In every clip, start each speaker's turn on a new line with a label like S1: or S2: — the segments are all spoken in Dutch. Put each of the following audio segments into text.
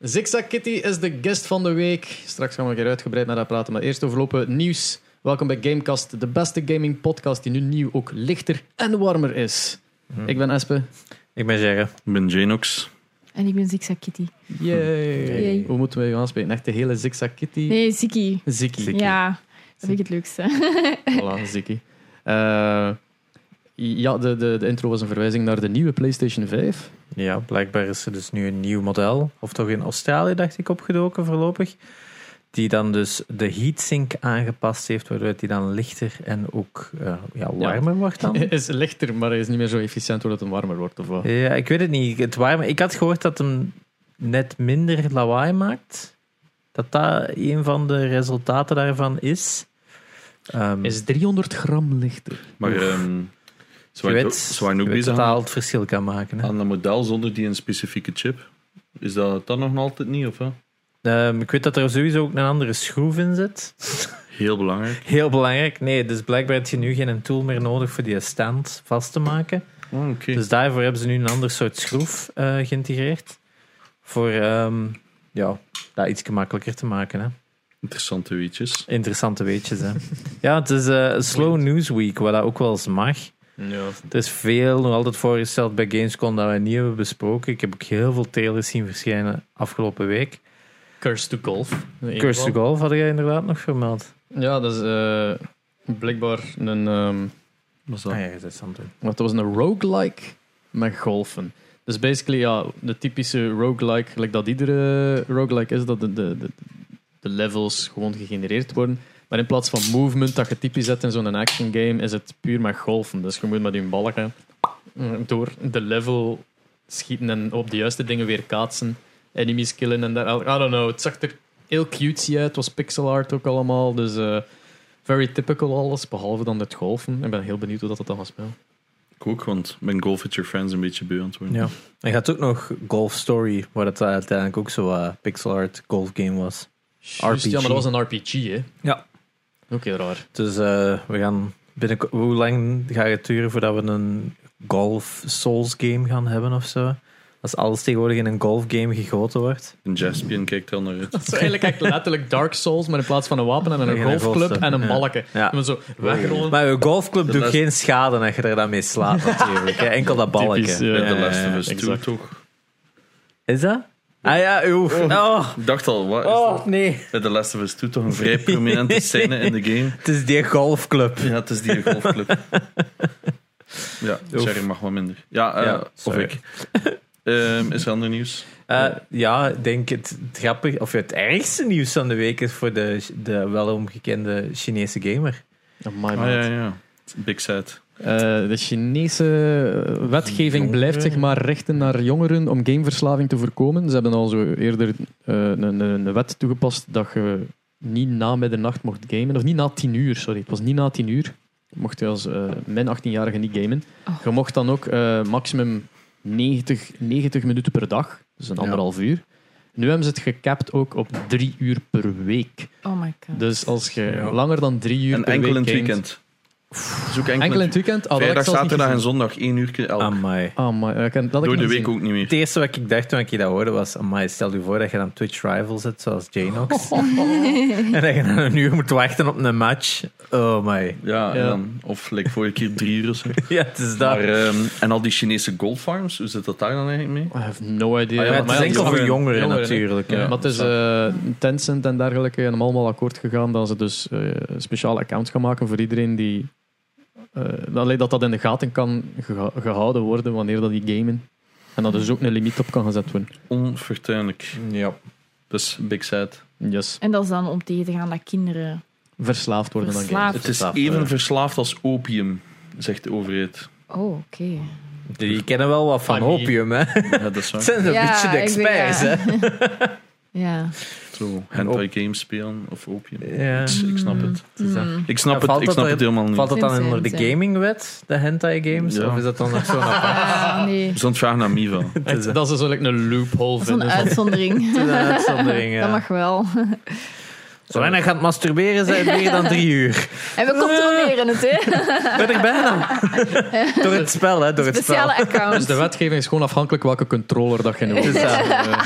S1: Zigzag Kitty is de guest van de week. Straks gaan we een keer uitgebreid naar haar praten, maar eerst overlopen nieuws. Welkom bij Gamecast, de beste gaming podcast die nu nieuw ook lichter en warmer is. Ik ben Espe.
S2: Ik ben zeggen.
S3: Ik ben Janox.
S4: En ik ben Zigzag Kitty.
S1: Yay.
S4: Yay.
S1: Hoe moeten we je aanspreken? Echt de hele Zigzag Kitty?
S4: Nee, Ziki.
S1: Ziki.
S3: Ziki.
S4: Ja, dat vind ik het leukste.
S1: Voilà, Ziki. Eh, ja, de, de, de intro was een verwijzing naar de nieuwe PlayStation 5.
S2: Ja, blijkbaar is er dus nu een nieuw model, of toch in Australië, dacht ik, opgedoken voorlopig. Die dan dus de heatsink aangepast heeft, waardoor die dan lichter en ook eh, ja, warmer wordt dan.
S1: is lichter, maar hij is niet meer zo efficiënt doordat het warmer wordt. Of wat?
S2: Ja, ik weet het niet. Het warme, ik had gehoord dat hem net minder lawaai maakt. Dat dat een van de resultaten daarvan is. Ehm,
S1: Is 300 gram lichter.
S3: Maar
S2: Oef.
S3: ehm ze
S2: je
S3: waren
S2: weet,
S3: ook- ze waren
S2: je
S3: ook
S2: weet
S3: bezig
S2: dat dat
S3: aan,
S2: al het verschil kan maken. Hè?
S3: aan een model zonder die een specifieke chip. Is dat dan nog altijd niet, of hè?
S2: Ehm, ik weet dat er sowieso ook een andere schroef in zit.
S3: Heel belangrijk.
S2: Heel belangrijk. Nee, dus blijkbaar heb je nu geen tool meer nodig voor die stand vast te maken.
S3: Oh, Oké.
S2: Dus daarvoor hebben ze nu een ander soort schroef eh, geïntegreerd. Voor ehm, ja, dat iets gemakkelijker te maken. Hè.
S3: Interessante weetjes.
S2: Interessante weetjes. Hè. ja, het is eh, een slow news week, wat dat ook wel eens mag.
S1: Ja.
S2: Er is veel nog altijd voorgesteld bij Gamescom dat wij niet hebben besproken. Ik heb ook heel veel trailers zien verschijnen afgelopen week.
S1: Curse to Golf.
S2: Curse to Golf had jij inderdaad nog vermeld.
S1: Ja, dat is eh, blijkbaar een... ehm,
S3: Was dat?
S2: Ah, ja, dat is aan het doen.
S1: wat was het, een roguelike met golfen. Dus basically, ja, de typische roguelike, gelijk dat iedere roguelike is, dat de, de, de, de levels gewoon gegenereerd worden. Maar in plaats van movement, dat je typisch zet in zo'n action game, is het puur met golfen. Dus je moet met je ballen gaan mm, door de level schieten en op de juiste dingen weer kaatsen. Enemies killen en dat. I don't know, het zag er heel cutesy uit. Het was pixel art ook allemaal. Dus eh, very typical alles, behalve dan het golfen. Ik ben heel benieuwd hoe dat, dat dan gaat spelen.
S3: Ik ook, want mijn golf with your friends een beetje beu aan het worden.
S2: Ja. En gaat ook nog Golf Story, waar het eh, uiteindelijk ook zo eh, pixel art golf game was.
S1: Juist,
S2: RPG.
S1: Ja, maar dat was een RPG, hè?
S2: Ja.
S1: Ook heel raar.
S2: Dus eh, we gaan binnen hoe lang gaat het duren voordat we een golf Souls game gaan hebben of zo? Als alles tegenwoordig in een golf game gegoten wordt.
S3: En Jaspion kijkt al naar het.
S1: Dat is eigenlijk echt letterlijk Dark Souls, maar in plaats van een wapen en een
S2: Tegen een
S1: golfclub
S2: golfclub,
S1: en een
S2: ja.
S1: balken.
S2: Ja.
S1: Je moet zo wegrollen.
S2: Maar een golfclub
S3: De
S2: doet
S3: les-
S2: geen schade als je er dan mee slaat natuurlijk. hè. Enkel dat balken.
S1: Typisch, ja.
S3: Bij
S2: Ja,
S3: The Last
S2: ja,
S3: of
S2: ja.
S3: Us 2
S1: exact.
S3: toch?
S2: Is dat? Ah ja, uw. Oh,
S3: Ik dacht al, wat is dat?
S2: oh nee.
S3: Bij The Last of Us 2 toch een vrij prominente scène in de game.
S2: Het is die golfclub.
S3: Ja, het is die golfclub. ja, Jerry mag wat minder. Ja, eh,
S2: Ja,
S3: of
S2: sorry.
S3: ik. Ehm, is er ander nieuws?
S2: Eh, ja, ik denk het, het grappige, of het ergste nieuws van de week is voor de, de welomgekende Chinese gamer.
S1: Amai,
S3: Ah
S1: man.
S3: ja, ja. Big sad.
S1: Eh, de Chinese eh, wetgeving blijft zich maar richten naar jongeren om gameverslaving te voorkomen. Ze hebben al zo eerder eh, een, een, een wet toegepast dat je niet na middernacht mocht gamen. Of niet na tien uur, sorry. Het was niet na tien uur. Mocht je als eh, min 18-jarige niet gamen.
S4: Oh.
S1: Je mocht dan ook eh, maximum 90, 90 minuten per dag. Dus een anderhalf uur. Nu hebben ze het gecapt ook op drie uur per week.
S4: Oh my god.
S1: Dus als je
S2: Ja.
S1: langer dan drie uur
S3: En
S1: per
S3: enkel in
S1: week
S3: het
S1: gamet-
S3: weekend. Zoek enkel,
S1: Enkel in
S3: in
S1: het weekend? Ah, dat heb
S3: Vrijdag,
S1: ik zelfs niet
S3: zaterdag en
S1: gezien.
S3: zondag één uur elk.
S2: Amai.
S1: Amai, ja, ik heb- eh, dat heb ik
S3: Door de
S1: nog
S3: week
S1: gezien.
S3: ook niet meer.
S2: Het eerste wat ik dacht toen ik dat hoorde was, amai, stel je voor dat je dan Twitch Rival zet, zoals Janox. en dat je dan een uur moet wachten op een match. Oh my.
S3: Ja, en
S1: Ja.
S3: dan- of like, vorige keer drie uur of zo.
S2: Ja, het is dat.
S3: Maar, ehm, en al die Chinese golffarms, hoe zit dat daar dan eigenlijk mee?
S1: I have no idea.
S3: Ah, ja,
S2: Maar
S3: maar
S2: het is
S3: ja,
S2: enkel
S3: jongeren-
S2: voor jongeren,
S1: jongeren,
S2: natuurlijk.
S3: hè.
S2: ja.
S1: Maar het is eh, Tencent en dergelijke en allemaal akkoord gegaan dat ze dus eh, speciale accounts gaan maken voor iedereen die... eh, alleen dat dat in de gaten kan geha- gehouden worden wanneer dat die gamen. En dat er dus ook een limiet op kan gezet worden.
S3: Onfortuinlijk.
S2: Ja.
S3: Dus big sad.
S1: Yes.
S4: En dat is dan om tegen te gaan dat kinderen...
S1: Verslaafd worden dan
S4: Verslaafd.
S1: games.
S3: Het is
S2: Verslaafd,
S3: even
S1: eh.
S2: ja.
S3: verslaafd als opium, zegt de overheid.
S4: Oh, oké.
S2: Die kennen wel wat van
S1: Funny.
S2: opium, hè.
S3: Ja, dat
S2: Het
S3: is waar.
S2: zijn zo'n
S4: Ja,
S2: beetje de
S4: ik weet-
S2: experts, hè.
S4: Ja.
S3: Zo, hentai games spelen of opium.
S2: Ja.
S3: Ik snap het.
S2: Het is dat.
S4: Mm.
S3: Ik snap
S2: Ja,
S3: het,
S2: valt
S3: ik
S2: dat
S3: snap
S2: er-
S3: het helemaal niet.
S2: Valt dat dan
S4: Vincent,
S2: onder de
S4: hè.
S2: gamingwet, de hentai games?
S3: Ja.
S2: Of is dat dan nog zo'n apart?
S4: Ah, nee.
S3: Zo'n vraag naar Miva.
S1: Echt, dat is zo like een loophole
S4: Dat is een
S1: vinden. van-
S4: uitzondering.
S2: eh? Het is een uitzondering, ja.
S4: Dat mag wel.
S2: Zolang hij gaat masturberen, zijn het meer dan drie uur.
S4: En we controleren het, hè?
S2: Ben er bijna. Door het spel, hè? Door het spel.
S4: Speciale account.
S1: Dus de wetgeving is gewoon afhankelijk welke controller dat je nodig
S2: Dus,
S1: hebt.
S2: eh,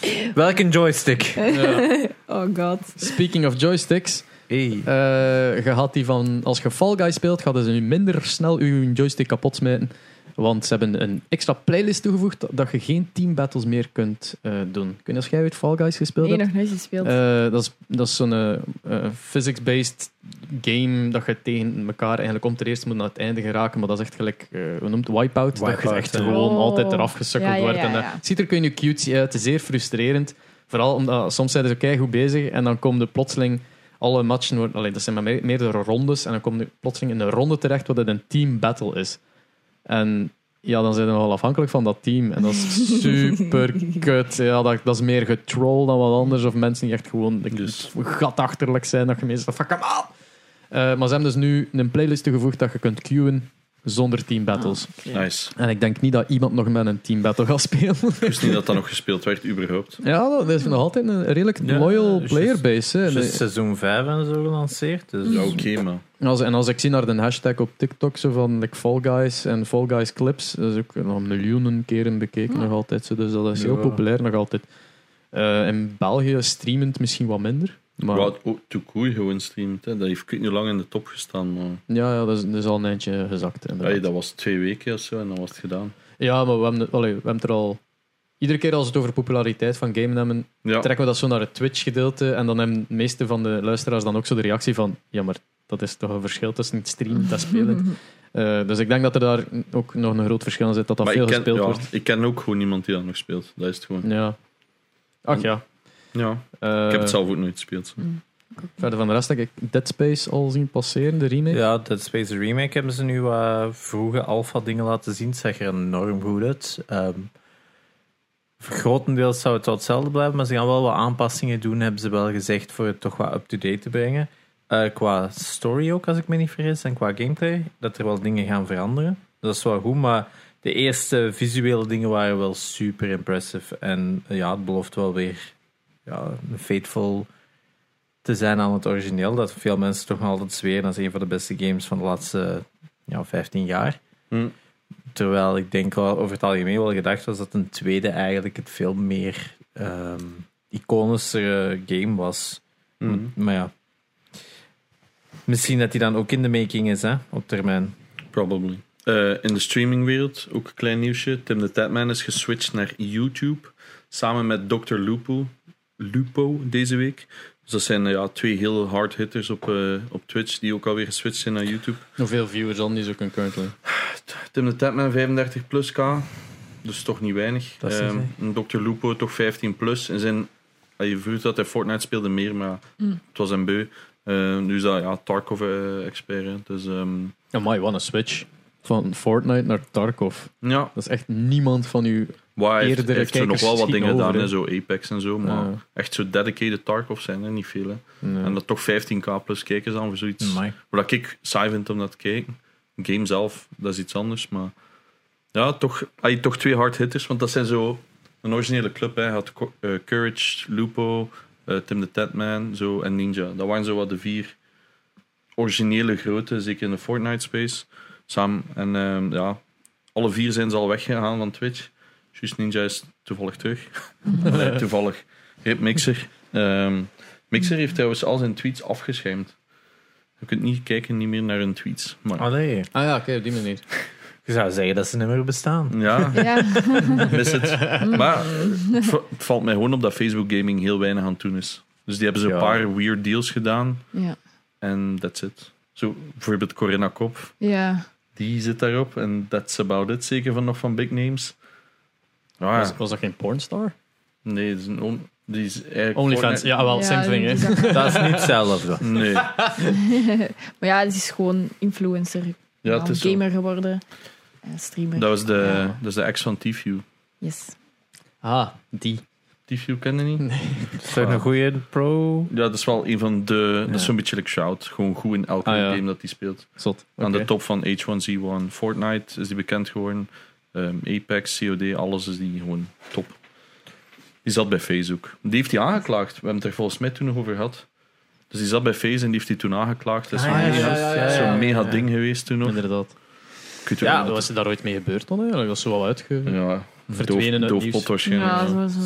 S1: Eh,
S2: welke joystick?
S1: ja.
S4: Oh god.
S1: Speaking of joysticks,
S2: Hey.
S1: eh, je had die van, als je Fall Guy speelt, gaat ze nu minder snel je joystick kapot smijten. Want ze hebben een extra playlist toegevoegd dat je geen team battles meer kunt eh, doen. Kun je als jij ooit Fall Guys gespeeld
S4: Nee,
S1: hebt?
S4: nog nooit gespeeld.
S1: Eh, dat is, dat is zo'n eh, eh, physics-based game dat je tegen elkaar eigenlijk om te eerst moet naar het einde geraken. Maar dat is echt gelijk, eh we noemen het wipeout. dat
S2: Wipeout,
S1: je echt
S2: ja.
S1: gewoon
S4: Oh.
S1: altijd eraf gesukkeld
S4: Ja, ja,
S1: wordt.
S4: ja,
S1: en, eh,
S4: ja.
S1: het ziet er kun je cutesy uit, zeer frustrerend. Vooral omdat soms zijn ze kei goed bezig en dan komen er plotseling alle matchen, worden- allee, dat zijn maar me- meerdere rondes, en dan kom je plotseling in een ronde terecht wat het een team battle is. En ja, dan zijn we nogal afhankelijk van dat team. En dat is super kut. Ja, dat, dat is meer getroll dan wat anders. Of mensen die echt gewoon
S3: Dus.
S1: gatachterlijk zijn. Dat je meestal van, come on! Eh, maar ze hebben dus nu een playlist toegevoegd dat je kunt queuen zonder team battles.
S3: Nice.
S1: En ik denk niet dat iemand nog met een team battle gaat spelen.
S3: Ik wist niet dat dat nog gespeeld werd, überhaupt.
S1: ja, dat is nog altijd een redelijk
S2: Ja,
S1: loyal
S2: juist.
S1: playerbase. hè.
S2: Dus seizoen 5 en zo gelanceerd. Dus
S3: Ja, oké, maar...
S1: En als, en als ik zie naar de hashtag op TikTok zo van like, Fall Guys en Fall Guys clips, dat is ook nog miljoenen keren bekeken nog altijd. Zo, dus dat is heel
S2: Ja.
S1: populair nog altijd. Eh, in België streamend misschien wat minder. Maar
S3: Wat ook Toekoei gewoon streamt. Hè. Dat heeft ik weet niet hoe lang in de top gestaan, maar...
S1: ja, ja dat, is, dat is al een eindje gezakt. inderdaad.
S3: Allee, dat was twee weken of zo en dan was het gedaan.
S1: Ja, maar we hebben, het- allee, we hebben het er al... Iedere keer als we het over populariteit van gamen hebben,
S3: Ja,
S1: trekken we dat zo naar het Twitch-gedeelte. En dan hebben de meeste van de luisteraars dan ook zo de reactie van... Ja, maar dat is toch een verschil tussen het streamen en het spelen. Eh, dus ik denk dat er daar ook nog een groot verschil in zit. Dat dat
S3: maar
S1: veel
S3: ik ken,
S1: gespeeld
S3: ja,
S1: wordt.
S3: ik ken ook gewoon niemand die dat nog speelt. Dat is het gewoon.
S1: Ja. Ach ja.
S3: Ja,
S1: Eh,
S3: ik heb het zelf ook nooit gespeeld.
S1: Verder van de rest heb ik Dead Space al zien passeren, de remake.
S2: Ja, Dead Space Remake hebben ze nu wat vroege alpha-dingen laten zien. Het zag er enorm goed uit. Ehm, grotendeels zou het wel hetzelfde blijven, maar ze gaan wel wat aanpassingen doen, hebben ze wel gezegd, voor het toch wat up-to-date te brengen. Eh, qua story ook, als ik me niet vergis, en qua gameplay, dat er wel dingen gaan veranderen. Dat is wel goed, maar de eerste visuele dingen waren wel super impressive. En eh, ja, het belooft wel weer ja, een faithful te zijn aan het origineel. Dat veel mensen toch nog altijd zweren als een van de beste games van de laatste ja, 15 jaar.
S3: Hm.
S2: Terwijl ik denk wel over het algemeen wel gedacht was dat een tweede eigenlijk het veel meer ehm iconischere game was.
S1: Mm.
S3: Mhm.
S2: Maar ja. Misschien dat die dan ook in de making is, hè, op termijn.
S3: Probably. Eh, in de streamingwereld, ook een klein nieuwsje. Tim de Tatman is geswitcht naar YouTube. Samen met Dr. Lupo, Lupo deze week. Dus dat zijn eh, ja, twee heel hard hitters op, eh, op Twitch die ook alweer geswitcht zijn naar YouTube.
S1: Hoeveel viewers dan die zo kunnen currently?
S3: Tim de Tatman 35 plus K. Dus toch niet weinig.
S2: Dat is niet
S3: Ehm, en Dr. Lupo toch 15 plus. En zijn, ah, je vroeg dat hij Fortnite speelde meer, maar het was een beu. Eh, nu is dat ja, Tarkov-expert. dus ehm,
S1: Amai, wat een switch. Van Fortnite naar Tarkov.
S3: ja,
S1: Dat is echt niemand van u.
S3: Waar hij heeft,
S1: eerdere
S3: heeft zo nog
S1: kijkers
S3: wel wat
S1: zien
S3: dingen gedaan,
S1: over,
S3: hè,
S1: hè.
S3: zo Apex en zo, maar
S1: Ja.
S3: echt zo dedicated Tarkov zijn er niet veel. Hè.
S1: Nee.
S3: En dat toch 15k plus kijkers aan voor
S1: Mm,
S3: zoiets.
S2: Amai.
S3: Waar dat ik saai vind om dat te kijken. Game zelf, dat is iets anders, maar ja, toch, hij toch twee hard hitters, want dat zijn zo een originele club. Hij had Co- eh, Courage, Lupo, eh, Tim the Tatman zo, en Ninja. Dat waren zo wat de vier originele grote, zeker in de Fortnite space. Samen, en ehm, ja, alle vier zijn ze al weggegaan van Twitch. Just Ninja is toevallig terug. Allee, toevallig. Je hebt Mixer. Ehm, Mixer heeft trouwens al zijn tweets afgeschermd. Je kunt niet kijken niet meer naar hun tweets. Maar
S2: Allee.
S1: Ah ja, oké, op die manier.
S2: Je zou zeggen dat ze niet meer bestaan.
S3: ja,
S4: Ja,
S3: mis het. Maar het va- het valt mij gewoon op dat Facebook gaming heel weinig aan toe is. Dus die hebben ze een
S2: Ja.
S3: paar weird deals gedaan.
S4: ja,
S3: En that's it. Zo, bijvoorbeeld Corinna Kop.
S4: ja.
S3: Die zit daarop. En that's about it. Zeker van nog van big names. Ah,
S1: Was, was dat geen pornstar?
S3: nee, dat is een on- die is eigenlijk...
S1: OnlyFans,
S3: Fortnite-
S1: ja, Ah, wel,
S4: ja,
S1: same thing, hè.
S4: exact.
S2: Dat is niet hetzelfde.
S3: Nee.
S4: Maar ja, het is gewoon influencer.
S3: Ja,
S4: Ja,
S3: het is zo.
S4: gamer geworden. Eh, streamer.
S3: Dat was de,
S1: Ja.
S3: dat is de ex van T-View.
S4: Yes.
S1: Ah, die.
S3: T-View kende niet?
S2: Dat is toch een goede pro.
S3: Ja, dat is wel een van de.
S2: Ja.
S3: Dat is zo'n beetje like Shout. Gewoon goed in elke
S1: Ah, ja.
S3: game dat hij speelt.
S1: Zot.
S3: Aan de
S1: Oké.
S3: top van H1Z1, Fortnite is die bekend geworden. Ehm, Apex, COD, alles is die gewoon top. Die zat bij Facebook. Die heeft hij aangeklaagd. We hebben het er volgens mij toen nog over gehad. Dus die zat bij FaZe en die heeft die toen aangeklaagd. Dat is
S2: Ah,
S3: zo'n
S2: ja, ja,
S1: ja, ja,
S3: zo'n
S1: ja, ja.
S3: mega ding geweest toen nog.
S1: Inderdaad.
S3: Ik weet
S1: Ja,
S3: wel-
S1: wat is er daar ooit mee gebeurd dan eigenlijk? Dat is zo wel uitge...
S3: ja,
S1: verdwenen uit
S3: doof, doof
S1: nieuws.
S3: pot waarschijnlijk.
S4: Ja, zo, zo.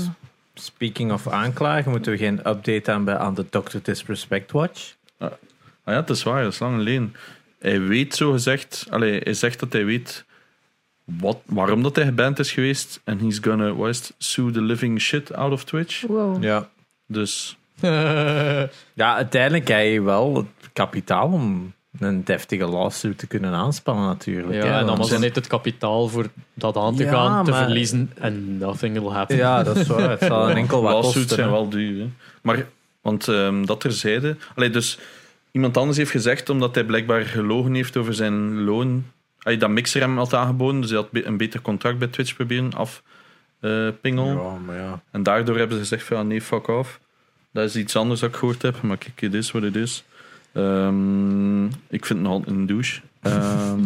S2: Speaking of aanklagen, moeten we geen update aan bij aan de Dr. Disrespect Watch?
S3: Ah ja, dat is waar, dat is lang geleden. Hij weet zo gezegd, allee, hij zegt dat hij weet wat, waarom dat hij geband is geweest. En he's gonna what is het, sue the living shit out of Twitch.
S4: Wow.
S2: Ja.
S3: Dus
S2: Ja, uiteindelijk heb je wel het kapitaal om een deftige lawsuit te kunnen aanspannen natuurlijk. hè,
S1: ja, en
S2: want-
S1: Amazon heeft het kapitaal voor dat aan te
S2: Ja,
S1: gaan, te
S2: maar-
S1: verliezen. En nothing will happen.
S2: Ja, dat is waar. Het zal een enkel wat
S3: lawsuits
S2: kosten.
S3: zijn
S2: hè.
S3: wel duur. hè. Maar, want ehm, dat terzijde... Allee, dus iemand anders heeft gezegd, omdat hij blijkbaar gelogen heeft over zijn loon... Allee, dat Mixer hem had aangeboden, dus hij had be- een beter contract bij Twitch proberen afpingelen.
S2: Ja, maar ja.
S3: En daardoor hebben ze gezegd van ja, nee, fuck off. Dat is iets anders dat ik gehoord heb, maar kijk, het is wat het is. Ehm, ik vind het nogal een douche. Ehm,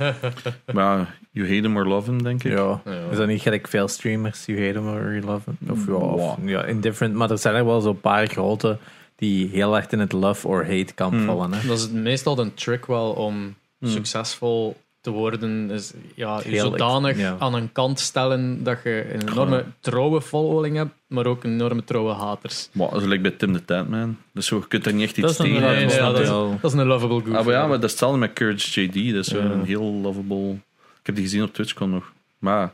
S3: maar ja, you hate him or love him, denk ik.
S2: Ja.
S1: Ja.
S2: Is dat niet gelijk veel streamers? You hate them or you love them? Of ja, of,
S3: Wow.
S2: ja, indifferent. Maar er zijn er wel zo'n paar grote die heel erg in het love or hate kamp
S3: Hmm.
S2: vallen. Hè?
S1: Dat is meestal een trick wel om
S3: Hmm.
S1: succesvol te worden. Is, ja, je
S2: Heel
S1: zodanig
S2: ex- ja.
S1: aan een kant stellen dat je een enorme trouwe following hebt, maar ook enorme trouwe haters.
S3: Maar dat is like bij Tim de Tentman. Dus zo, je kunt er niet echt
S2: Dat is
S3: iets
S2: een
S3: tegen
S2: raar-
S3: hebben.
S2: nee,
S1: ja,
S3: snap
S1: dat,
S3: je?
S1: is,
S2: wel.
S1: dat is een lovable goof.
S3: Ah, maar ja, maar dat is hetzelfde met Courage JD. Dat is wel
S1: Ja.
S3: een heel lovable... Ik heb die gezien op TwitchCon nog. Maar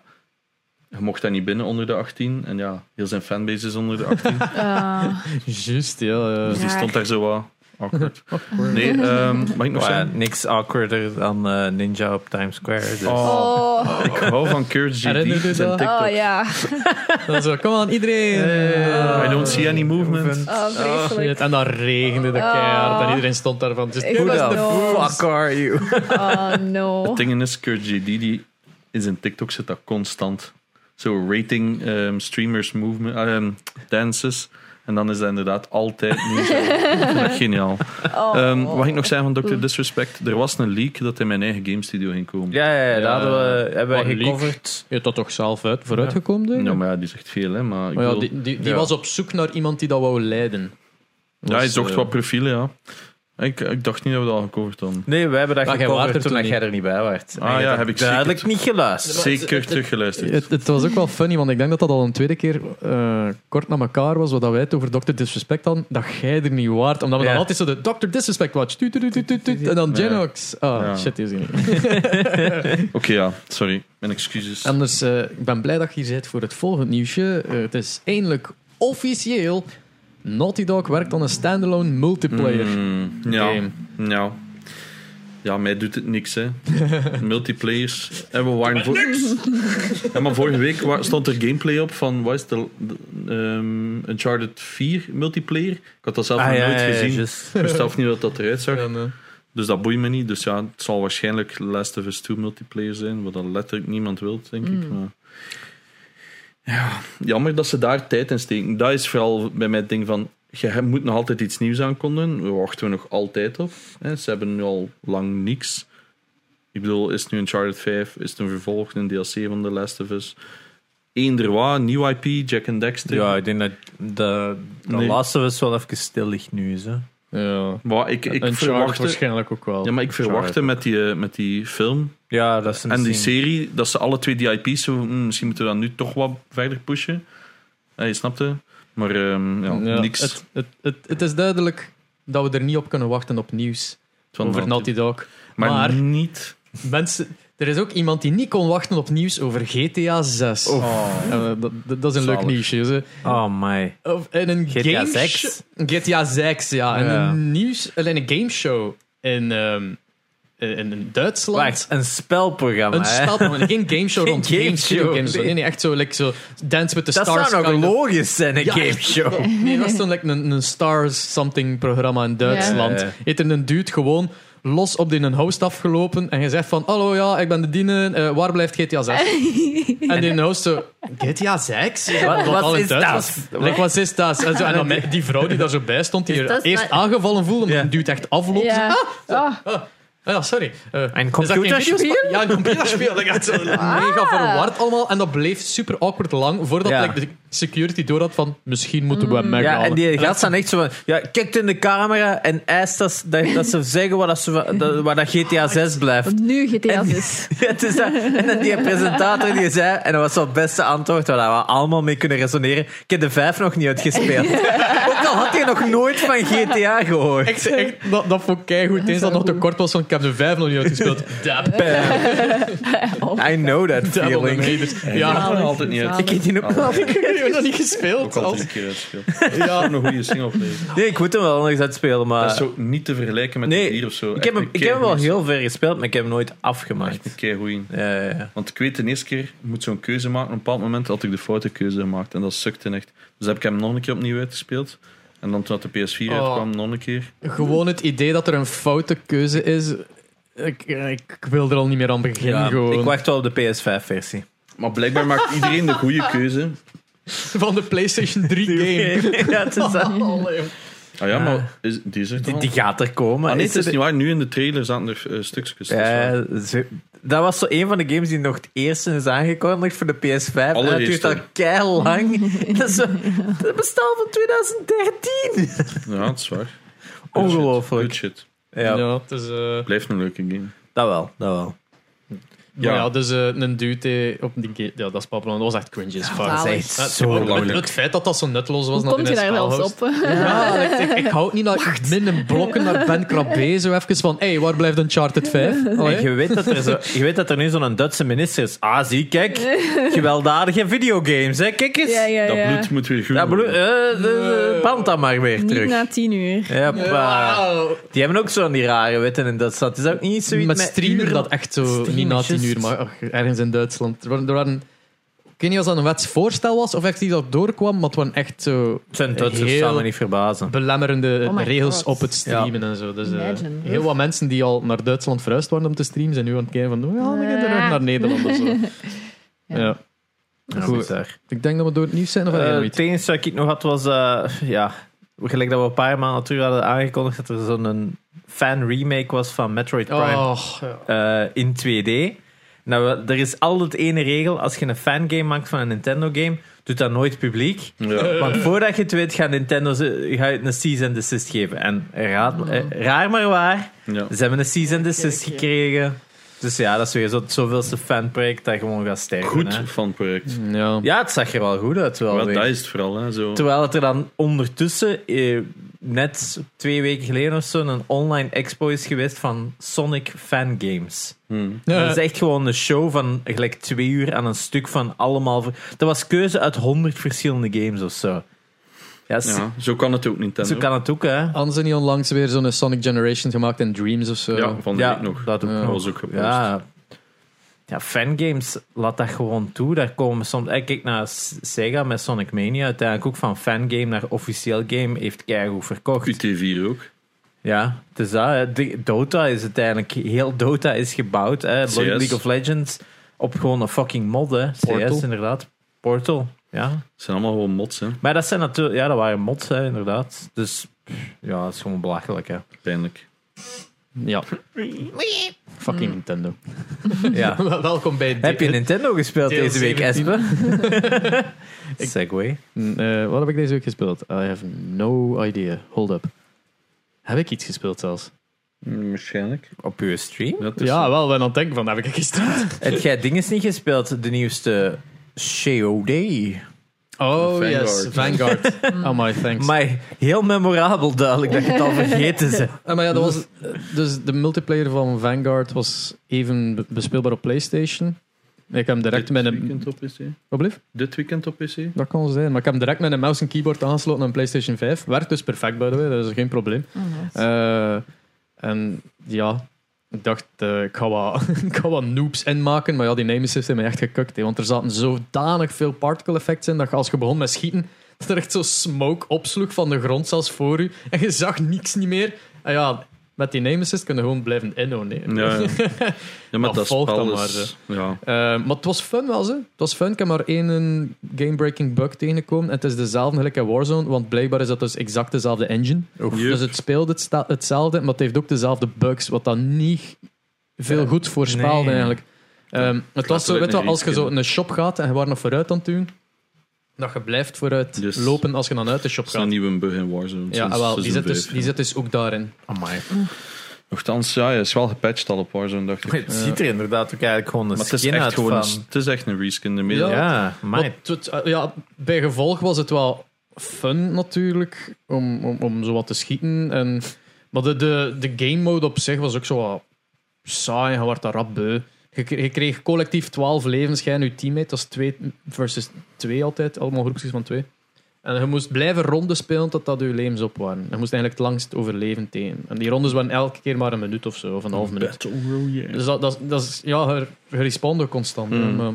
S3: je mocht dat niet binnen onder de 18. En ja, heel zijn fanbase is onder de 18.
S4: Eh,
S1: Juist, ja. ja.
S3: dus die
S4: Raar.
S3: stond daar zo wat awkward. Nee, ehm, mag
S2: Maar
S3: ik nog
S2: ja,
S3: zeggen?
S2: niks awkwarder dan eh, Ninja op Times Square. Dus.
S3: Oh,
S4: oh.
S3: ik hou van Courage
S1: Herinner
S3: GD
S1: je
S3: en
S1: dat?
S3: TikTok.
S4: oh ja.
S1: Dat is zo, kom aan, iedereen!
S2: Eh,
S3: I don't see any movement.
S4: Oh, vreselijk.
S1: En dat regende dat keihard en iedereen stond daarvan. Het is-
S4: Oh. Ik was dood.
S2: are you?
S4: Oh no.
S3: Het ding is, Courage GD die in zijn TikTok zit dat constant. Zo rating ehm, streamers movement, ehm, dances. En dan is dat inderdaad altijd nieuws. Ik vind dat geniaal. Ehm wat ik nog zei van Dr. Disrespect. Er was een leak dat in mijn eigen game studio ging komen.
S2: Ja, ja, ja, dat
S1: Ja.
S2: hadden we, hebben
S1: Maar
S2: we
S1: leak.
S2: gecoverd.
S1: Je hebt dat toch zelf uit, vooruitgekomen? denk ik?
S3: Ja, maar ja, die zegt veel, hè. Maar ik
S1: Maar Oh ja, die
S3: bedoel-
S1: die, die
S2: Ja.
S1: was op zoek naar iemand die dat wou leiden.
S3: ja, hij
S1: Was,
S3: zocht
S1: eh,
S3: wat profielen, ja. Ik, ik dacht niet dat we dat al gecoverd hadden.
S2: Nee, we hebben dat
S1: Maar jij
S2: gecoverd
S1: waart er
S2: toen,
S1: toen
S2: dat jij er niet bij werd.
S3: Ah,
S2: En je
S3: ja,
S2: hebt
S3: heb ik
S2: duidelijk
S3: zeker-
S2: niet geluisterd.
S3: Zeker teruggeluisterd.
S1: Het, het was ook wel funny, want ik denk dat dat al een tweede keer eh, kort na elkaar was, wat dat wij het over Dr. Disrespect hadden, dat jij er niet waard. Omdat we
S2: Ja.
S1: dan altijd zo de Dr. Disrespect watch, tuut, tuut, tuut, tuut, tuut, en dan
S3: Ja.
S1: Genox. Ah,
S3: Ja.
S1: shit, die is hier niet.
S3: Oké, ja, sorry. Mijn excuses.
S1: Anders, eh, ik ben blij dat je hier zit voor het volgende nieuwsje. Eh, het is eindelijk officieel. Naughty Dog werkt aan een standalone multiplayer
S3: Mm,
S1: game.
S3: ja, ja. Ja, mij doet het niks, hè. Multiplayers. En we waren voor... Ja, maar vorige week wa- stond er gameplay op van wat is de, de, ehm, Uncharted 4 multiplayer. Ik had dat zelf
S2: Ah,
S3: nog
S2: ja,
S3: nooit
S2: ja, ja,
S3: gezien.
S2: juist.
S3: Ik wist zelf niet wat dat eruit zag.
S1: En, eh,
S3: Dus dat boeit me niet. Dus ja, het zal waarschijnlijk Last of Us 2 multiplayer zijn, wat dan letterlijk niemand wil, denk ik. Maar... Ja, jammer dat ze daar tijd in steken. Dat is vooral bij mij het ding van, je moet nog altijd iets nieuws aankondigen. We wachten we nog altijd op. Hè. Ze hebben nu al lang niks. Ik bedoel, is het nu Uncharted 5? Is het een vervolg, een DLC van The Last of Us? Eender wat, nieuw IP, Jack and Dexter.
S2: Ja, ik denk dat de, de
S3: Nee.
S2: laatste was wel even stil ligt nu. is, Hè.
S1: ja.
S3: Maar ik, ik
S1: Uncharted
S3: verwachtte,
S1: waarschijnlijk ook wel.
S3: ja, maar ik verwachtte met die, eh, met die film
S2: Ja, dat is een
S3: En die
S2: scene.
S3: serie, dat ze alle twee die IP's, zo, hm, misschien moeten we dat nu toch wat verder pushen. Eh, je snapte? Maar ehm, ja,
S1: Ja,
S3: niks.
S1: Het, het, het, het is duidelijk dat we er niet op kunnen wachten op nieuws
S3: van
S1: over Naughty Dog.
S3: Maar,
S1: maar-
S3: niet.
S1: Mensen, er is ook iemand die niet kon wachten op nieuws over GTA 6. En, eh, dat, dat- dat is een
S3: Zalig.
S1: leuk nieuwsje. ze.
S2: Oh my.
S1: Of, en een
S2: GTA
S1: game
S2: 6?
S1: GTA 6, ja. En
S2: Ja.
S1: een, nieuws, en een gameshow in, ehm, in, in Duitsland.
S2: Wacht, een spelprogramma.
S1: Een
S2: hè?
S1: stad, maar geen gameshow
S2: Geen
S1: rond game
S2: gameshow,
S1: games.
S2: nee.
S1: Nee, nee, echt zo, like, zo Dance with the
S2: Dat
S1: Stars.
S2: zou nog
S1: kind of-
S2: logisch zijn, een
S1: Ja,
S2: game
S1: echt.
S2: show.
S1: Nee, dat is dan like een, een Stars something programma in Duitsland.
S2: Ja.
S1: Heet er een dude gewoon los op die een host afgelopen en je zegt van hallo ja, ik ben de dienen, eh, waar blijft GTA 6? en die host zo, GTA 6?
S2: Wat- wat
S1: al in
S2: is
S1: Duits
S2: dat?
S1: was. Like, wat is dat? En, zo, en dan met die vrouw die daar zo bij stond, die
S4: Is
S1: er
S4: Dus dat
S1: eerst
S4: maar-
S1: aangevallen voelde, omdat
S2: Ja.
S1: een dude echt afloopt. Ze-
S4: Ja. Ah,
S1: Ah, ja, sorry. Eh, is dat geen
S2: computerspel?
S1: videospel? Ja, een computerspel. Dat gaat zo mega verward allemaal. En dat bleef super awkward lang voordat
S2: Ja.
S1: like, de security door had van misschien moeten
S4: Mm.
S1: we hem
S2: Ja,
S1: weghalen.
S2: en die
S1: dat-
S2: gaat dan echt zo van... Ja, kijkt in de camera en eist dat, ze- dat, dat ze zeggen waar dat, ze, van- dat, waar dat GTA 6 blijft.
S4: Want nu GTA
S2: En-
S4: 6.
S2: Ja, het is dat. En dan die presentator die zei... En dat was zo'n beste antwoord waar we allemaal mee kunnen resoneren. Ik heb de 5 nog niet uitgespeeld. Ook al had hij nog nooit van GTA gehoord.
S1: Echt, echt, dat, dat vond ik keigoed. Eens dat nog te kort was, want ik heb de vijf nog niet uitgespeeld. Dap.
S2: I know that
S1: Dap op mijn
S2: feeling.
S1: haters. Ja,
S3: nog altijd niet uit.
S2: Ik heb die ook wel.
S1: ik
S3: Ah.
S1: heb nog niet
S3: Ook
S1: gespeeld.
S3: altijd
S1: Als,
S3: een keer uitgespeeld.
S1: ja,
S3: Gewoon een goede singleplayer.
S2: Nee, ik moet hem wel eens uitspelen, maar...
S3: Dat is zo niet te vergelijken met
S2: Ah. Nee,
S3: de 4 of zo.
S2: Ik
S3: Echt
S2: heb, hem,
S3: een
S2: ik heb hem wel
S3: keigoeie-
S2: heel ver gespeeld, maar ik heb hem nooit afgemaakt.
S3: Echt een keigoeie.
S2: Ja, ja, ja.
S3: Want ik weet, de eerste keer ik moet zo'n keuze maken. Op een bepaald moment had ik de foute keuze gemaakt. En dat sukte echt. Dus heb ik hem nog een keer opnieuw uitgespeeld. En dan toen dat de PS4
S1: Oh.
S3: uitkwam, nog een keer.
S1: gewoon het idee dat er een foute keuze is. Ik, ik wil er al niet meer aan beginnen.
S2: Ja,
S1: gewoon.
S2: ik wacht wel op de PS5-versie.
S3: Maar blijkbaar maakt iedereen de goede keuze.
S1: Van de PlayStation 3 game.
S2: ja, het is dat.
S1: Allee,
S3: Ah ja, maar is, die is er toch
S2: Die,
S3: al?
S2: die gaat er komen.
S3: Ah, nee,
S2: Is
S3: het is
S2: er-
S3: niet waar. Nu in de trailer zaten er eh, stukjes. dat is waar.
S2: Ja, ze- dat was zo een van de games die nog het eerste is aangekondigd voor de PS5. En dat duurt
S3: Allereerste.
S2: al keihard lang. dat, is zo, dat bestaat van 2013.
S3: Ja, het is waar.
S2: Ongelooflijk.
S3: Good shit.
S2: Ja,
S1: Ja, het is... eh,
S3: Blijft een leuke game.
S2: dat wel, dat wel.
S1: maar
S3: Ja.
S1: ja, dus eh, een dude eh, op die game... Ja, dat is Papillon. Dat was echt cringe as fuck.
S4: Ja,
S2: Dat is
S4: Zalig.
S2: echt
S1: Ja,
S2: zo
S1: het-
S2: lang.
S1: het, het feit dat dat zo nutloos was...
S4: Hoe
S1: dat
S4: komt
S1: die
S4: je daar
S1: spel
S4: zelfs
S1: host-
S4: op?
S1: Ja, ik, ik, ik houd niet dat ik binnen blokken naar Ben Krabbe zo even van... Hé, hey, waar blijft Uncharted 5? Allee.
S2: En je, weet dat er zo, je weet dat er nu zo'n Duitse minister is. Ah, zie, kijk. Gewelddadige videogames, hè. Kijk eens.
S4: Ja, ja,
S3: Dat
S4: ja.
S3: bloed moet weer groen
S2: Dat bloed,
S3: worden.
S2: eh, de- de- pand dat maar weer
S4: Niet
S2: terug.
S4: na tien uur.
S2: Jeppa.
S1: Wauw.
S2: Die hebben ook zo'n die rare wetten in Duitsland. Het is ook niet zoiets
S1: Met streamen
S2: uren.
S1: dat echt zo
S2: Streamen,
S1: niet na tien
S2: juist.
S1: uur, maar ach, ergens in Duitsland. Er waren, er waren- ik weet niet of dat een wetsvoorstel was of echt iets dat doorkwam, maar het waren echt zo
S2: Het zijn Duitsers,
S1: Heel-
S2: zou me niet verbazen.
S1: belemmerende
S4: Oh my
S1: regels
S4: God.
S1: op het streamen en zo. Dus, eh,
S4: Imagine.
S1: heel wat mensen die al naar Duitsland verhuisd waren om te streamen, zijn nu aan het kijken van, "Oh, ja, we gaan terug naar Nederland of zo. ja.
S4: Ja.
S1: Goed.
S2: Bizar.
S1: Ik denk dat we door het nieuws zijn of
S2: Eh,
S1: uh,
S2: Het enige wat ik nog had was, eh, ja, gelijk dat we een paar maanden terug hadden aangekondigd dat er zo'n fan remake was van Metroid Prime
S1: Oh, ja.
S2: eh, in 2D. Nou, we- er is altijd ene regel, als je een fangame maakt van een Nintendo game, doet dat nooit publiek.
S3: Ja.
S2: Want voordat je het weet, gaat Nintendo ze- gaat het een cease and desist geven. En raad, eh, raar maar waar,
S3: Ja.
S2: ze hebben een cease and desist gekregen. Dus ja, dat is weer zo, het zoveelste fanproject dat gewoon gaat sterven.
S3: Goed
S2: hè.
S3: van project.
S1: ja.
S2: Ja, het zag er wel goed uit. Wel
S3: Wel,
S2: weer.
S3: dat is het vooral. Hè, zo.
S2: Terwijl het er dan ondertussen, eh, net twee weken geleden of zo, een online expo is geweest van Sonic Fangames.
S3: Hm.
S1: Ja.
S2: Dat is echt gewoon een show van gelijk twee uur aan een stuk van allemaal... ver- Dat was keuze uit honderd verschillende games of zo. Ja, s-
S3: Ja, zo kan het ook Nintendo.
S2: zo kan het ook, hè.
S1: Hadden ze niet onlangs weer zo'n Sonic Generations gemaakt in Dreams of zo?
S3: Ja, van de
S2: ja,
S3: week nog.
S2: dat ook
S1: Ja,
S2: nog.
S3: was ook gepost.
S2: Ja. Ja, fangames, laat dat gewoon toe. Daar komen soms... eh, Kijk naar S- Sega met Sonic Mania. Uiteindelijk ook van fangame naar officieel game heeft keigoed verkocht.
S3: QT4 ook.
S2: Ja, het is dat. hè. De- Dota is uiteindelijk... Heel Dota is gebouwd. Hè.
S3: CS.
S2: League of Legends op gewoon een fucking mod, hè. CS,
S1: Portal.
S2: inderdaad. Portal, ja.
S3: Het zijn allemaal gewoon mods, hè.
S2: Maar dat zijn natuurlijk... Ja, dat waren mods, hè, inderdaad. Dus pff, ja, dat is gewoon belachelijk, hè.
S3: Pijnlijk.
S1: Ja. Fucking Nintendo.
S2: Ja.
S1: Welkom bij
S2: Heb je
S1: dit-
S2: Nintendo gespeeld
S1: Deel
S2: deze week,
S1: 17?
S2: Espen? Segway.
S1: Eh, wat heb ik deze week gespeeld? I have no idea. Hold up. Heb ik iets gespeeld zelfs?
S3: Hm, Waarschijnlijk.
S2: Op uw stream?
S3: Dat is
S1: Ja, wel. Ik ben aan het denken van, heb ik gespeeld?
S2: Heb jij dinges niet gespeeld? De nieuwste COD.
S1: Oh,
S3: Vanguard.
S1: yes. Vanguard. oh my, thanks.
S2: Maar heel memorabel duidelijk dat je het al vergeten bent.
S1: Ah, maar ja, dat was, dus de multiplayer van Vanguard was even be- bespeelbaar op PlayStation. Ik heb hem direct
S3: Dit
S1: met een...
S3: weekend op PC.
S1: Wat bleef?
S3: Dit weekend op PC.
S1: Dat kan zijn. Maar ik heb hem direct met een mouse en keyboard aangesloten aan een PlayStation 5. Werkt dus perfect, by the way. Dat is geen probleem.
S4: Oh,
S1: Eh, en ja, ik dacht, eh, ik, ga wat, ik ga wat noobs inmaken. Maar ja, die namesysteem heeft mij echt gekukt. Hè, want er zaten zodanig veel particle effects in dat je als je begon met schieten, dat er echt zo smoke opsloeg van de grond, zelfs voor u. En je zag niks niet meer. En ja, met die name assist kun je gewoon blijven inhouden. hè.
S3: Ja, ja. ja maar
S1: Dat
S3: dat,
S1: volgt
S3: spel
S1: dan
S3: is... Ja.
S1: Eh, maar het was fun wel, ze. Het was fun. Ik heb maar één eh, game-breaking bug tegengekomen. En het is dezelfde gelijk in Warzone, want blijkbaar is dat dus exact dezelfde engine.
S3: Yep.
S1: Dus het speelt het sta- hetzelfde, maar het heeft ook dezelfde bugs, wat dan niet veel
S3: Eh,
S2: Ja.
S1: goed voorspelde
S2: Nee.
S1: eigenlijk. Ehm, het was zo,
S3: Laten we
S1: weet je wel,
S3: het
S1: als je
S3: niet
S1: zo in een shop gaat en je waren nog vooruit aan het doen, dat je blijft vooruit
S3: Dus-
S1: lopen als je dan uit de shop
S3: Er staat
S1: gaat.
S3: een nieuwe bug in Warzone.
S1: Ja, ah, wel, die, zit dus, die zit dus ook daarin.
S2: Amai.
S3: Nochtans, ja, hij is wel gepatcht al op Warzone, dacht ik.
S2: Het ziet er inderdaad ook eigenlijk gewoon een
S3: Maar het is
S2: skin
S3: echt
S2: uit
S3: gewoon een, Oh,
S2: van-
S3: het is echt een reskin. De middel.
S1: Ja.
S2: Ja, amai.
S1: Want het- eh, ja, bij gevolg was het wel fun natuurlijk om, om, om zo wat te schieten. En, maar de, de, de game mode op zich was ook zo wat saai. Je werd daar rap beu. Je, kre- je kreeg collectief 12 levens, jij en je teammate. Dat is 2 versus 2 altijd. Allemaal groepjes van 2. En je moest blijven ronden spelen totdat je levens op waren. Je moest eigenlijk het langst overleven tegen. En die rondes waren elke keer maar een minuut of zo, of een half minuut.
S3: Battle Royale.
S1: Dus dat, dat, dat is, ja, her, responden constant. hè,
S3: Hmm.
S1: maar-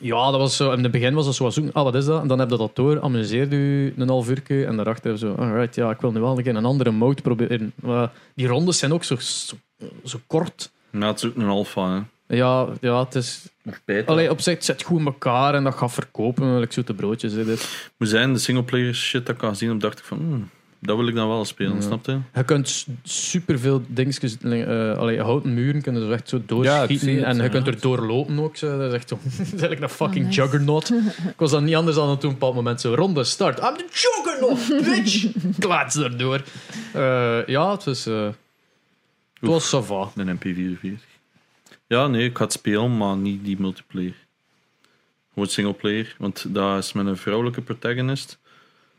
S1: ja, dat was zo. In het begin was dat zo wat zoeken. Ah, wat is dat? En dan heb je dat door. Amuseerde u een half uurke. En daarachter zo. Alright, ja, ik wil nu wel een keer een andere mode proberen. Maar die rondes zijn ook zo, zo, zo kort.
S3: Ja, het is ook een alfa, hè.
S1: Ja, ja, het is.
S3: Of beta.
S1: Allee, op zich, het zit goed in elkaar en dat gaat verkopen. Ik zoete broodjes. Hè, dit.
S3: Moet zijn, de singleplayer shit dat ik had gezien heb, dacht ik van... hmm, dat wil ik dan wel spelen,
S1: Ja.
S3: snap je?
S1: Je kunt s- superveel dingetjes, eh allee, houten muren kunnen ze echt zo
S2: Ja, ik
S1: doorschieten
S2: zie het,
S1: en je
S2: ja.
S1: kunt er doorlopen ook. Zo. Dat is echt zo, dat is eigenlijk een fucking
S4: Oh, nice.
S1: juggernaut. Ik was dan niet anders dan op een bepaald moment zo ronde start. I'm the juggernaut, bitch! Klaats erdoor. Eh, ja, het was... eh het was ça va.
S3: Een MP44. Ja, nee, ik ga het spelen, maar niet die multiplayer. Gewoon singleplayer, want dat is met een vrouwelijke protagonist.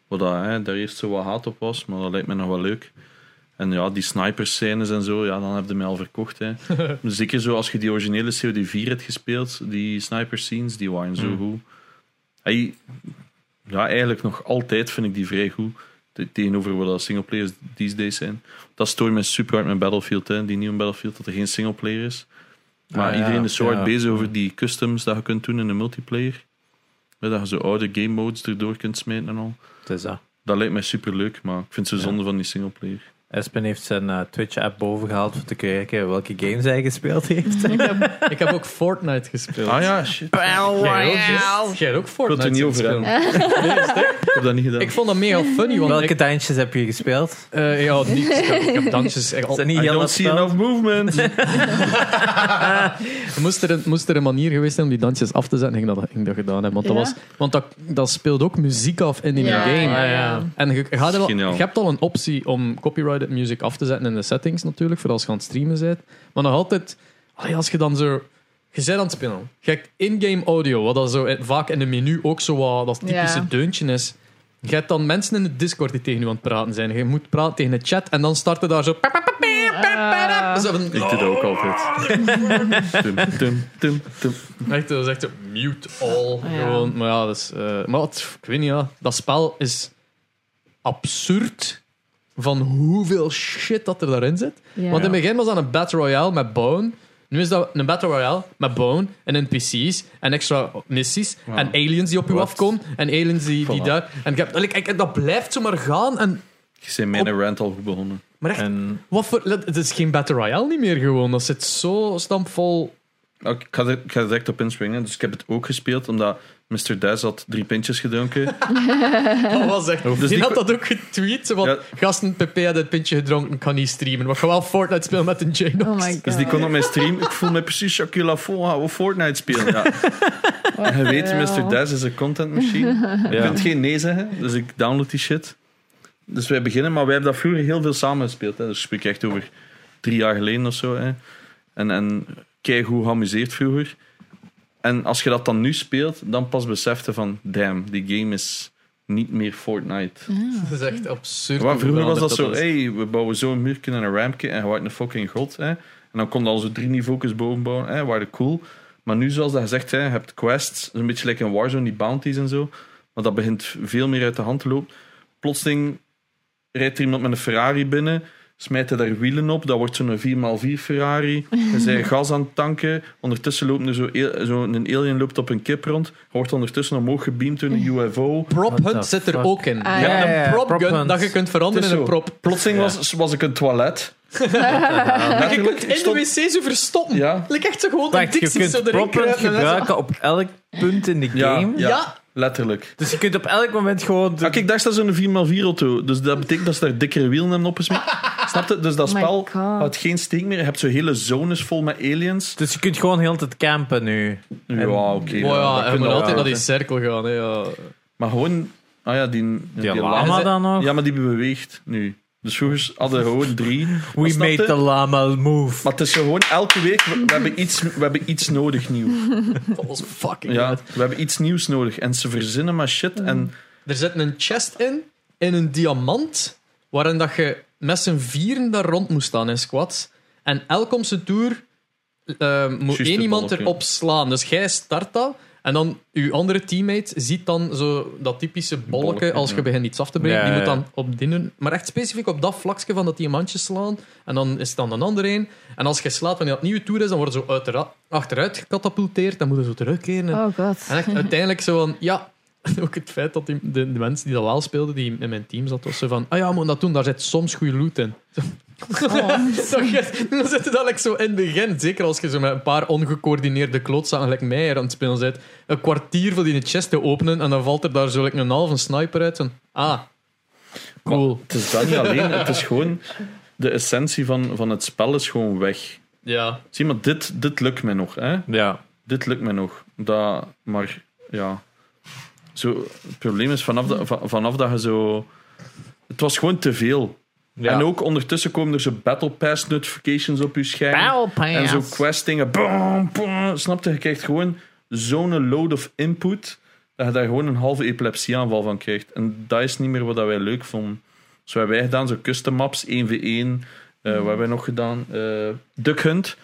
S3: Wat dat, hè, daar eerst zo wat haat op was, maar dat lijkt me nog wel leuk. En ja, die sniperscènes en zo, ja, dan heb je mij al verkocht. Hè. Zeker zo als je die originele COD4 hebt gespeeld, die sniperscenes, die waren zo
S2: Mm.
S3: goed. Hij, ja, eigenlijk nog altijd vind ik die vrij goed. te- Tegenover wat dat singleplayers these days zijn. Dat stoort me super hard met Battlefield, hè, die nieuwe Battlefield, dat er geen singleplayer is. Maar
S2: Ah, ja,
S3: iedereen is zo hard
S2: ja.
S3: bezig over die customs dat je kunt doen in de multiplayer. Ja, Dat je zo oude game modes erdoor kunt smijten en al.
S2: Het is dat.
S3: Dat lijkt mij super leuk, maar ik vind ze zonde van die singleplayer.
S2: Espen heeft zijn eh, Twitch-app boven gehaald om te kijken welke games hij gespeeld heeft.
S1: ik, heb, ik heb ook Fortnite gespeeld.
S3: Ah ja, shit.
S4: Oh,
S1: Jij ook, hè? Jij ook
S3: Ik wil het
S1: Fortnite
S3: er niet over
S1: gespeeld?
S3: hebben. Ik heb dat niet gedaan.
S1: Ik vond dat mega funny, want
S2: welke
S1: ik,
S2: dansjes heb je gespeeld?
S1: eh, ja, niks. Ik heb, ik heb dansjes echt al,
S2: Is dat niet
S3: Oh, I
S2: heel
S3: don't see enough movement.
S1: Moest er, een, moest er een manier geweest zijn om die dansjes af te zetten, ging dat, ging dat gedaan hebben. Want, dat,
S4: Ja.
S1: was, want dat, dat speelt ook muziek af in die
S4: Ja,
S1: game.
S4: ja, ja.
S1: En je, je gaat er wel-
S3: Geniaal.
S1: je hebt al een optie om copyrighted music af te zetten in de settings natuurlijk, voor als je aan het streamen bent. Maar nog altijd, allee, als je dan zo... Je bent aan het spelen. Je hebt in-game audio, wat dat zo eh, vaak in een menu ook zo wat dat typische
S4: Ja.
S1: deuntje is. Je hebt dan mensen in de Discord die tegen je aan het praten zijn. Je moet praten tegen de chat en dan starten daar zo...
S4: Ah.
S1: Zo van-
S3: Ik doe dat ook altijd. Tum, tum, tum, tum.
S1: Echt, dat is echt zo, mute all.
S4: Ah, Ja.
S1: Gewoon. Maar ja, dat is, eh, maar het- ik weet niet, ja. dat spel is absurd van hoeveel shit dat er daarin zit.
S4: Ja.
S1: Want in het begin was dat een Battle Royale met Bone. Nu is dat een Battle Royale met Bone en NPC's en extra missies en aliens die op u
S3: Wat?
S1: afkomen en aliens die, die
S3: Voilà.
S1: daar... En ik heb, en ik- ik- dat blijft zomaar gaan en...
S3: Je bent mijn rant al goed begonnen.
S1: Maar echt,
S2: En
S1: wat voor... Het is geen Battle Royale niet meer gewoon. Dat zit zo stampvol...
S3: Nou, Ik ga, er, ik ga er direct op inspringen. Dus ik heb het ook gespeeld, omdat Mr. Daz had drie pintjes gedronken.
S1: Dat was echt. die,
S3: dus die-
S1: had dat ook getweet. zo van,
S3: Ja.
S1: Gasten, PP had het pintje gedronken, kan niet streamen. Maar gewoon Fortnite spelen met een Jane.
S4: Oh my god.
S3: Dus die kon op mijn stream. Ik voel me precies Shaquille Lafon gaan we Fortnite spelen. Ja. Je weet,
S4: hell.
S3: Mr. Daz is een content machine. Je
S2: ja.
S3: kunt geen nee zeggen, dus ik download die shit. Dus wij beginnen, maar wij hebben dat vroeger heel veel samen gespeeld. Hè. Dus ik spreek echt over drie jaar geleden of zo. Hè. En, en kijk hoe geamuseerd vroeger. En als je dat dan nu speelt, dan pas besefte van... Damn, die game is niet meer Fortnite.
S1: Dat is echt absurd.
S3: Maar vroeger was dat zo,
S1: is.
S3: hey, we bouwen zo'n muurken en een rampje en je waart een fucking god. Hè? En dan konden al zo drie niveaus boven bouwen, hè? waren cool. Maar nu, zoals dat gezegd, hè, je hebt quests, een beetje like in Warzone, die bounties en zo. Maar dat begint veel meer uit de hand te lopen. Plotseling rijdt er iemand met een Ferrari binnen, smijt hij daar wielen op, dat wordt zo'n 4x4 Ferrari. En zij gas aan het tanken, ondertussen loopt er zo'n zo zo een alien loopt op een kip rond, wordt ondertussen omhoog gebeamd door een UFO.
S1: Prop
S2: What
S1: Hunt
S2: the
S1: zit er
S2: fuck?
S1: ook in.
S4: Ah,
S1: je
S4: ja,
S1: hebt
S2: ja,
S1: een
S2: ja,
S1: prop,
S2: prop
S1: gun
S2: hunt.
S1: dat je kunt veranderen
S3: Het
S1: in
S3: is
S1: een
S3: zo.
S1: prop.
S3: Plotseling
S2: Ja.
S3: was, was ik een toilet.
S1: En je kunt
S3: Letterlijk, ik
S1: in de
S3: stond-
S1: wc zo verstoppen.
S3: Ja.
S1: Lijkt echt zo gewoon een
S2: Wacht, je
S1: dictie zo
S2: kunt
S1: erin
S2: proppen
S1: kruipen en dan zo-
S2: gebruiken op elk punt in de
S3: Ja,
S2: game.
S3: ja.
S1: Ja. Oh
S3: Letterlijk.
S2: Dus je kunt op elk moment gewoon... de-
S3: Ah, kijk, daar staat zo'n 4x4 auto. Dus dat betekent dat ze daar dikkere wielen hebben opgesmeed. Snap je? Dus dat
S4: Oh my
S3: spel
S4: God.
S3: houdt geen steek meer. Je hebt zo hele zones vol met aliens.
S2: Dus je kunt gewoon heel de tijd campen nu.
S3: Ja, oké.
S1: Oh ja,
S3: dat
S1: en maar
S3: kunnen we
S1: altijd
S3: wel.
S1: naar die cirkel gaan. Hè, ja.
S3: Maar gewoon, ah ja, die, die,
S2: Die
S3: lama.
S2: lama dan nog?
S3: Ja, maar die beweegt nu. Dus vroeger hadden we gewoon drie.
S2: We
S3: Maar snap
S2: made
S3: je?
S2: the llama move.
S3: Maar het is zo gewoon elke week, we, we hebben, iets, we hebben iets nodig nieuw.
S1: Volgens fucking
S3: Ja,
S1: uit.
S3: we hebben iets nieuws nodig. En ze verzinnen maar shit. En
S1: Er zit een chest in, in een diamant, waarin dat je met z'n vieren daar rond moest staan in squats. En elk om zijn toer eh, moet
S3: Juist
S1: één
S3: de
S1: iemand
S3: bal op,
S1: erop slaan. Dus jij start dat, en dan uw andere teammate ziet dan zo dat typische bolletje
S3: Bolletje,
S1: als je
S3: ja.
S1: begint iets af te breken.
S2: Ja,
S1: die moet
S2: ja.
S1: dan op dienen, maar echt specifiek op dat vlakje van dat diamantje slaan. En dan is het dan een ander een. En als je slaat wanneer dat nieuwe toer is, dan worden ze zo uitera- achteruit gecatapulteerd. Dan moeten ze zo terugkeren.
S4: Oh god.
S1: En echt uiteindelijk zo van, ja, ook het feit dat die, de, de mensen die dat wel speelden, die in mijn team zat, was zo van, ah ja, moet dat doen, daar zit soms goede loot in. Zo, je- dan zit je dat like, zo in het begin. Zeker als je zo met een paar ongecoördineerde klootzakken, gelijk mij er aan het spelen bent, een kwartier voor die chest te openen en dan valt er daar zo like, een halve sniper uit. Van, ah, cool.
S3: het is dat niet alleen, het is gewoon... De essentie van, van het spel is gewoon weg.
S1: Ja.
S3: Zie maar, dit, dit lukt mij nog. Hè?
S2: Ja.
S3: Dit lukt mij nog. Dat, maar ja... Zo, het probleem is, vanaf, dat- va- vanaf dat je zo... Het was gewoon te veel.
S2: ja.
S3: En ook ondertussen komen er zo battle pass notifications op je scherm. En zo questingen. Boom, boom, snap je? Je krijgt gewoon zo'n load of input. Dat je daar gewoon een halve epilepsieaanval van krijgt. En dat is niet meer wat dat wij leuk vonden. Zo hebben wij gedaan, zo custom maps, 1v1. eh, Wat hebben wij nog gedaan? eh Duck Hunt.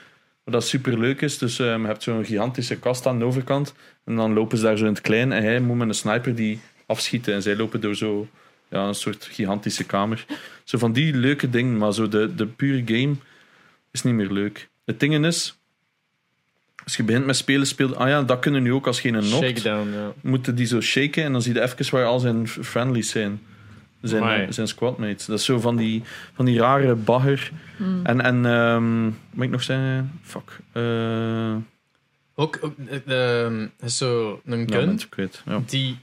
S3: Wat dat super leuk is. Dus ehm, je hebt zo'n gigantische kast aan de overkant. En dan lopen ze daar zo in het klein. En hij moet met een sniper die afschieten. En zij lopen door zo ja, een soort gigantische kamer. Zo van die leuke dingen. Maar zo de, de pure game is niet meer leuk. Het ding is, als je begint met spelen, speelt. Ah ja, dat kunnen nu ook als geen knock.
S1: Shakedown, ja.
S3: Moeten die zo shaken en dan zie je even waar al zijn friendlies zijn. Zijn, eh,
S2: Amai.
S3: zijn squadmates. Dat is zo van die, van die rare bagger. En, en ehm, wat moet ik nog zeggen? Fuck. Eh,
S1: Ook, ook eh, ehm, is zo een
S3: nou, ben
S1: gun
S3: ik kwijt. Ja.
S1: die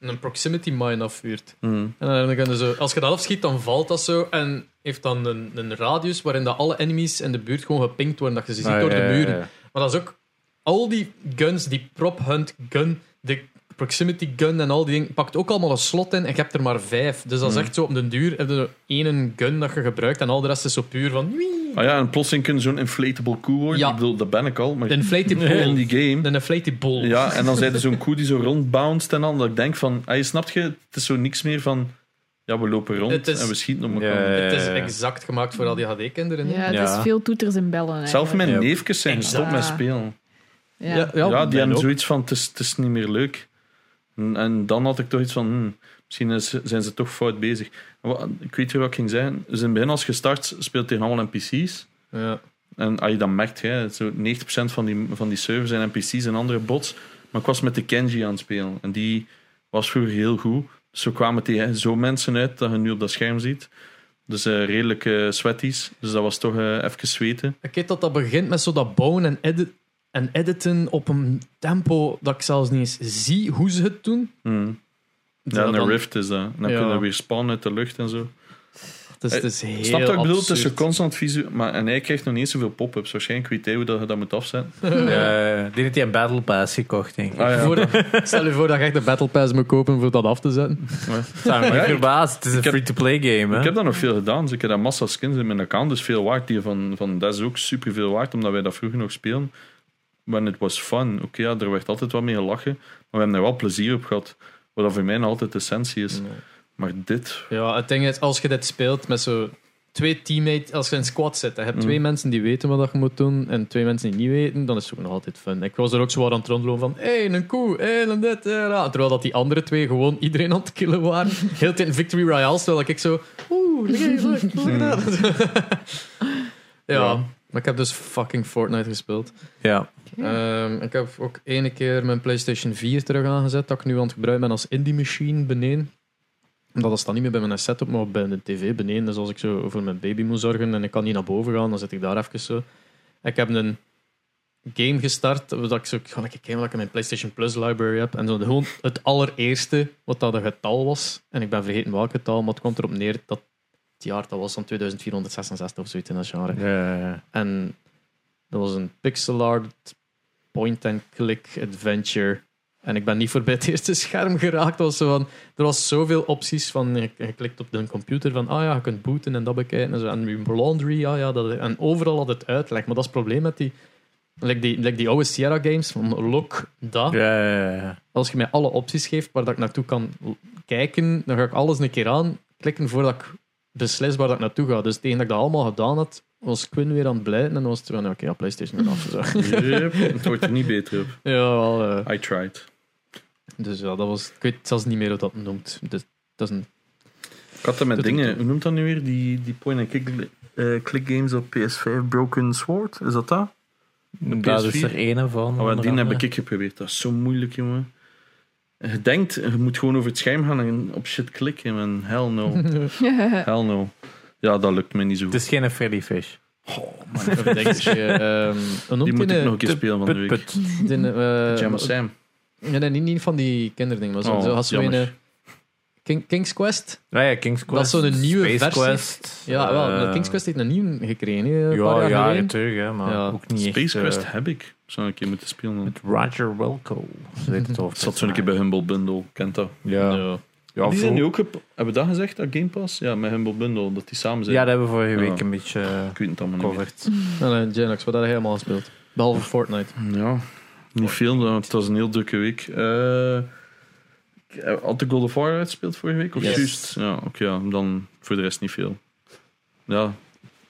S1: een proximity mine afvuurt.
S3: Mm.
S1: En dan kan je zo, als je dat afschiet, dan valt dat zo. En heeft dan een, een radius waarin dat alle enemies in de buurt gewoon gepinkt worden. Dat je ze ziet
S2: Ah,
S1: door
S2: ja,
S1: de
S2: ja,
S1: muren.
S2: ja.
S1: Maar dat is ook... Al die guns, die prop hunt gun, de proximity gun en al die dingen, pakt ook allemaal een slot in en je hebt er maar vijf. Dus
S2: Hmm.
S1: dat is echt zo op den duur. Heb je er één gun dat je gebruikt en al de rest is zo puur van... Wii.
S3: Ah ja, en plotseling kunnen ze zo'n inflatable koe worden.
S1: Ja.
S3: Ik bedoel, dat ben ik al. Maar
S1: De inflated ball.
S3: in die game.
S1: De inflated ball.
S3: Ja, en dan zei er zo'n koe die zo rondbounced en al. Dat ik denk van, ah, je snapt je, het is zo niks meer van, ja, we lopen rond
S1: Het is-
S3: en we schieten op elkaar.
S2: Ja, ja,
S1: Het is
S2: ja.
S1: exact gemaakt voor ADHD-kinderen.
S4: Ja,
S1: hè?
S4: het
S2: Ja.
S4: is veel toeters en bellen.
S3: Zelf
S4: eigenlijk.
S3: mijn
S2: Ja.
S3: neefjes zijn gestopt
S4: Ja.
S3: met spelen.
S4: Ja.
S3: Ja, die hebben
S1: ook.
S3: zoiets van, het is, het is niet meer leuk. En, en dan had ik toch iets van, hmm, misschien is- zijn ze toch fout bezig. Wa- Ik weet niet wat ik ging zeggen. Dus in het begin, als je start, speelt tegen allemaal NPC's.
S1: Ja.
S3: En als je dan merkt, hè, zo 90% van die, van die servers zijn NPC's en andere bots. Maar ik was met de Kenji aan het spelen. En die was vroeger heel goed. Dus we kwamen tegen zo mensen uit dat je nu op dat scherm ziet. Dus eh, redelijk eh, sweaties. Dus dat was toch eh, even zweten.
S1: Ik weet dat dat begint met zo dat bouwen en, edit en editen op een tempo dat ik zelfs niet eens zie hoe ze het doen.
S3: Mm. Ja,
S1: Dat
S3: en een
S1: dan-
S3: rift is dat. En dan
S1: Ja.
S3: kunnen we weer spannen uit de lucht en zo.
S1: Het is, het is heel
S3: Snap je wat ik bedoel? Het is zo
S1: absurd.
S3: constant visu... Maar, en hij krijgt nog niet eens zoveel pop-ups. Waarschijnlijk weet hij hoe dat je dat moet afzetten.
S2: Ja, Eh, die heeft hij een Battle Pass gekocht, denk
S1: Ah,
S2: ik.
S3: ja.
S1: Voor dat- stel je voor dat je echt de Battle Pass moet kopen voor dat af te zetten.
S2: Zijn we
S3: Ja, ik-
S2: verbaasd. Het is een
S3: heb-
S2: free-to-play game, hè?
S3: Ik heb dat nog veel gedaan. Dus ik heb dat massa skins in mijn account. Dus veel waard. Die van, van dat is ook super veel waard, omdat wij dat vroeger nog spelen. Maar het was fun. Oké, ja, er werd altijd wat mee gelachen. Maar we hebben er wel plezier op gehad. Wat dat voor mij nog altijd de essentie is. Maar dit.
S1: Ja, het ding is, als je dit speelt met zo twee teammates, als je in squad zit, en je hebt
S3: Mm.
S1: twee mensen die weten wat je moet doen en twee mensen die niet weten, dan is het ook nog altijd fun. Ik was er ook zo wat aan het rondlopen van, hé, hey, een koe, hé, hey, een dit, hé, dat. Terwijl dat die andere twee gewoon iedereen aan het killen waren. Heel de tijd in Victory Royale, terwijl ik zo, oeh, look at look, look at that. ja,
S3: Ja.
S1: maar ik heb dus fucking Fortnite gespeeld.
S2: Ja.
S1: Ehm, ik heb ook ene keer mijn PlayStation 4 terug aangezet, dat ik nu aan het gebruiken ben als indie machine beneden. Omdat dat staat niet meer bij mijn setup, maar bij de tv beneden. Dus als ik zo voor mijn baby moet zorgen en ik kan niet naar boven gaan, dan zit ik daar even zo. Ik heb een game gestart, dat ik zo, ik ga lekker kijken wat ik in mijn PlayStation Plus library heb. En zo gewoon het allereerste, wat dat een getal was. En ik ben vergeten welk getal, maar het komt erop neer dat het jaar dat was van 2466 of zoiets in dat genre.
S2: Ja.
S1: En dat was een pixel art point-and-click adventure. En ik ben niet voorbij het eerste scherm geraakt. Was zo van, er was zoveel opties van, je, je klikt op de computer van, ah ja, je kunt booten en dat bekijken en zo. En je laundry, ah ja, dat, en overal had het uitleg. Maar dat is het probleem met die, like die, like die oude Sierra games, van lok dat.
S2: Ja, ja, ja.
S1: Als je mij alle opties geeft waar dat ik naartoe kan l- kijken, dan ga ik alles een keer aan klikken voordat ik beslis waar dat ik naartoe ga. Dus tegen dat ik dat allemaal gedaan had, was Quinn weer aan het blijten en dan was het van, oké, ja, PlayStation is af. Zo.
S3: Yep, het wordt er niet beter op.
S1: ja, wel, eh.
S3: I tried.
S1: Dus ja, dat was, ik weet zelfs niet meer hoe dat noemt. Dus, dat is een,
S3: Ik had dat met
S1: Dat doet
S3: dingen.
S1: het.
S3: Hoe noemt dat nu weer? Die, die point-and-click eh, click games op PS5, Broken Sword? Is dat dat?
S2: Daar
S3: PS4.
S2: is er één van.
S3: Oh,
S2: onder
S3: die heb
S2: andere.
S3: ik geprobeerd. Dat is zo moeilijk, jongen. En Je denkt, je moet gewoon over het scherm gaan en op shit klikken. En hell no. hell no. Ja, dat lukt me niet zo
S2: Het
S3: goed.
S2: is geen Freddy Fish.
S3: Oh,
S1: een
S3: man.
S1: bedenkje. ehm, hoe noemt
S3: Die moet
S1: die
S3: ik nog
S1: een-
S3: een keer spelen van de
S2: Put,
S3: week.
S2: put.
S1: die een, eh,
S3: Pyjama Sam.
S1: nee, nee, niet, niet van die kinderding. Maar zo,
S3: Oh,
S1: zo had zo'n
S3: jammer.
S1: eh, King, King's Quest.
S2: Nou ja, King's Quest.
S1: Dat is zo'n nieuwe
S2: Space
S1: versie.
S2: Quest.
S1: Ja, wel,
S2: eh,
S1: maar King's Quest heeft een nieuw gekregen. hè, Een
S2: Ja,
S1: paar jaar
S2: ja,
S1: geleden.
S2: terug, hè, maar
S1: Ja.
S2: ook niet echt...
S3: Space
S2: eh,
S3: Quest heb ik. Zou ik een keer moeten spelen. dan.
S2: met Roger Welco. Ze weet het over.
S3: Het zat zo'n keer bij Humble Bundle. Kent dat?
S2: Ja. ja.
S1: Ja.
S3: die
S2: voor-
S3: zijn nu ook... op- Hebben we dat gezegd, dat Game Pass? Ja, met Humble Bundle. Dat die samen
S2: Ja,
S3: zijn.
S2: dat hebben we vorige week
S3: Ja.
S2: een beetje
S3: Ik weet het allemaal
S2: eh,
S3: niet meer.
S2: covered.
S1: Nee, nee, Genox, eh, wat had hij helemaal gespeeld? Behalve Fortnite.
S3: Ja, niet veel, want het was een heel drukke week. Eh, ik- had de God of War uitgespeeld vorige week? Of
S1: Yes.
S3: juist? Ja, oké, ja, dan voor de rest niet veel. Ja,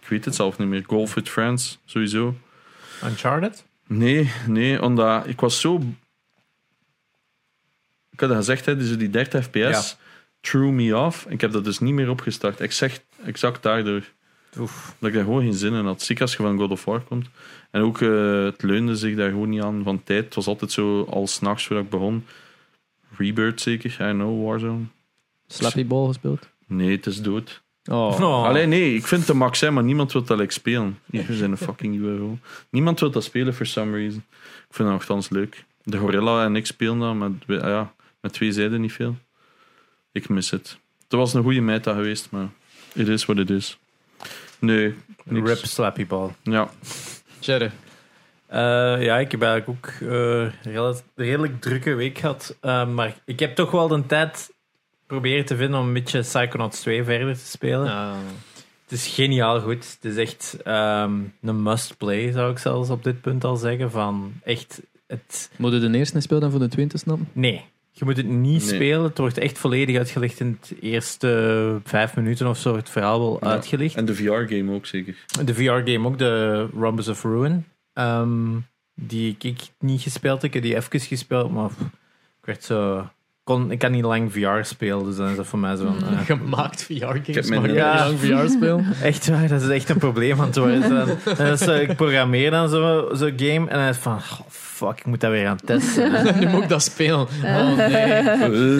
S3: ik weet het zelf niet meer. Golf with Friends, sowieso.
S2: Uncharted?
S3: Nee, nee, omdat ik was zo... Ik had dat gezegd, hè, dus die 30 fps threw me off. Ik heb dat dus niet meer opgestart. Ik zeg exact daardoor.
S2: Oef.
S3: Dat ik daar gewoon geen zin in had. Ziek als je van God of War komt. En ook, eh, het leunde zich daar gewoon niet aan van tijd. Het was altijd zo, al s'nachts voordat ik begon. Rebirth zeker, I know, Warzone.
S1: Slappy Ball gespeeld.
S3: Nee, het is dood.
S1: Oh.
S2: Oh.
S3: Alleen nee, ik vind het te max zijn, maar niemand wil dat ik spelen. Hier, We zijn een fucking UFO. Niemand wil dat spelen for some reason. Ik vind dat nogthans leuk. De Gorilla en ik spelen dat, maar we- ah ja, met twee zijden niet veel. Ik mis het. Het was een goede meta geweest, maar het is wat het is. Nee, niks.
S2: Rip Slappy Ball.
S3: Ja,
S1: Jerry.
S2: Eh, ja, ik heb eigenlijk ook eh, rela- redelijk drukke week gehad. Eh, maar ik heb toch wel de tijd proberen te vinden om een beetje Psychonauts 2 verder te spelen.
S1: Ah.
S2: Het is geniaal goed. Het is echt ehm, een must-play, zou ik zelfs op dit punt al zeggen. Van echt, het...
S1: Moet je de eerste spelen dan voor de tweede snappen?
S2: Nee, je moet het niet
S3: Nee.
S2: spelen. Het wordt echt volledig uitgelegd in het eerste vijf minuten of zo. wordt Het verhaal wel
S3: Ja.
S2: uitgelegd.
S3: en de VR-game ook zeker.
S2: De VR-game ook, de Rhombus of Ruin. ehm, die ik, ik niet gespeeld heb. Ik heb die even gespeeld, maar pff, ik werd zo... Kon, ik kan niet lang VR spelen, dus dan is dat voor mij zo'n... eh,
S1: Gemaakt VR-games,
S3: mijn- eh,
S1: maar
S2: Ja.
S1: ja. VR speel.
S2: Echt waar, dat is echt een probleem aan het worden. is. Dan, dan is, eh, ik programmeer dan zo'n zo game en dan is het van, oh, fuck, ik moet dat weer aan testen.
S1: nu moet ik dat spelen. Oh nee.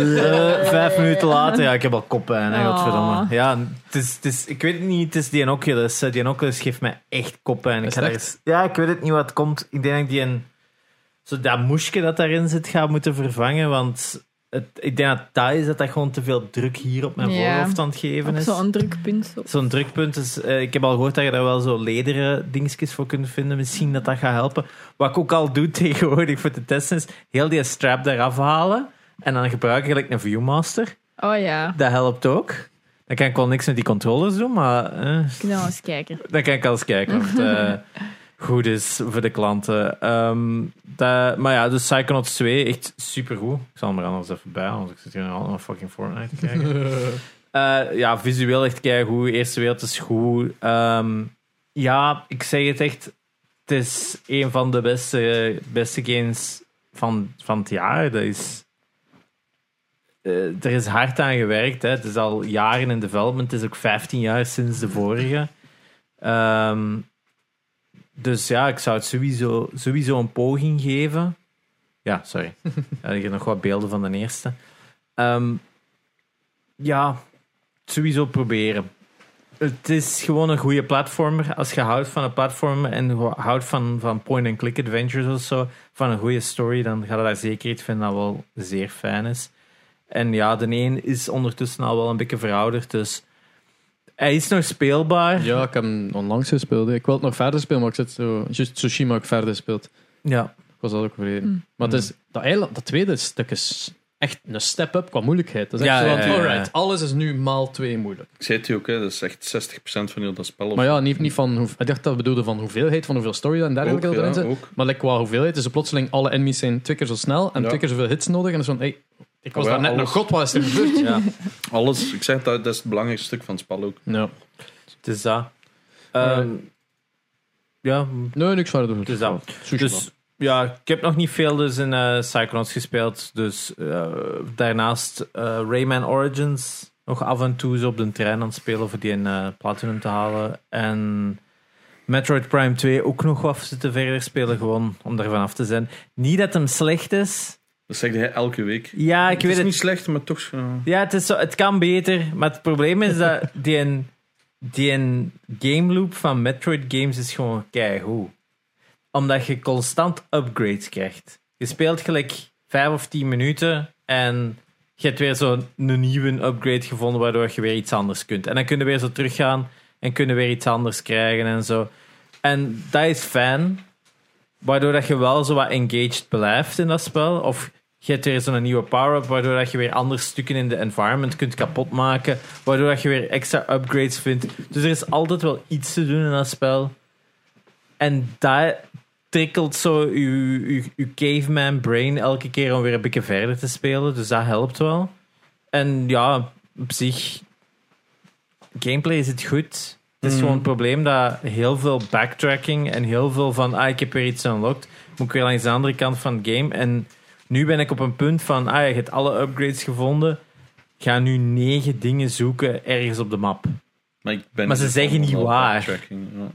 S2: Eh, vijf minuten later, ja, ik heb al koppijn, hè,
S4: Aw. Ah.
S2: godverdomme. Ja, het is, het is, ik weet het niet, het is die Oculus. hè. Die Oculus geeft mij echt koppijn. Ik
S1: Is
S2: ga
S1: het
S2: daar
S1: echt?
S2: eens- ja, ik weet het niet wat het komt. Ik denk dat ik die een, zo dat moesje dat daarin zit ga moeten vervangen, want... Het, ik denk dat dat is dat dat gewoon te veel druk hier op mijn
S4: Ja.
S2: voorhoofd aan het geven
S4: Op
S2: is.
S4: zo'n drukpunt. Zo.
S2: Zo'n drukpunt is, eh, ik heb al gehoord dat je daar wel zo lederen dingetjes voor kunt vinden. Misschien dat dat gaat helpen. Wat ik ook al doe tegenwoordig voor te testen is, heel die strap eraf halen en dan gebruik ik gelijk een Viewmaster.
S4: Oh ja,
S2: Dat helpt ook. Dan kan ik wel niks met die controllers doen, maar eh,
S4: ik kan wel eens kijken.
S2: dan kan ik al eens kijken of het eh, goed is voor de klanten. Ehm, dat, maar ja, dus Psychonauts 2, echt supergoed. Ik zal hem er anders even bij, halen, want ik zit hier nu al naar fucking Fortnite te kijken. Eh, ja, visueel echt keigoed. Eerste wereld is goed. Ehm, ja, ik zeg het echt. Het is een van de beste, beste games van, van het jaar. Dat is, eh, er is hard aan gewerkt. Hè. Het is al jaren in development. Het is ook 15 jaar sinds de vorige. Ehm, dus ja, ik zou het sowieso, sowieso een poging geven. Ja, sorry. Er liggen nog wat beelden van de eerste. Ehm, ja, sowieso proberen. Het is gewoon een goede platformer. Als je houdt van een platformer en ho- houdt van, van point-and-click adventures of zo, van een goede story, dan ga je daar zeker iets vinden dat wel zeer fijn is. En ja, de een is ondertussen al wel een beetje verouderd, dus hij is nog speelbaar.
S1: Ja, ik heb hem onlangs gespeeld. hè. Ik wil het nog verder spelen, maar ik zit zo... Just Tsushima ook verder speelt.
S2: ja.
S1: Ik was dat ook verleden.
S4: Mm.
S1: Maar het is, dat, eiland, dat tweede stuk is echt een step-up qua moeilijkheid. Dat is
S2: Ja,
S1: echt zo
S2: ja,
S1: van,
S2: ja, ja.
S1: alright, alles is nu maal twee moeilijk.
S3: Ik zei het u ook, hè, dat is echt 60% van heel dat spel. of-
S1: Maar ja, niet, niet van... hoe- Ik dacht dat bedoelde van hoeveelheid, van hoeveel story en
S3: ook,
S1: dergelijke dat erin
S3: ja,
S1: zit.
S3: ook.
S1: Maar like, qua hoeveelheid is er plotseling alle enemies zijn twee keer zo snel en
S3: Ja.
S1: twee keer zoveel hits nodig. En dan is van, hey, ik was
S3: ja,
S1: daar net
S3: alles.
S1: nog god, wat is er gebeurd? ja.
S3: Alles, ik zeg dat, dat is het belangrijkste stuk van het spel ook.
S1: ja.
S2: Het is dat. Ehm, ja,
S1: Nee, niks verder doen.
S2: het is
S3: Oh,
S2: dat.
S1: Sushi
S2: Dus ja, ik heb nog niet veel dus in eh Psychonauts gespeeld. Dus eh, daarnaast eh, Rayman Origins nog af en toe zo op de trein aan het spelen voor die in eh, Platinum te halen. En Metroid Prime 2 ook nog wat zitten verder spelen, gewoon om daarvan af te zijn. Niet dat hem slecht is.
S3: Dat zegt hij elke week.
S2: Ja, ik
S3: het
S2: weet
S3: is
S2: het.
S3: niet slecht, maar toch... zo-
S2: Ja, het, is zo, het kan beter. Maar het probleem is dat die, een- die een game loop van Metroid games is gewoon keigoed. Omdat je constant upgrades krijgt. Je speelt gelijk 5 of 10 minuten en je hebt weer zo'n een nieuwe upgrade gevonden waardoor je weer iets anders kunt. En dan kunnen we weer zo teruggaan en kunnen weer iets anders krijgen en zo. En dat is fijn. Waardoor dat je wel zo wat engaged blijft in dat spel. Of je hebt weer zo'n nieuwe power-up, waardoor dat je weer andere stukken in de environment kunt kapotmaken. Waardoor dat je weer extra upgrades vindt. Dus er is altijd wel iets te doen in dat spel. En dat trikkelt zo je, je, je caveman brain elke keer om weer een beetje verder te spelen. Dus dat helpt wel. En ja, op zich, gameplay is het goed. Het is gewoon het probleem dat heel veel backtracking en heel veel van, ah, ik heb weer iets unlocked, moet ik weer langs de andere kant van het game. En nu ben ik op een punt van, ah, je hebt alle upgrades gevonden. Ga nu negen dingen zoeken ergens op de map.
S3: Maar, ik ben
S2: Maar ze
S3: dus
S2: zeggen niet
S3: allemaal
S2: waar.
S3: backtracking, Ja.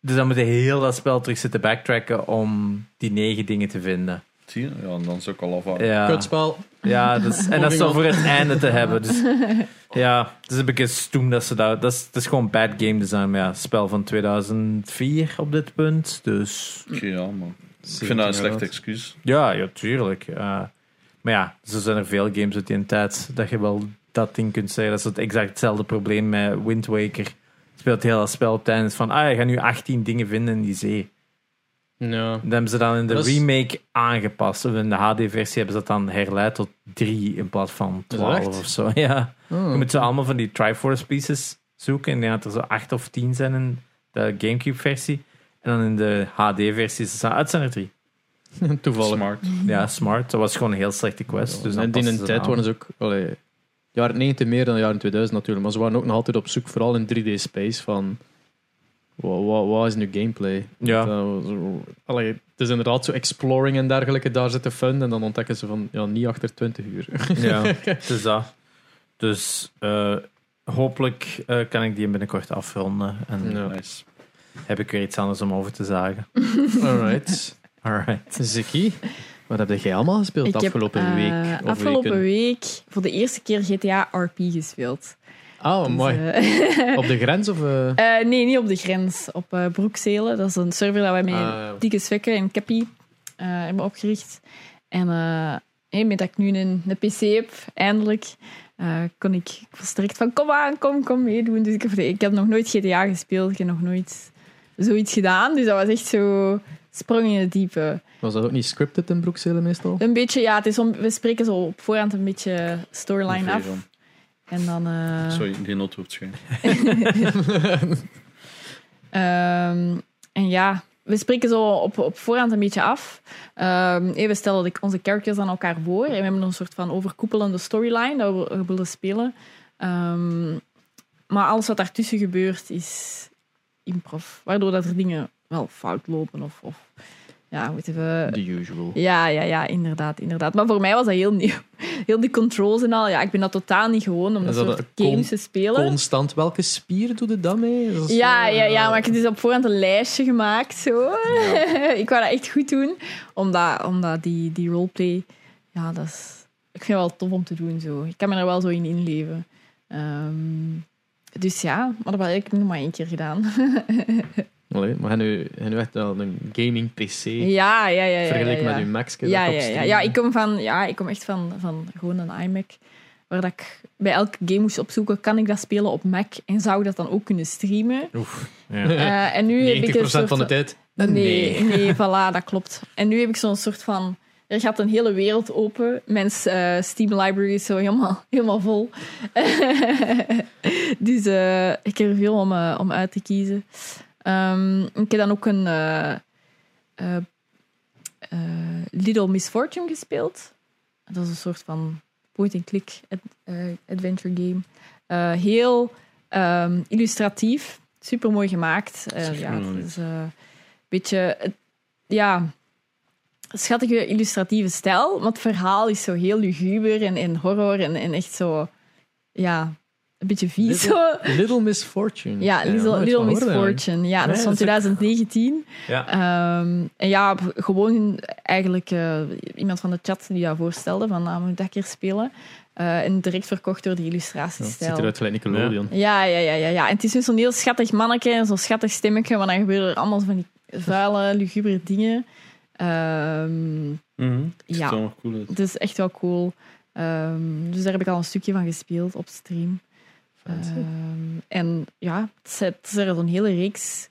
S2: Dus dan moet je heel dat spel terug zitten backtracken om die negen dingen te vinden.
S3: Zie je? Ja, en dan is het ook al af.
S2: Ja,
S1: Kutspel.
S2: ja dat is- en dat is dan
S1: Moving
S2: voor het einde te hebben. Dus, ja, dus het is een beetje stoem dat ze dat... Dat is, dat is gewoon bad game design. Maar ja, spel van 2004 op dit punt. Dus
S3: Oké, ja, man. Ik vind dat een slecht excuus.
S2: ja, ja tuurlijk. Eh, maar ja, zo zijn er veel games uit die tijd dat je wel dat ding kunt zeggen. Dat is het exact hetzelfde probleem met Wind Waker. Je speelt heel dat spel op het einde van... Ah, je gaat nu 18 dingen vinden in die zee.
S1: Ja.
S2: Dat hebben ze dan in de
S1: Dat is-
S2: remake aangepast. Of in de HD-versie hebben ze dat dan herleid tot 3 in plaats van
S1: dat
S2: 12
S1: echt?
S2: of zo. Ja.
S1: Oh.
S2: Je moet ze allemaal van die Triforce pieces zoeken. En ik denk dat er zo 8 of 10 zijn in de GameCube-versie. En dan in de HD-versie is het ah, het zijn er 3.
S1: Toevallig.
S3: Smart.
S2: Ja, smart. Dat was gewoon een heel slechte quest. Dus dan
S1: en die
S2: passen
S1: in
S2: ze
S1: tijd
S2: het aan.
S1: waren ze ook... Allee, jaren 90 meer dan jaren 2000 natuurlijk. Maar ze waren ook nog altijd op zoek, vooral in 3D-space, van... Wat, wat, wat is nu gameplay?
S2: Ja.
S1: Dat was- allee, het is inderdaad zo exploring en dergelijke. Daar zit de fun. En dan ontdekken ze van, ja, niet achter 20 uur.
S2: Ja, het is dat. Dus eh, hopelijk eh, kan ik die binnenkort afronden. En
S1: Ja.
S3: Nice.
S2: heb ik weer iets anders om over te zagen.
S1: Alright.
S2: Alright.
S1: Ziki, wat heb jij allemaal gespeeld
S4: Ik
S1: de
S4: heb,
S1: afgelopen
S4: eh,
S1: week? of
S4: afgelopen
S1: weken?
S4: week voor de eerste keer GTA RP gespeeld.
S1: Ah,
S4: Dus,
S1: mooi.
S4: eh,
S1: Op de grens of... eh?
S4: eh, nee, niet op de grens. Op eh Broekzelen. Dat is een server dat wij met
S1: Ah.
S4: dikke zwekken en Cappy eh, hebben opgericht. En eh, hey, met dat ik nu een, een PC heb, eindelijk, eh, kon ik ik was direct van kom aan, kom, kom meedoen. Dus ik heb, ik heb nog nooit GTA gespeeld. Ik heb nog nooit zoiets gedaan. Dus dat was echt zo sprong in het diepe.
S1: Was dat ook niet scripted in Broekzelen meestal?
S4: Een beetje, ja, het is om, we spreken zo op voorhand een beetje storyline af.
S3: Veron.
S4: En dan... eh,
S3: Sorry, geen nood hoeft schijn.
S4: Ehm, en ja, we spreken zo op, op voorhand een beetje af. Ehm hey, we stellen de- onze characters aan elkaar voor. En we hebben een soort van overkoepelende storyline dat we- we willen spelen. Ehm, maar alles wat daartussen gebeurt is improv. Waardoor dat er dingen wel fout lopen. Of, of ja, hoe moeten we...
S1: The usual.
S4: Ja, ja, ja, inderdaad, inderdaad. Maar voor mij was dat heel nieuw. Heel die controls en al. Ja, ik ben dat totaal niet gewoon om
S1: Is
S4: dat,
S1: dat
S4: soort
S1: een
S4: games
S1: con-
S4: te spelen.
S1: Constant, welke spier doet het dan mee? Dat is,
S4: Ja,
S1: eh,
S4: ja, ja, maar ik heb dus op voorhand een lijstje gemaakt. Zo. ik wou dat echt goed doen. Omdat, omdat die, die roleplay, ja, dat is. Ik vind het wel tof om te doen. Zo. Ik kan me er wel zo in inleven. Ehm, dus ja, maar dat heb ik nog maar één keer gedaan.
S1: Allee, maar hij nu, hij nu echt al een gaming PC
S4: ja, ja, ja. ja, ja,
S1: vergeleken
S4: ja.
S1: met uw Mac.
S4: Ja, ja, ja. ja, ik kom, van, ja ik kom echt van, van gewoon een iMac. waar dat ik bij elke game moest opzoeken, kan ik dat spelen op Mac en zou ik dat dan ook kunnen streamen?
S2: Oef. Ja.
S4: Eh, en nu heb ik
S1: 90%
S4: een soort
S1: van de tijd. eh,
S4: Nee, nee, voilà, dat klopt. En nu heb ik zo'n soort van... Er gaat een hele wereld open. Mijn eh, Steam library is zo helemaal, helemaal vol. dus eh, ik heb er veel om, eh, om uit te kiezen. Ehm, ik heb dan ook een eh, eh, eh, Little Miss Fortune gespeeld. Dat is een soort van point-and-click ad- eh, adventure game. Eh, heel ehm, illustratief. Super mooi gemaakt. Eh,
S3: Zeg
S4: ja,
S3: me nog
S4: het
S3: niks.
S4: is eh, een beetje. het- ja. Schattige illustratieve stijl, maar het verhaal is zo heel luguber en, en horror en, en echt zo, ja, een beetje vies. zo.
S1: Little Miss Fortune.
S4: Ja, Little,
S1: eh, nooit
S4: Little
S1: van
S4: Miss
S1: gehoord eigenlijk.
S4: Fortune. Ja, dat
S2: Nee,
S4: is van
S2: dat is
S4: 2019.
S2: Ja.
S4: Ehm, en ja, b- gewoon eigenlijk eh, iemand van de chat die dat voorstelde, van ah, moet dat keer spelen. Eh, en direct verkocht door die
S1: Ja, het
S4: illustratiestijl.
S1: ziet eruit gelijk Nickelodeon.
S4: Ja, ja, ja, ja, ja. En het is dus zo'n heel schattig manneke en zo'n schattig stemmetje, maar dan gebeuren er allemaal van die vuile, lugubere dingen. Ehm,
S3: Mhm.
S4: Ja.
S3: Ziet er nog cool uit.
S4: het is echt wel cool. Ehm, dus daar heb ik al een stukje van gespeeld op stream. Ehm, en ja, het zijn- het is er zo'n hele reeks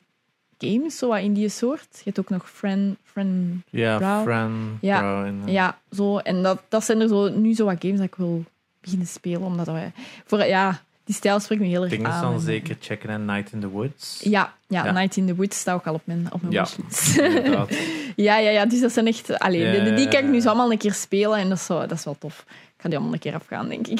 S4: games, zo wat in die soort. Je hebt ook nog Friend... friend
S2: Ja,
S4: Brown.
S2: Fran.
S4: Ja.
S2: Brown en, eh,
S4: ja, zo. En dat, dat zijn er zo, nu zo wat games dat ik wil beginnen spelen. Omdat wij, voor, ja, die stijl spreekt me heel erg
S2: Dingen
S4: aan.
S2: dan
S4: En-
S2: zeker checken en Night in the Woods.
S4: eh, Ja, ja,
S2: Ja.
S4: Night in the Woods staat ook al op mijn, op mijn
S2: Ja.
S4: wishlist.
S2: Inderdaad.
S4: ja, ja, ja, dus dat zijn echt... Allee,
S2: Ja,
S4: die, die kan ik
S2: ja,
S4: nu
S2: ja.
S4: zo allemaal een keer spelen en dat is, zo, dat is wel tof. Ik ga die allemaal een keer afgaan, denk ik.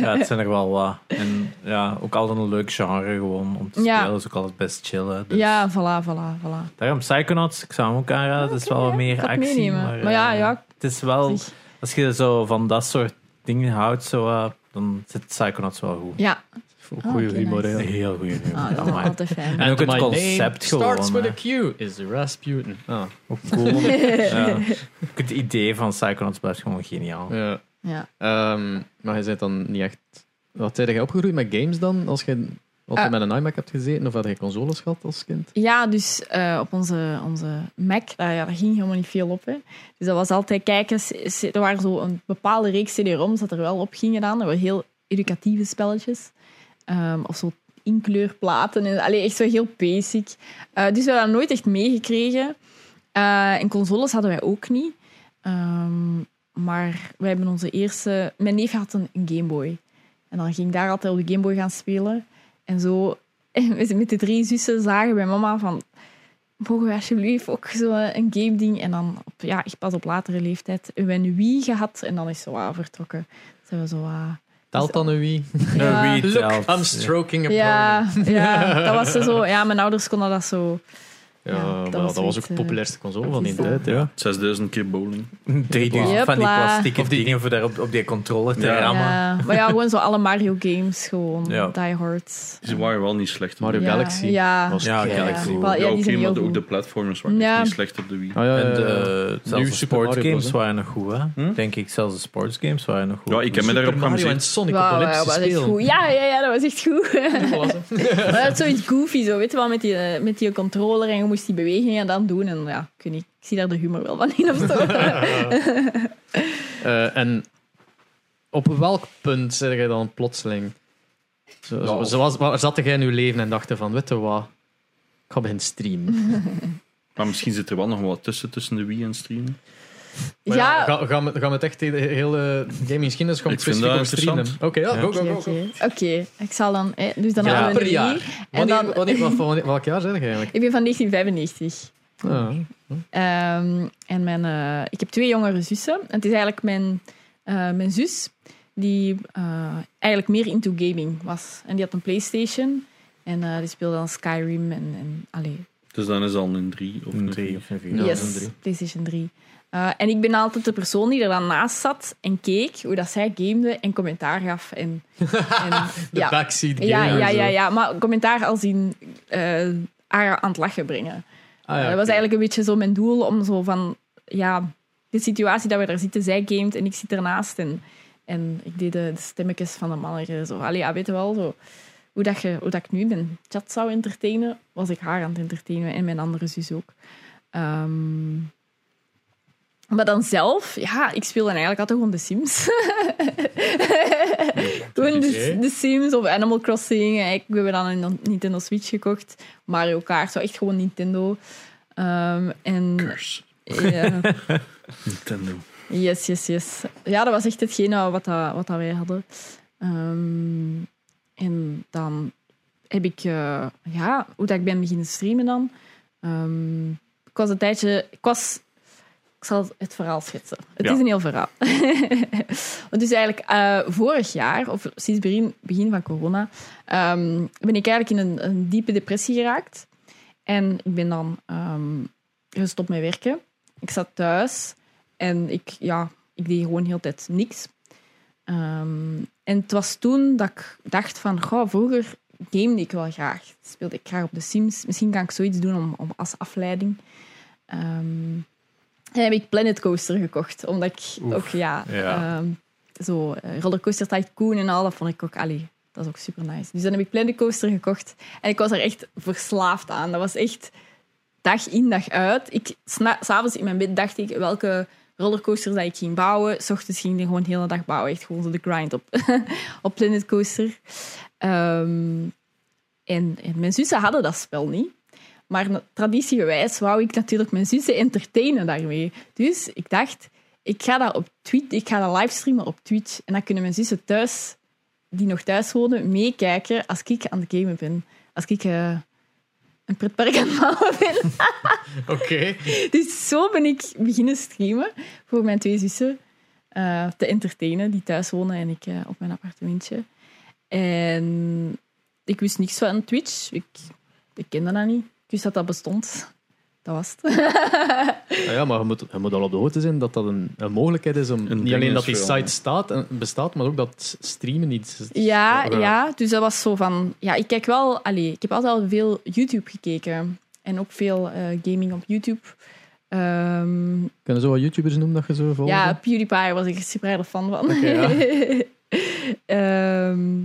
S2: Ja, het zijn er wel wat. En ja, ook altijd een leuk genre gewoon om te
S4: Ja.
S2: spelen. Is ook altijd best chillen. Dus.
S4: Ja, voilà, voilà, voilà.
S2: Daarom Psychonauts, ik zou hem ook aanraden. het is
S4: oké,
S2: wel wat
S4: ja, ik
S2: meer
S4: ga het
S2: actie.
S4: meenemen.
S2: Maar,
S4: Maar ja,
S2: eh,
S4: ja.
S2: Het is wel,
S4: Zeg.
S2: als je zo van dat soort dingen houdt, zo, eh, dan zit Psychonauts wel goed.
S4: Ja,
S1: Ook
S4: Ah,
S1: goede
S4: oké,
S1: humor.
S4: nice.
S1: hè.
S2: Een heel goede humor.
S4: ah, dat is
S2: Amai.
S4: altijd fijn.
S2: En ook het
S1: my name
S2: concept
S1: starts
S2: gewoon,
S1: with a Q, is Rasputin. Ah.
S2: Ook cool. ja. Ook Het idee van Psychonauts blijft gewoon geniaal.
S1: Ja.
S4: Ja.
S1: Ehm, maar je bent dan niet echt... Wat zijn jij opgegroeid met games dan? Als je altijd
S4: Eh.
S1: met een iMac hebt gezeten? Of had je consoles gehad als kind?
S4: Ja, dus eh, op onze, onze Mac, daar, ja, daar ging helemaal niet veel op. Hè. Dus dat was altijd kijken. s- s- Er waren zo een bepaalde reeks CD-ROMs dat er wel op gingen dan. Dat waren heel educatieve spelletjes. Ehm, of zo inkleurplaten. En, allee, echt zo heel basic. Eh, dus we hebben dat nooit echt meegekregen. Eh, en consoles hadden wij ook niet. Ehm, maar wij hebben onze eerste... Mijn neef had een, een Game Boy. En dan ging ik daar altijd op de Game Boy gaan spelen. En zo en we- met de drie zussen zagen bij mama van... Mogen we alsjeblieft ook zo een game ding? En dan, op, ja, echt pas op latere leeftijd, hebben we een Wii gehad. En dan is ze wat vertrokken. Zijn we zo wat...
S1: Telt dan een Wii?
S4: Ja.
S2: Een Wii
S1: Look,
S2: telt.
S1: I'm stroking a
S4: Ja,
S1: pony.
S4: ja, dat was ze zo... Ja, mijn ouders konden dat zo...
S1: Ja,
S4: Ja,
S1: maar
S4: dat
S1: dat
S4: was
S1: was ook
S4: zoiets,
S1: de
S4: eh,
S1: populairste console van die
S4: precies,
S1: tijd. Ja.
S3: 6000 keer bowling.
S2: Drie duizend
S4: Jepla.
S2: van die plastieke
S1: Of die-
S2: dingen voor daar op, op die controller te
S3: Ja.
S2: rammen.
S4: eh, Ja, maar ja, gewoon zo alle Mario games, gewoon.
S2: Ja.
S4: Die Hard.
S3: Ze waren wel niet slecht.
S1: Mario
S4: ja,
S1: Galaxy.
S4: Ja,
S1: was
S2: Ja,
S1: gek.
S2: Galaxy.
S4: Wel,
S3: Ja,
S4: ja, die
S3: oké,
S4: zijn
S3: maar
S4: heel
S3: de- ook
S4: goed.
S3: de platformers waren
S4: Ja.
S3: echt niet slecht op de Wii.
S1: Ah, ja,
S2: En
S1: ja, ja.
S2: de,
S1: Nieuwe
S2: zelfs de
S1: Super Mario Bros,
S2: sportgames
S1: hè?
S2: waren nog goed, hè?
S3: Hm?
S2: Denk ik, zelfs de sportgames waren nog goed.
S3: Ja, ik heb me daar ook
S1: Super
S3: gaan
S1: Mario en
S3: zien.
S1: Sonic op
S4: Wauw,
S1: Olympische
S4: dat was echt
S1: Spelen.
S4: goed. Ja, ja, ja, dat was echt goed.
S1: Voilà, zo.
S4: Maar dat is zoiets goofy, zo, weet je wel, met die, eh, met die controller en je moest die bewegingen dan doen. En ja, ik, weet niet, ik zie daar de humor wel van in of zo.
S1: Eh, en op welk punt zeg jij dan plotseling... Zo, zo- zoals, waar zat jij in je leven en dacht je van, weet je wat? Ik ga beginnen streamen.
S3: Maar misschien zit er wel nog wat tussen, tussen de Wii en streamen.
S1: Maar
S4: ja,
S1: ga- gaan we, gaan we het echt de hele gaming geschiedenis gaan
S3: Ik vind
S1: specifiek
S3: dat
S1: over streamen? Oké,
S3: interessant.
S1: ja,
S2: Ja.
S1: go, go,
S4: oké,
S1: go. go.
S4: oké. Oké, ik zal dan... eh, dus dan
S1: Ja,
S4: hadden we
S1: per
S4: een
S1: jaar.
S4: Wii. En
S1: Wanneer,
S4: dan,
S1: wanneer, wat- wanneer- welk jaar zijn jij eigenlijk?
S4: ik ben van 1995.
S1: Ah,
S4: Ehm, en mijn, eh, ik heb twee jongere zussen. En het is eigenlijk mijn, eh, mijn zus die eh, eigenlijk meer into gaming was. En die had een Playstation. En eh, die speelde dan Skyrim en, en allee,
S3: Dus dan is het al een 3 of
S2: Een
S3: een
S2: drie
S3: 4.
S2: of een vier.
S1: Ja,
S4: yes,
S1: drie.
S4: PlayStation 3. Eh, en ik ben altijd de persoon die er dan naast zat en keek hoe dat zij gamede en commentaar gaf. En, en,
S1: de
S4: ja.
S1: backseat gamer.
S4: Ja, ja, ja,
S1: zo.
S4: ja, maar commentaar als in eh, haar aan het lachen brengen.
S1: Ah,
S4: Eh,
S1: ja,
S4: dat was
S1: oké.
S4: eigenlijk een beetje zo mijn doel om zo van, ja, de situatie dat we daar zitten, zij gamet en ik zit ernaast. En, en ik deed de, de stemmetjes van de mannen. Zo. Allee, ja, weet je wel, zo, hoe, dat je, hoe dat ik nu mijn chat zou entertainen, was ik haar aan het entertainen en mijn andere zus ook. Ehm, Maar dan zelf, ja, ik speel dan eigenlijk altijd gewoon The Sims. gewoon de,
S1: hè?
S4: de Sims of Animal Crossing. Eh, Ik we hebben dan een Nintendo Switch gekocht. Mario Kart, zo echt gewoon Nintendo. Ehm, en
S3: Curse.
S4: ja,
S3: Nintendo.
S4: yes, yes, yes. Ja, dat was echt hetgene wat, dat, wat dat wij hadden. Ehm, en dan heb ik, eh, ja, hoe dat ik ben beginnen streamen dan. Ehm, ik was een tijdje, ik was, ik zal het verhaal schetsen. Het
S3: Ja.
S4: is een heel verhaal. Want dus eigenlijk eh, vorig jaar, of sinds begin, begin van corona, ehm, ben ik eigenlijk in een, een diepe depressie geraakt. En ik ben dan ehm, gestopt met werken. Ik zat thuis en ik, ja, ik deed gewoon heel de tijd niks. Ehm, en het was toen dat ik dacht van, goh, vroeger gamede ik wel graag. Speelde ik graag op de Sims. Misschien kan ik zoiets doen om, om, als afleiding. Ehm, en heb ik Planet Coaster gekocht, omdat ik ook, ja,
S1: ja.
S4: ehm, zo eh, Rollercoaster Tycoon en al, dat vond ik ook, allee, dat is ook super nice. Dus dan heb ik Planet Coaster gekocht en ik was er echt verslaafd aan. Dat was echt dag in, dag uit. Ik, sna- s'avonds in mijn bed dacht ik welke rollercoasters dat ik ging bouwen. S ochtends ging ik die gewoon de hele dag bouwen. Echt gewoon zo de grind op, op Planet Coaster. Ehm, en, en mijn zussen hadden dat spel niet. Maar na- traditiegewijs wou ik natuurlijk mijn zussen entertainen daarmee. Dus ik dacht, ik ga dat, op Twitch, ik ga dat livestreamen op Twitch. En dan kunnen mijn zussen thuis, die nog thuis wonen, meekijken als ik aan het gamen ben. Als ik eh, een pretpark aan het bouwen ben.
S1: Oké.
S4: Dus zo ben ik beginnen streamen voor mijn twee zussen eh, te entertainen, die thuis wonen en ik eh, op mijn appartementje. En ik wist niks van Twitch. Ik, ik kende dat niet. Ik wist dat dat bestond. Dat was het.
S1: Nou ja, maar je moet, je moet al op de hoogte zijn dat dat een, een mogelijkheid is om.
S3: ding
S1: niet alleen
S3: is
S1: dat die
S3: veel,
S1: site
S3: hè.
S1: staat, en bestaat, maar ook dat streamen niet.
S4: Ja,
S1: Ja.
S4: ja. Dus dat was zo van... Ja, ik kijk wel... Allee, ik heb altijd al veel YouTube gekeken. En ook veel eh, gaming op YouTube. Ehm,
S1: Kunnen zo wat YouTubers noemen dat je zo volgt?
S4: Ja, PewDiePie was ik super erg fan van.
S1: Oké, ja.
S4: Ehm,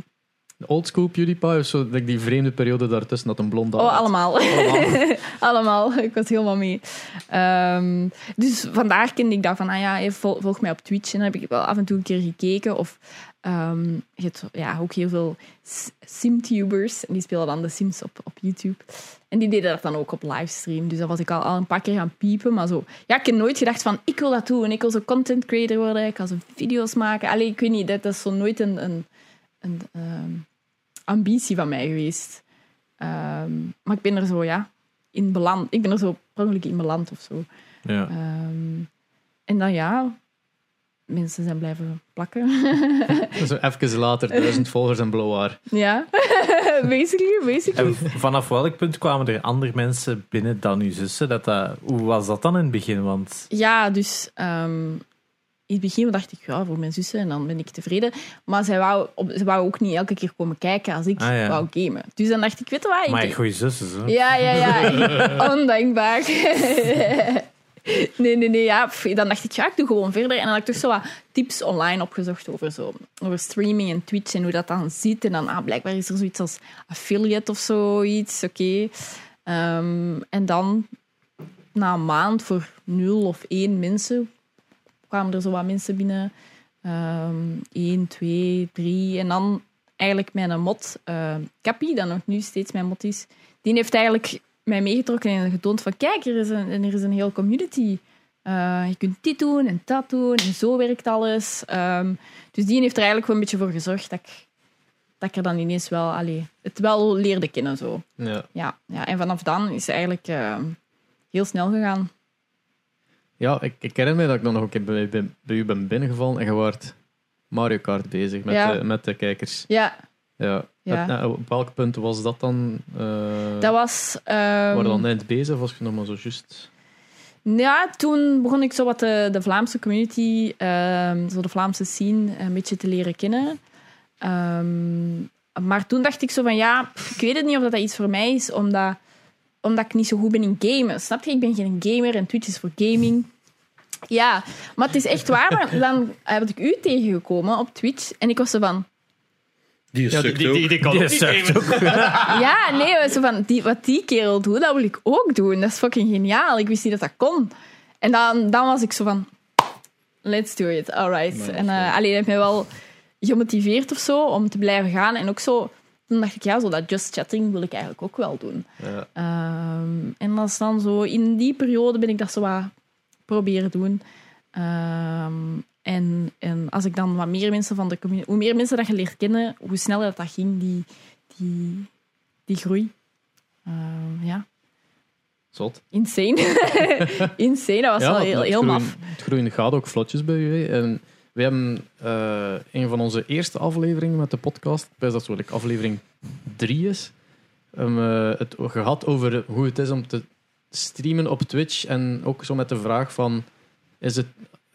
S1: Oldschool PewDiePie of zo, dat ik die vreemde periode daartussen had een blonde
S4: oh,
S1: had.
S4: allemaal.
S1: Allemaal.
S4: Allemaal, ik was helemaal mee. Ehm, dus vandaar kende ik dat van, ah ja, hey, vol- volg mij op Twitch. En dan heb ik wel af en toe een keer gekeken. Of ehm, je hebt ja, ook heel veel s- Simtubers. En die spelen dan de Sims op, op YouTube. En die deden dat dan ook op livestream. Dus dan was ik al, al een paar keer gaan piepen. Maar zo, ja, ik heb nooit gedacht van, ik wil dat doen. Ik wil zo content creator worden. Ik kan zo video's maken. Allee, ik weet niet, dat, dat is zo nooit een, een, een ehm, ambitie van mij geweest. Ehm, maar ik ben er zo, ja, in beland. Ik ben er zo per ongeluk in beland of zo.
S2: Ja.
S4: Ehm, en dan ja, mensen zijn blijven plakken.
S1: Zo even later, duizend volgers en blauw haar.
S4: ja, basically, basically.
S2: En vanaf welk punt kwamen er andere mensen binnen dan uw zussen? Dat dat, hoe was dat dan in het begin? Want
S4: Ja, dus ehm, in het begin dacht ik, ja, voor mijn zussen en dan ben ik tevreden. Maar zij wou, op, ze wou ook niet elke keer komen kijken als ik
S2: Ah, ja.
S4: wou gamen. Dus dan dacht ik, weet je wat? ik-
S2: maar goede zussen, zo.
S4: Ja, ja, ja. Ondankbaar. Nee, nee, nee. Ja. Pff, Dan dacht ik, ja, ik doe gewoon verder. En dan had ik toch zo wat tips online opgezocht over, zo, over streaming en Twitch en hoe dat dan zit. En dan, ah, blijkbaar is er zoiets als affiliate of zoiets. Oké. Ehm, en dan, na een maand, voor nul of één mensen, kwamen er zo wat mensen binnen. Ehm één, twee, drie. En dan eigenlijk mijn mot, eh Cappy, dat nog nu steeds mijn mot is, die heeft eigenlijk mij meegetrokken en getoond van kijk, er is een, en er is een heel community. Eh, je kunt dit doen en dat doen en zo werkt alles. Ehm, dus die heeft er eigenlijk wel een beetje voor gezorgd dat ik, dat ik er dan ineens wel, allee, het wel leerde kennen. Zo.
S1: Ja.
S4: Ja, ja, en vanaf dan is het eigenlijk ehm, heel snel gegaan.
S1: Ja, ik, ik herinner me dat ik dan nog een keer bij, bij, bij u ben binnengevallen en je waart Mario Kart bezig met,
S4: Ja.
S1: de, met de kijkers.
S4: Ja,
S1: Ja.
S4: Ja.
S1: En, eh, op welk punt was dat dan? eh
S4: dat was... ehm,
S1: waren we dan net bezig of was je nog maar zo juist?
S4: Ja, toen begon ik zo wat eh, de, de Vlaamse community, ehm, zo de Vlaamse scene, een beetje te leren kennen. Ehm, maar toen dacht ik zo van, ja, pff, ik weet het niet of dat dat iets voor mij is, omdat, omdat ik niet zo goed ben in gamen. Snap je? Ik ben geen gamer en Twitch is voor gaming. Ja, maar het is echt waar. maar Dan heb ik u tegengekomen op Twitch en ik was zo van...
S3: Die is
S1: Ja,
S3: sukt ook.
S1: kan
S2: Die zegt ook.
S4: Ja, nee, zo van, die, wat die kerel doet, dat wil ik ook doen. Dat is fucking geniaal. Ik wist niet dat dat kon. En dan, dan was ik zo van, let's do it, alright.
S3: Maar,
S4: en
S3: ja.
S4: eh alleen heeft mij wel gemotiveerd of zo om te blijven gaan. En ook zo, toen dacht ik, ja, zo dat just chatting wil ik eigenlijk ook wel doen.
S1: Ja.
S4: Ehm, en dat is dan zo, in die periode ben ik dat zo wat proberen doen. Ehm, en, en als ik dan wat meer mensen van de community, hoe meer mensen dat je leert kennen, hoe sneller dat, dat ging, die, die, die groei. Ehm, ja,
S1: Zot.
S4: insane. insane, dat was wel
S1: want
S4: heel,
S1: het
S4: heel
S1: groeien-
S4: maf.
S1: Het groeien gaat ook vlotjes bij jullie. En we hebben eh, een van onze eerste afleveringen met de podcast, ik wijs dat zo like, aflevering 3 is, hem, eh, het gehad over hoe het is om te streamen op Twitch. En ook zo met de vraag van, is het,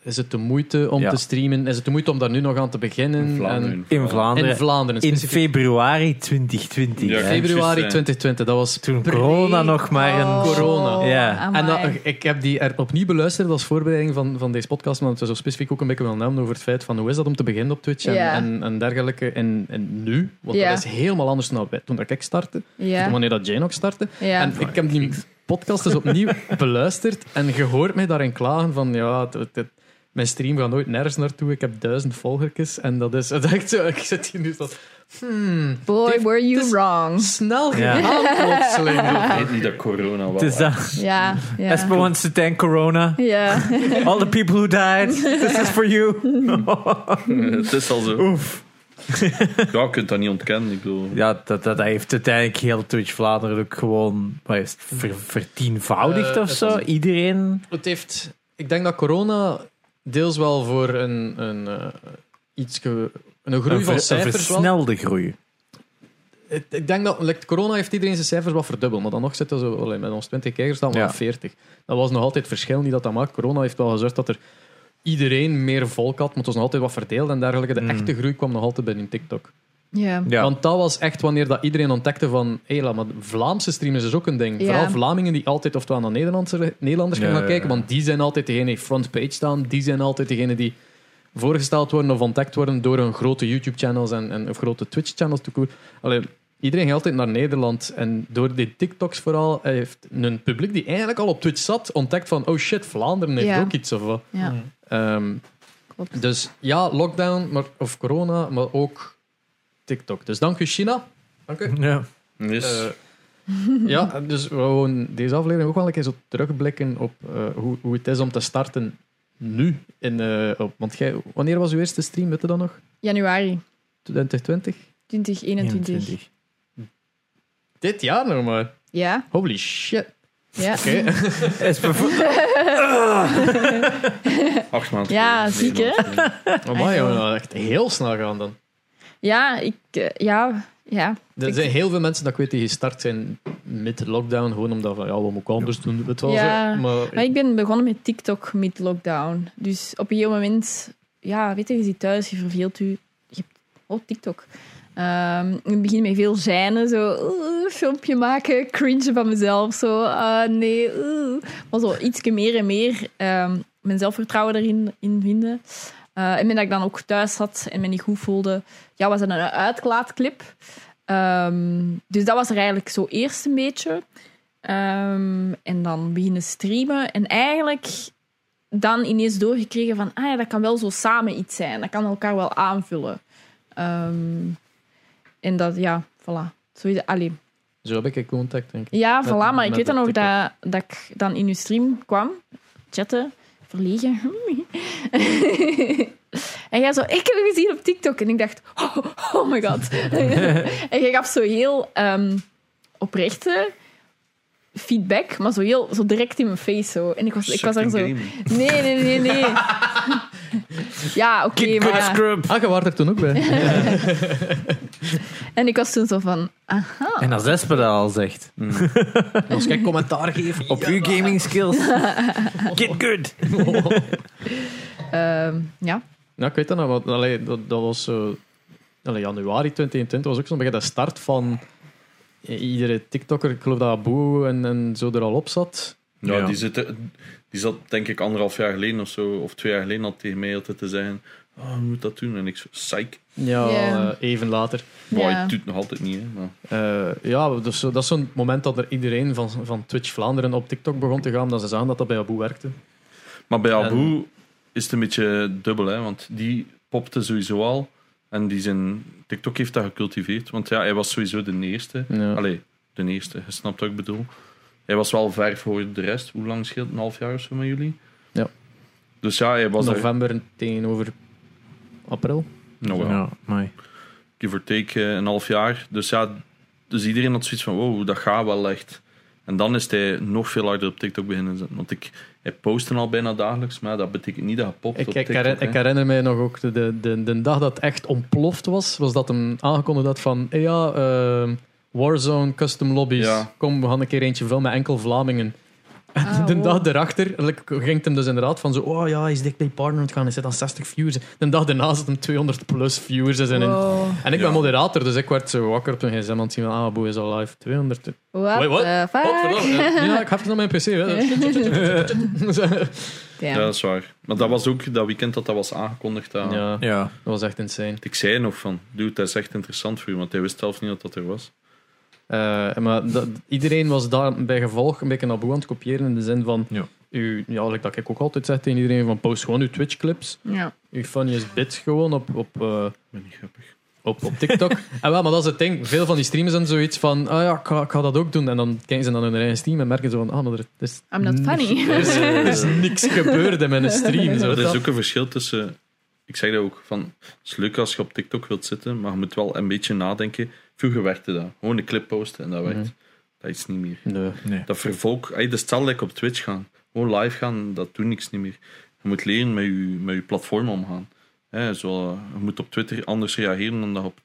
S1: is het de moeite om
S2: Ja.
S1: te streamen? Is het de moeite om daar nu nog aan te beginnen?
S3: In Vlaanderen.
S1: En-
S2: In Vlaanderen.
S1: in Vlaanderen.
S2: in
S1: specifiek.
S2: februari 2020.
S3: Ja,
S2: hè.
S3: februari.
S1: februari
S3: Juist,
S1: 2020, dat was
S2: Toen corona nog maar een...
S1: corona.
S2: Ja.
S4: Oh, amai.
S1: En dat- ik heb die er opnieuw beluisterd als voorbereiding van, van deze podcast, omdat we zo specifiek ook een beetje willen hebben over het feit van hoe is dat om te beginnen op Twitch en,
S4: Ja.
S1: en, en dergelijke. En, en nu, want
S4: Ja.
S1: dat is helemaal anders dan bij- toen dat ik startte,
S4: ja,
S1: toen wanneer dat Jane ook startte.
S4: ja.
S1: En ik heb die podcast dus opnieuw beluisterd en gehoord mij daarin klagen van ja, het- het- het- mijn stream gaat nooit nergens naartoe, ik heb duizend volgertjes en dat is het is echt zo, ik zit hier nu van hmm,
S4: Boy,
S1: heeft-
S4: were you
S1: het is-
S4: wrong.
S1: snel
S2: Ja.
S1: gegaan plotseling.
S3: weet niet dat corona was.
S2: Het is dat.
S4: Ja, ja.
S2: Esper wants to thank corona.
S4: Ja,
S2: All the people who died. This is for you.
S3: het is al zo.
S2: Oef.
S3: Ja, je kunt dat niet ontkennen. Ik bedoel,
S2: Ja, dat, dat heeft uiteindelijk heel Twitch Vlaanderen ook gewoon wat is het, ver- vertienvoudigd
S1: Eh,
S2: of
S1: het
S2: zo.
S1: was-
S2: Iedereen.
S1: Het heeft, ik denk dat corona deels wel voor een, een eh, iets ge- een groei van
S2: een, ver- een
S1: cijfers wel.
S2: versnelde groei.
S1: Ik, ik denk dat like, corona heeft iedereen zijn cijfers wat verdubbeld, maar dan nog zitten ze allee, met ons 20 kijkers staan we
S2: Ja.
S1: op 40. Dat was nog altijd het verschil niet dat dat maakt. Corona heeft wel gezorgd dat er iedereen meer volk had, maar het was nog altijd wat verdeeld en dergelijke. De
S2: Mm.
S1: echte groei kwam nog altijd binnen TikTok.
S4: ja.
S2: Ja.
S1: Want dat was echt wanneer dat iedereen ontdekte van... Hé, laat maar Vlaamse streamers is ook een ding.
S4: Ja.
S1: Vooral Vlamingen die altijd oftewel naar Nederlandse, Nederlanders gaan
S2: Ja,
S1: gaan
S2: ja,
S1: kijken.
S2: ja.
S1: Want die zijn altijd degene die frontpage staan. Die zijn altijd degene die voorgesteld worden of ontdekt worden door hun grote YouTube-channels en, en of grote Twitch-channels. tout court. Allee, iedereen gaat altijd naar Nederland. En door die TikToks vooral heeft een publiek die eigenlijk al op Twitch zat ontdekt van... Oh shit, Vlaanderen heeft
S4: Ja.
S1: ook iets of wat.
S4: ja.
S1: Ehm,
S4: Klopt.
S1: dus ja, lockdown maar, of corona, maar ook TikTok. Dus dank u, China. Dank u.
S2: Ja.
S3: is
S1: Eh, ja, dus we wouden deze aflevering ook wel een keer zo terugblikken op eh, hoe, hoe het is om te starten nu. In, eh, op, want jij, wanneer was uw eerste stream, weet je dat nog?
S4: Januari
S1: 2020?
S4: 2021.
S2: 21.
S1: Dit jaar nog maar.
S4: Ja,
S1: Holy shit.
S4: ja.
S1: Oké.
S2: Esper, voor-
S3: acht maanden.
S4: Ja,
S3: geleden,
S4: ziek,
S3: negen maanden geleden.
S1: Amai, jongen, dat is echt heel snel gaan dan.
S4: Ja, ik, eh, ja, ja.
S1: Er
S4: Ik-
S1: zijn heel veel mensen dat ik weet die gestart zijn met lockdown, gewoon omdat van, ja, we moeten ook anders doen, weet je wel.
S4: Ja,
S1: zo. Maar,
S4: Maar ik ben begonnen met TikTok met lockdown. Dus op een gegeven moment, ja, weet je, je zit thuis, je verveelt u. Je hebt, oh, TikTok. Ehm in het begin met veel zijnen, zo, oeh, filmpje maken, cringe van mezelf, zo, ah, nee, oeh. Maar zo ietsje meer en meer ehm, mijn zelfvertrouwen erin in vinden. Eh, en met dat ik dan ook thuis zat en me niet goed voelde, ja, was dat een uitklaatclip. Ehm, dus dat was er eigenlijk zo eerst een beetje. Ehm, en dan beginnen streamen. En eigenlijk dan ineens doorgekregen van... Ah ja, dat kan wel zo samen iets zijn. Dat kan elkaar wel aanvullen. Ehm, en dat, ja, voilà. Zo is het. Allee.
S1: Zo heb ik contact, denk ik.
S4: Ja,
S1: Met-
S4: voilà. Maar ik
S1: met
S4: weet dan
S1: de
S4: ook dat,
S1: TikTok.
S4: dat ik dan in uw stream kwam. Chatten. Verlegen. en jij zo, ik heb je gezien op TikTok. En ik dacht, oh, oh my god. en jij gaf zo heel ehm, oprechte feedback, maar zo heel zo direct in mijn face. Zo. En ik was, ik was daar
S3: Sucking
S4: zo...
S3: game.
S4: Nee, nee, nee, nee. ja, oké,
S2: Kick,
S4: maar...
S2: good scrub.
S1: Ah, je was er toen ook bij.
S4: En ik was toen zo van... Aha.
S2: En als Esper dat al zegt.
S1: Als ik commentaar geef
S2: Op uw gaming skills. Get good.
S4: ehm, ja.
S1: Ja, ik weet dat nog. Want, allee, dat, dat was zo... allee, januari 2021 was ook zo'n beetje de start van i- iedere TikToker. Ik geloof dat Abu en, en zo er al op zat.
S3: Ja,
S2: Ja.
S3: Die, zitten, die zat denk ik anderhalf jaar geleden of zo, of twee jaar geleden al tegen mij altijd te zeggen, oh, hoe moet dat doen? En ik zo, psych.
S1: Ja,
S4: Ja.
S1: eh, even later.
S3: Maar
S4: Ja.
S3: het doet nog altijd niet, hè. Maar,
S1: Eh, ja, dus zo- dat is zo'n moment dat er iedereen van, van Twitch Vlaanderen op TikTok begon te gaan. Dat ze zagen dat dat bij Abu werkte.
S3: Maar bij Abu is het een beetje dubbel, hè, want die popte sowieso al. En die zijn, TikTok heeft dat gecultiveerd, want ja, hij was sowieso de eerste.
S1: Ja.
S3: Allee, de eerste, je snapt wat ik bedoel. Hij was wel ver voor de rest. Hoe lang scheelt het? Een half jaar of zo met jullie?
S1: Ja.
S3: Dus ja, hij was er
S1: November tegenover april. Oh,
S3: nog wel,
S2: Ja, mooi.
S3: give or take, eh, een half jaar. Dus ja, dus iedereen had zoiets van, wow, dat gaat wel echt. En dan is hij nog veel harder op TikTok beginnen zetten. Want ik, hij postte al bijna dagelijks, maar dat betekent niet dat hij popt
S1: Ik,
S3: op
S1: ik,
S3: TikTok.
S1: herinner,
S3: hè.
S1: ik herinner mij nog ook de, de, de, de dag dat het echt ontploft was, was dat hem aangekondigd had van hey ja, ehm, Warzone Custom Lobbies.
S3: Ja.
S1: Kom, we gaan een keer eentje filmen met enkel Vlamingen. En
S4: Ah,
S1: de
S4: wow.
S1: dag daarachter like, ging het hem dus inderdaad van zo, oh ja, hij is dichtbij partner gaan, hij zit aan 60 views. De dag daarna zit hem 200 plus views. En, en-
S4: Wow.
S1: en ik ben
S3: Ja.
S1: moderator, dus ik werd zo wakker op mijn gsm aan het zien van, ah, boe is al live 200.
S4: What
S1: Wait, what?
S4: the
S1: Godverdomme.
S4: fuck?
S1: Oh, ja, ik heb het op mijn pc. Hè.
S4: Damn.
S3: Ja, dat is waar. Maar dat was ook dat weekend dat dat was aangekondigd. Dat,
S1: ja, dat
S2: Ja,
S1: was echt insane.
S3: Ik zei nog van, dude, dat is echt interessant voor u, want hij wist zelf niet dat dat er was.
S1: Eh, maar dat- iedereen was daar bij gevolg een beetje naar boe aan het kopiëren in de zin van.
S2: Ja.
S1: Uw, ja, like dat ik ook altijd zeg tegen iedereen: van post gewoon uw Twitch-clips,
S4: Ja.
S1: uw funniest bits gewoon op, op, eh,
S3: Ben niet grappig.
S1: op, op TikTok. en wel, maar dat is het ding. Veel van die streamers hebben zoiets van: ah ja, ik ga, ik ga dat ook doen. En dan kijken ze naar hun eigen stream en merken ze van: ah, maar er is,
S4: I'm not
S1: niks-
S4: funny.
S1: er is, er is niks gebeurd in mijn stream. Zo,
S3: Er is
S1: dat-
S3: ook een verschil tussen... Ik zeg dat ook, van, het is leuk als je op TikTok wilt zitten, maar je moet wel een beetje nadenken. Vroeger werkte dat. Gewoon een clip posten en dat werkt. Dat is niet meer.
S1: Nee.
S2: nee.
S3: Dat vervolg... Hey, dus dat stel dat ik op Twitch ga. Gewoon live gaan, dat doet niks niet meer. Je moet leren met je, met je platform omgaan. Hè, zo, eh, je moet op Twitter anders reageren dan dat je op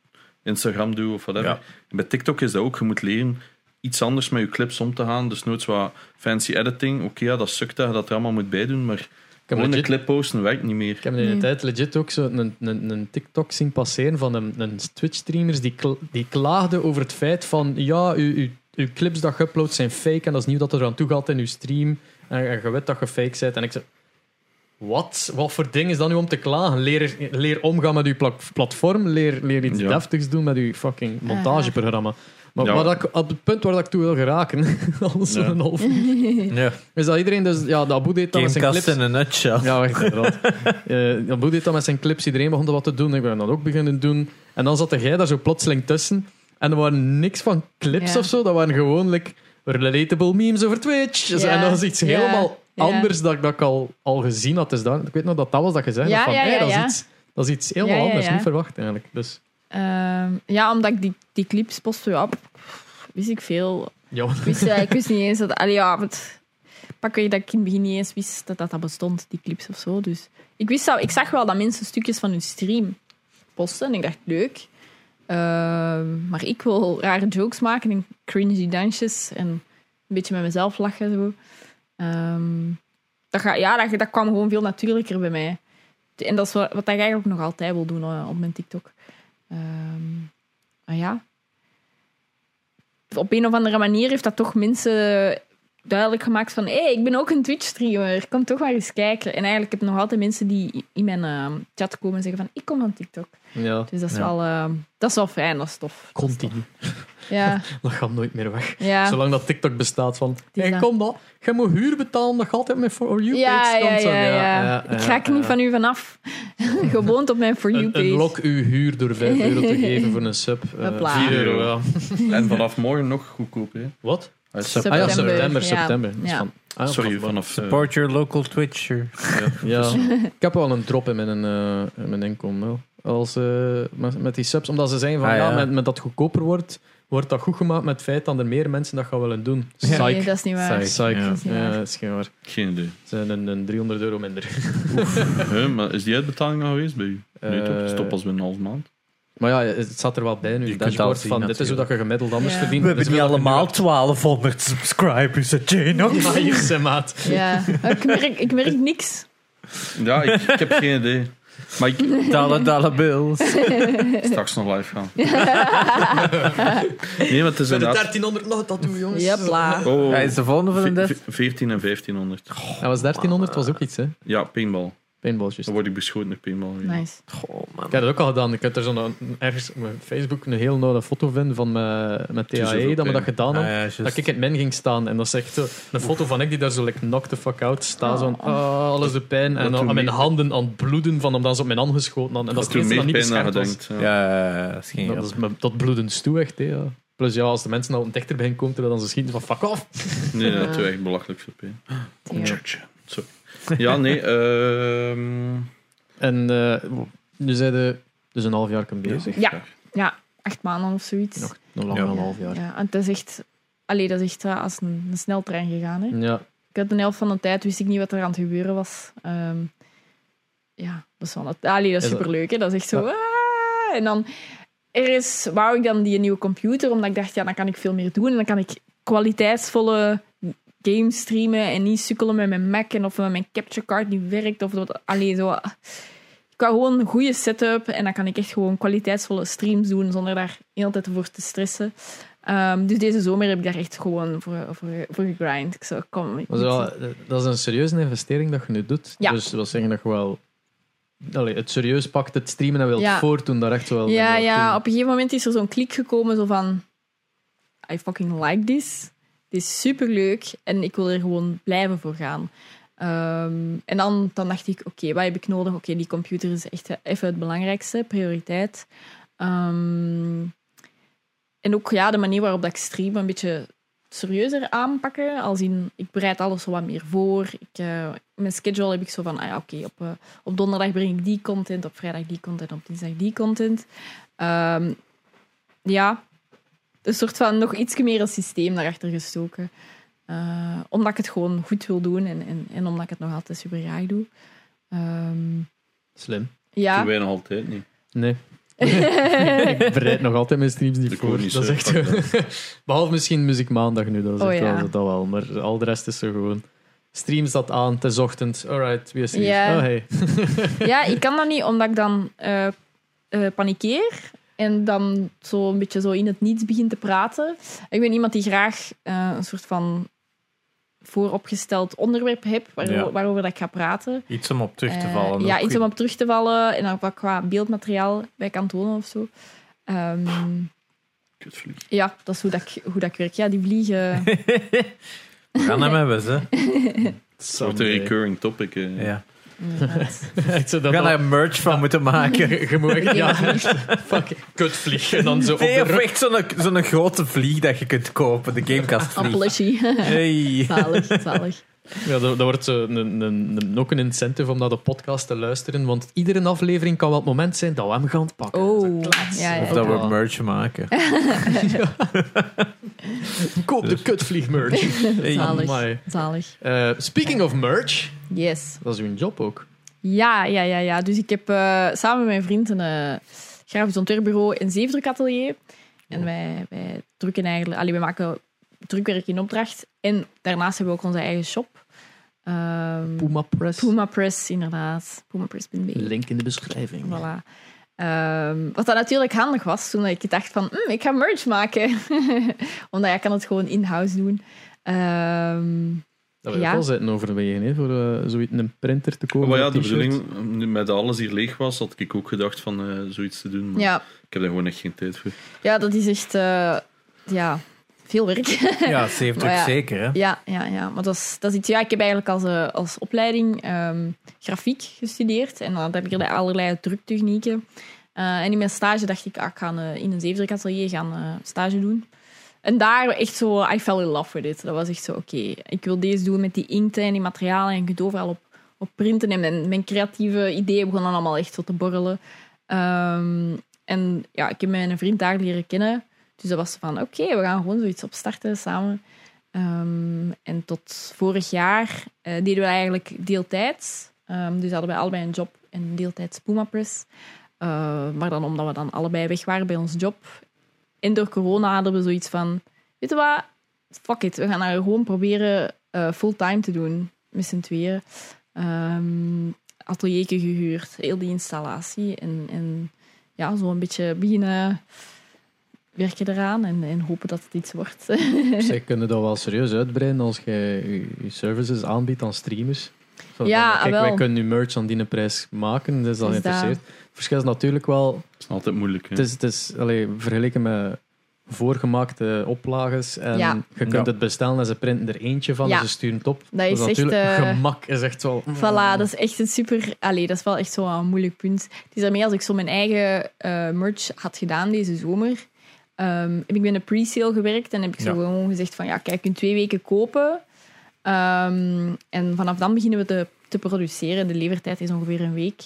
S3: Instagram doet of whatever.
S2: Ja.
S3: En bij TikTok is dat ook. Je moet leren iets anders met je clips om te gaan. Dus nooit wat fancy editing. Oké, ja, dat sukt dat je dat er allemaal moet bij doen, maar
S1: Ik heb
S3: gewoon
S1: legit-
S3: een clip posten werkt niet meer.
S1: Ik heb in de
S4: Nee.
S1: tijd legit ook zo een, een, een TikTok zien passeren van een, een Twitch-streamers die, kl- die klaagde over het feit van ja, uw, uw, uw clips dat je uploadt zijn fake en dat is nieuw dat er aan toe gaat in uw stream en, en je weet dat je fake bent. En ik zei, wat? Wat voor ding is dat nu om te klagen? Leer, leer omgaan met uw pla- platform, leer, leer iets
S3: Ja.
S1: deftigs doen met uw fucking montageprogramma. Maar,
S3: Ja.
S1: maar dat ik, op het punt waar dat ik toe wil geraken, al zo'n
S3: Ja.
S1: half,
S2: Ja.
S1: is dat iedereen dus, ja, dat Abu deed dat met zijn
S2: Gamecast
S1: clips.
S2: in een nutshell.
S1: Ja, echt inderdaad. Eh, Dan Boe deed dat met zijn clips. Iedereen begon dat wat te doen. Ik ben dat ook beginnen doen. En dan zat jij daar zo plotseling tussen. En er waren niks van clips
S4: Ja.
S1: of zo. Dat waren gewoonlijk relatable memes over Twitch. Dus-
S4: Ja.
S1: En dat was iets
S4: Ja.
S1: helemaal
S4: Ja.
S1: anders dat, dat ik al, al gezien had. Dus daar, ik weet nog dat dat was dat je zei.
S4: Ja,
S1: dat van,
S4: ja,
S1: hey,
S4: ja,
S1: dat,
S4: ja.
S1: Is iets, dat is iets helemaal
S4: Ja, ja,
S1: anders.
S4: ja.
S1: Niet verwacht eigenlijk. Dus
S4: Ehm, ja, omdat ik die, die clips postte, ja, pff, wist ik veel.
S1: ja,
S4: Ik wist, eh, ik wist niet eens dat... Allee, ja, het, pak je dat ik in het begin niet eens wist dat dat, dat bestond, die clips of zo. Dus ik, wist dat, ik zag wel dat mensen stukjes van hun stream posten. En ik dacht, leuk. Ehm, maar ik wil rare jokes maken en cringy dansjes. En een beetje met mezelf lachen. Zo. Ehm, dat, ga, ja, dat, dat kwam gewoon veel natuurlijker bij mij. En dat is wat, wat ik eigenlijk nog altijd wil doen eh, op mijn TikTok. Ehm, maar ja, op een of andere manier heeft dat toch mensen duidelijk gemaakt van hé, hey, ik ben ook een Twitch-streamer, kom toch maar eens kijken. En eigenlijk heb ik nog altijd mensen die in mijn ehm, chat komen en zeggen van ik kom van TikTok.
S1: ja.
S4: Dus dat is,
S2: Ja.
S4: wel, ehm, dat is wel fijn, dat is tof.
S1: continu.
S4: Ja,
S1: Dat gaat nooit meer weg.
S4: ja.
S1: Zolang dat TikTok bestaat van...
S4: is
S1: Hey,
S4: dat.
S1: kom dan. Je moet huur betalen. Dat gaat altijd met For You
S4: Ja,
S1: page
S4: ja,
S1: komt zo.
S4: ja,
S1: ja,
S4: ja. Ik raak
S1: ja.
S4: niet van u vanaf. Gewoon op mijn For You
S1: Een, een
S4: page.
S1: lok uw huur door 5 euro te geven voor een sub. eh,
S4: Hopla.
S1: 4 euro, ja.
S3: En vanaf morgen nog goedkoper. hè.
S1: Wat?
S3: Uit
S2: Sup-
S1: Ah ja,
S4: September,
S1: september,
S4: ja.
S1: september. Dat is
S4: Ja.
S1: van- ah, ja,
S3: Sorry,
S1: van-
S3: vanaf... eh,
S2: Support your local eh, Twitcher.
S1: Ja. Ik heb wel een drop in mijn, eh, in mijn inkomen. wel. Als, eh, met, met die subs, omdat ze zeggen van
S2: Ah,
S1: ja,
S2: ja.
S1: met, met dat goedkoper wordt, wordt dat goed gemaakt met het feit dat er meer mensen dat gaan willen doen. Psych.
S4: Nee, dat is niet waar.
S1: Psych.
S2: Ja.
S1: Ja. dat is geen waar.
S3: eh, geen idee.
S1: Het zijn een, een 300 euro minder.
S3: Huh, maar is die uitbetaling al geweest bij u? Nee
S1: Eh,
S3: toch? Stop als binnen een half maand.
S1: Maar ja, het zat er wel bij nu.
S2: Je
S1: het
S2: kunt
S1: dashboard
S2: dat zien,
S1: van dit is hoe dat je gemiddeld anders
S4: Ja.
S1: verdient.
S2: We
S1: Dit is
S2: hebben niet
S1: hoe dat je nu
S2: allemaal 1200 subscribers, hè, Jane?
S1: hebt. Maar Ah, hier zijn maat.
S4: Ja. Ik merk, ik merk niks.
S3: Ja, ik, ik heb geen idee. Maar ik
S2: Dollar, dollar bills.
S3: straks nog live gaan. nee, maar het is inderdaad...
S1: 1300 nog dat doen, jongens.
S4: Jepla.
S3: Oh,
S2: Ja, is de volgende van de
S3: ve-
S2: des?
S3: ve- 14 en 1500.
S1: Dat was 1300, was ook iets, hè?
S3: Ja, paintball.
S1: Paintballtjes.
S3: Dan word ik beschoten met paintball.
S4: Nice.
S2: Goh, Oh, man.
S1: Ik heb dat ook al gedaan. Ik heb er zo'n ergens op mijn Facebook een heel nauwe foto vinden van mijn, mijn
S3: is
S1: TAE
S3: zoveel
S1: E, dat we dat
S3: pijn.
S1: gedaan
S2: Ah,
S1: hebben.
S2: ja, juist.
S1: Dat ik in het men ging staan en dat is echt zo, een foto van ik die daar zo like, knock the fuck out staat. Zo van,
S4: Oh.
S1: ah, alles de pijn.
S3: Wat
S1: En dan
S3: doe
S1: aan mijn
S3: mee?
S1: handen aan het bloeden van omdat ze op mijn hand geschoten hadden. En dat is
S3: Dat
S1: het
S3: doet
S1: eerste dat
S3: meer
S1: niet
S3: pijn dan je
S1: beschermd was.
S3: denkt.
S2: Ja,
S3: ja.
S2: ja, ja, dat is geen
S1: Dat, is me- tot bloedens toe echt. Hè, ja. Plus ja, als de mensen nou dichter bij hen komen, terwijl dan ze schieten van fuck off.
S3: Nee,
S4: Ja.
S3: dat doet echt belachelijk veel pijn.
S4: Ja.
S3: Objection. Sorry. Ja, nee. ehm,
S1: En eh nu zijn we dus een half jaar bezig.
S4: Ja. Ja, acht maanden of zoiets.
S1: Nog, nog langer
S2: Ja.
S1: dan een half jaar. Ja.
S4: Ja, en het is echt... Allee, dat is echt eh, als een, een sneltrein gegaan. Hè. Ik had een helft van de tijd, wist ik niet wat er aan het gebeuren was. Ehm, ja, dat is wel... nat- Allee, dat is
S1: Is dat-
S4: superleuk, hè. Dat is echt zo... "Ah!" En dan... Er is... Wou ik dan die nieuwe computer, omdat ik dacht, ja, dan kan ik veel meer doen. En dan kan ik kwaliteitsvolle games streamen en niet sukkelen met mijn Mac en of met mijn capture card niet werkt. Of wat... Allee, zo... Ik wou gewoon een goede setup en dan kan ik echt gewoon kwaliteitsvolle streams doen zonder daar heel de tijd voor te stressen. Ehm, dus deze zomer heb ik daar echt gewoon voor, voor, voor gegrind. Ik zo, kom. ik
S1: Maar
S4: moet-
S1: zo, eh, dat is een serieuze investering dat je nu doet.
S4: Ja.
S1: Dus dat wil zeggen dat je wel allee, het serieus pakt, het streamen en wil
S4: Ja.
S1: het voortdoen, daar echt wel.
S4: Ja,
S1: wel
S4: ja,
S1: toe.
S4: op een gegeven moment is er zo'n klik gekomen zo van... I fucking like this. Dit is superleuk en ik wil er gewoon blijven voor gaan. Ehm, en dan, dan dacht ik, oké, wat heb ik nodig? Oké, die computer is echt eh, even het belangrijkste, prioriteit. Ehm, en ook ja, de manier waarop dat ik stream een beetje serieuzer aanpakken. Als in, ik bereid alles zo wat meer voor. Ik, eh, mijn schedule heb ik zo van, ah ja, oké, op, eh, op donderdag breng ik die content, op vrijdag die content, op dinsdag die content. Ehm, ja, een soort van nog iets meer een systeem daarachter gestoken. Eh, omdat ik het gewoon goed wil doen en, en, en omdat ik het nog altijd super graag doe. Ehm,
S1: Slim.
S3: Doen
S4: ja.
S3: wij nog altijd niet.
S1: Nee. ik bereid nog altijd mijn streams niet
S3: Ik
S1: voor.
S3: ook niet,
S1: dat is
S3: hè.
S1: echt,
S3: Fuck
S1: behalve misschien Muziek Maandag nu, dat is
S4: Oh,
S1: echt
S4: ja.
S1: wel, dat wel. Maar al de rest is zo gewoon. Streams dat aan, het is ochtend. Alright, wie is er? hier?
S4: Ja.
S1: Oh, hey.
S4: ja, ik kan dat niet omdat ik dan eh, eh, panikeer en dan zo een beetje zo in het niets begin te praten. Ik ben iemand die graag eh, een soort van vooropgesteld onderwerp heb waar-
S2: Ja.
S4: waarover dat ik ga praten.
S2: Iets om op terug te
S4: Eh,
S2: vallen.
S4: ja,
S2: ook.
S4: iets om op terug te vallen en dan wat qua beeldmateriaal bij kan tonen of zo. Ehm,
S3: Kutvlieg.
S4: ja, dat is hoe dat, ik, hoe dat ik werk. Ja, die vliegen.
S2: We gaan hem hebben, ze.
S3: Het wordt een recurring topic. eh.
S2: Ja.
S4: inderdaad.
S1: Echt zo
S2: We
S1: dat
S2: gaan
S1: al-
S2: daar merch van moeten maken.
S1: je, je moet echt, ja, fuck, kutvlieg. En dan zo op de
S2: Nee, of
S1: rug.
S2: echt zo'n zo'n grote vlieg dat je kunt kopen, de Gamecast vlieg.
S4: Appelletjie.
S2: Hey.
S4: Zalig, zalig.
S1: Ja, dat, dat wordt zo een, een, een, ook een incentive om naar de podcast te luisteren. Want iedere aflevering kan wel het moment zijn dat we hem gaan pakken. Zo,
S4: Oh,
S1: klats.
S4: ja,
S2: Of
S4: ja,
S2: dat
S4: ja.
S2: we merch maken.
S1: Koop de kutvlieg merch.
S2: Hey.
S4: Zalig.
S1: Amai.
S4: zalig.
S1: Eh, speaking of merch,
S4: Yes.
S1: dat is uw job ook.
S4: Ja, ja, ja, ja. Dus ik heb eh, samen met mijn vriend een eh, grafisch ontwerpbureau en zeefdrukatelier.
S2: Oh.
S4: En wij, wij drukken eigenlijk, allee, wij maken drukwerk in opdracht. En daarnaast hebben we ook onze eigen shop. Ehm,
S1: Puma Press.
S4: Puma Press, inderdaad. Pumapress.be.
S1: Link in de beschrijving.
S4: Voilà. Ehm, wat dat natuurlijk handig was toen ik dacht van, "Hmm, ik ga merch maken. Omdat jij kan het gewoon in-house doen. Ehm,
S1: Dat we
S4: Ja.
S1: ja. al zitten overwegen hè, voor eh, zoiets een printer te kopen.
S3: Oh, Maar ja,
S1: een
S3: de
S1: t-shirt.
S3: bedoeling, nu met alles hier leeg was, had ik ook gedacht van eh, zoiets te doen. Maar
S4: ja,
S3: ik heb daar gewoon echt geen tijd voor.
S4: ja, dat is echt eh, ja, veel werk.
S2: Ja, ze heeft
S4: Maar ja.
S2: ook zeker, hè.
S4: Ja, ja, ja. Maar dat is, dat is iets. Ja, ik heb eigenlijk als, eh, als opleiding ehm, grafiek gestudeerd. En dan heb ik er allerlei druktechnieken. Eh, en in mijn stage dacht ik, ah, ik ga eh, in een zeefdrukatelier gaan eh, stage doen. En daar echt zo, I fell in love with it. Dat was echt zo, oké, ik wil deze doen met die inkten en die materialen. En je kunt overal op, op printen. En mijn, mijn creatieve ideeën begonnen allemaal echt zo te borrelen. Ehm, en ja, ik heb mijn vriend daar leren kennen. Dus dat was van, oké, we gaan gewoon zoiets opstarten samen. Ehm, en tot vorig jaar eh, deden we eigenlijk deeltijds. Ehm, dus hadden we allebei een job en deeltijds Puma Press. Eh, maar dan omdat we dan allebei weg waren bij ons job. En door corona hadden we zoiets van... Weet je wat? Fuck it. We gaan haar gewoon proberen eh, fulltime te doen. Met z'n tweeën. Ehm atelierke gehuurd. Heel die installatie. En, en ja, zo een beetje beginnen werken eraan. En, en hopen dat het iets wordt.
S1: Zij kunnen dat wel serieus uitbreiden als je je je services aanbiedt aan streamers. Zo
S4: Ja,
S1: van, kijk,
S4: wel.
S1: wij kunnen nu merch aan die prijs maken, dus dat
S4: Dus
S1: is
S4: dat-
S1: geïnteresseerd. Het verschil is natuurlijk wel
S3: is altijd moeilijk. Hè.
S1: Het is, het is allee, vergeleken met voorgemaakte oplages. En
S4: Ja.
S1: je kunt
S2: Ja.
S1: het bestellen en ze printen er eentje van
S4: Ja.
S1: en ze sturen het op. Dus
S4: Dat is echt,
S1: natuurlijk
S4: eh,
S1: gemak is echt wel...
S4: Voilà, dat is echt een super... Allee, dat is wel echt zo'n moeilijk punt. Het is daarmee als ik zo mijn eigen eh, merch had gedaan deze zomer. ehm, heb ik bij een pre-sale gewerkt en heb ik zo
S2: Ja.
S4: gewoon gezegd van... Ja, kijk, in twee weken kopen. Ehm, en vanaf dan beginnen we te, te produceren. De levertijd is ongeveer een week.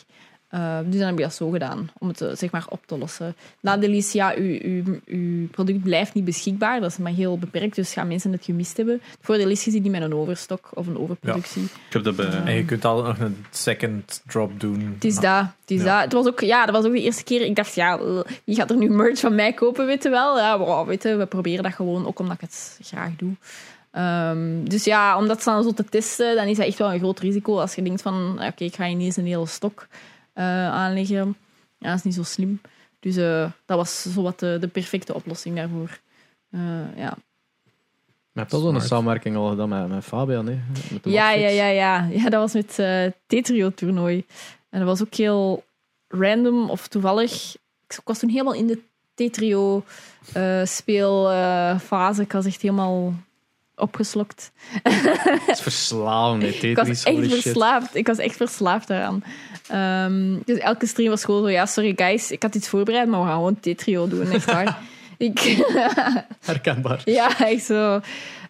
S4: Eh, dus dan heb ik dat zo gedaan, om het eh, zeg maar op te lossen. Nadeel is, ja, uw, uw, uw product blijft niet beschikbaar. Dat is maar heel beperkt, dus gaan mensen het gemist hebben. Het voordeel is, je zit niet met een overstok of een overproductie.
S3: Ik heb dat bij...
S2: En je kunt al nog een second drop doen.
S4: Het is daar, het is
S2: Ja.
S4: dat. Het was ook, ja, dat was ook de eerste keer. Ik dacht, ja, eh, wie gaat er nu merch van mij kopen, weet je wel? Ja, wow, weet je, we proberen dat gewoon, ook omdat ik het graag doe. Ehm, dus ja, om dat dan zo te testen, dan is dat echt wel een groot risico. Als je denkt van, oké, ik ga ineens een hele stok eh, aanleggen. Ja, dat is niet zo slim. Dus eh, dat was zowat eh, de, de perfecte oplossing daarvoor. Eh, ja.
S1: Maar je hebt wel zo'n
S2: Smart.
S1: samenwerking al gedaan met, met Fabian, hè? Met de
S4: Ja, ja,
S1: Matfix.
S4: ja, ja. Ja, dat was met eh Tetrio-toernooi. En dat was ook heel random of toevallig. Ik was toen helemaal in de Tetrio-speelfase. ik was echt helemaal opgeslokt.
S1: Het is verslavend, hè, Tetris.
S4: Ik was
S1: holy
S4: echt
S1: shit.
S4: verslaafd. Ik was echt verslaafd daaraan. Ehm, dus elke stream was gewoon zo... Ja, sorry guys, ik had iets voorbereid, maar we gaan gewoon Tetrio doen, echt waar. ik...
S1: Herkenbaar.
S4: Ja, echt zo.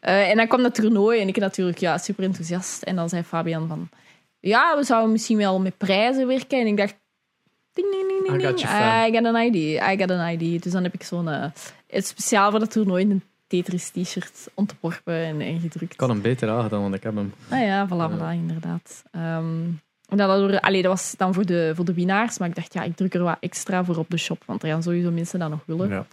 S4: Eh, en dan kwam dat toernooi en ik natuurlijk ja, super enthousiast. En dan zei Fabian van... Ja, we zouden misschien wel met prijzen werken. En ik dacht... Ding, ding, ding, ding,
S1: I got
S4: ding.
S1: you, fam.
S4: I got an idea. I got an idea. Dus dan heb ik zo'n... eh, het speciaal voor dat toernooi een Tetris t-shirt ontworpen en, en gedrukt.
S1: Ik had hem beter aangedaan, want ik heb hem.
S4: Nou ja, voilà,
S1: Ja.
S4: voilà, inderdaad. Ehm, en dan hadden we- allee, dat was dan voor de, voor de winnaars. Maar ik dacht, ja, ik druk er wat extra voor op de shop. Want er gaan sowieso mensen dat nog willen.
S2: Ja.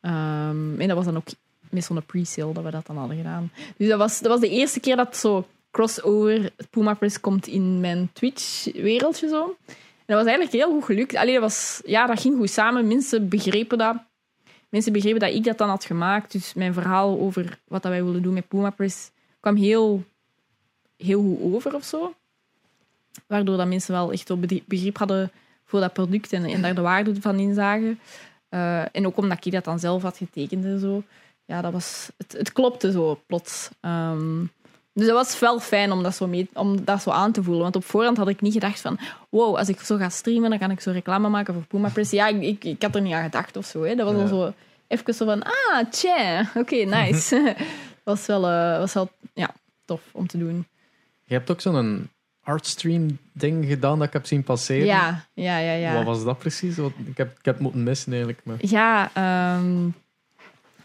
S4: Ehm, en dat was dan ook met zo'n pre-sale dat we dat dan hadden gedaan. Dus dat was, dat was de eerste keer dat zo crossover Puma Press komt in mijn Twitch-wereldje zo. En dat was eigenlijk heel goed gelukt. Alleen dat, was, ja, dat ging goed samen. Mensen begrepen dat. Mensen begrepen dat ik dat dan had gemaakt. Dus mijn verhaal over wat dat wij wilden doen met Puma Press kwam heel, heel goed over of zo. Waardoor dat mensen wel echt op bedrie- begrip hadden voor dat product en, en daar de waarde van inzagen. Eh, en ook omdat ik dat dan zelf had getekend en zo. Ja, dat was, het, het klopte zo plots. Ehm, dus dat was wel fijn om dat, zo mee, om dat zo aan te voelen. Want op voorhand had ik niet gedacht van... Wow, als ik zo ga streamen, dan kan ik zo reclame maken voor Puma Press. Ja, ik, ik, ik had er niet aan gedacht of zo. Hè. Dat was al
S1: Ja.
S4: zo... Even zo van... Ah, tja. Oké, nice. was, wel, eh, was wel... Ja, tof om te doen.
S1: Je hebt ook zo'n artstream-ding gedaan dat ik heb zien passeren.
S4: Ja, ja, ja, ja.
S1: Wat was dat precies? Wat, ik, heb, ik heb het moeten missen, eigenlijk. Maar...
S4: Ja, ehm,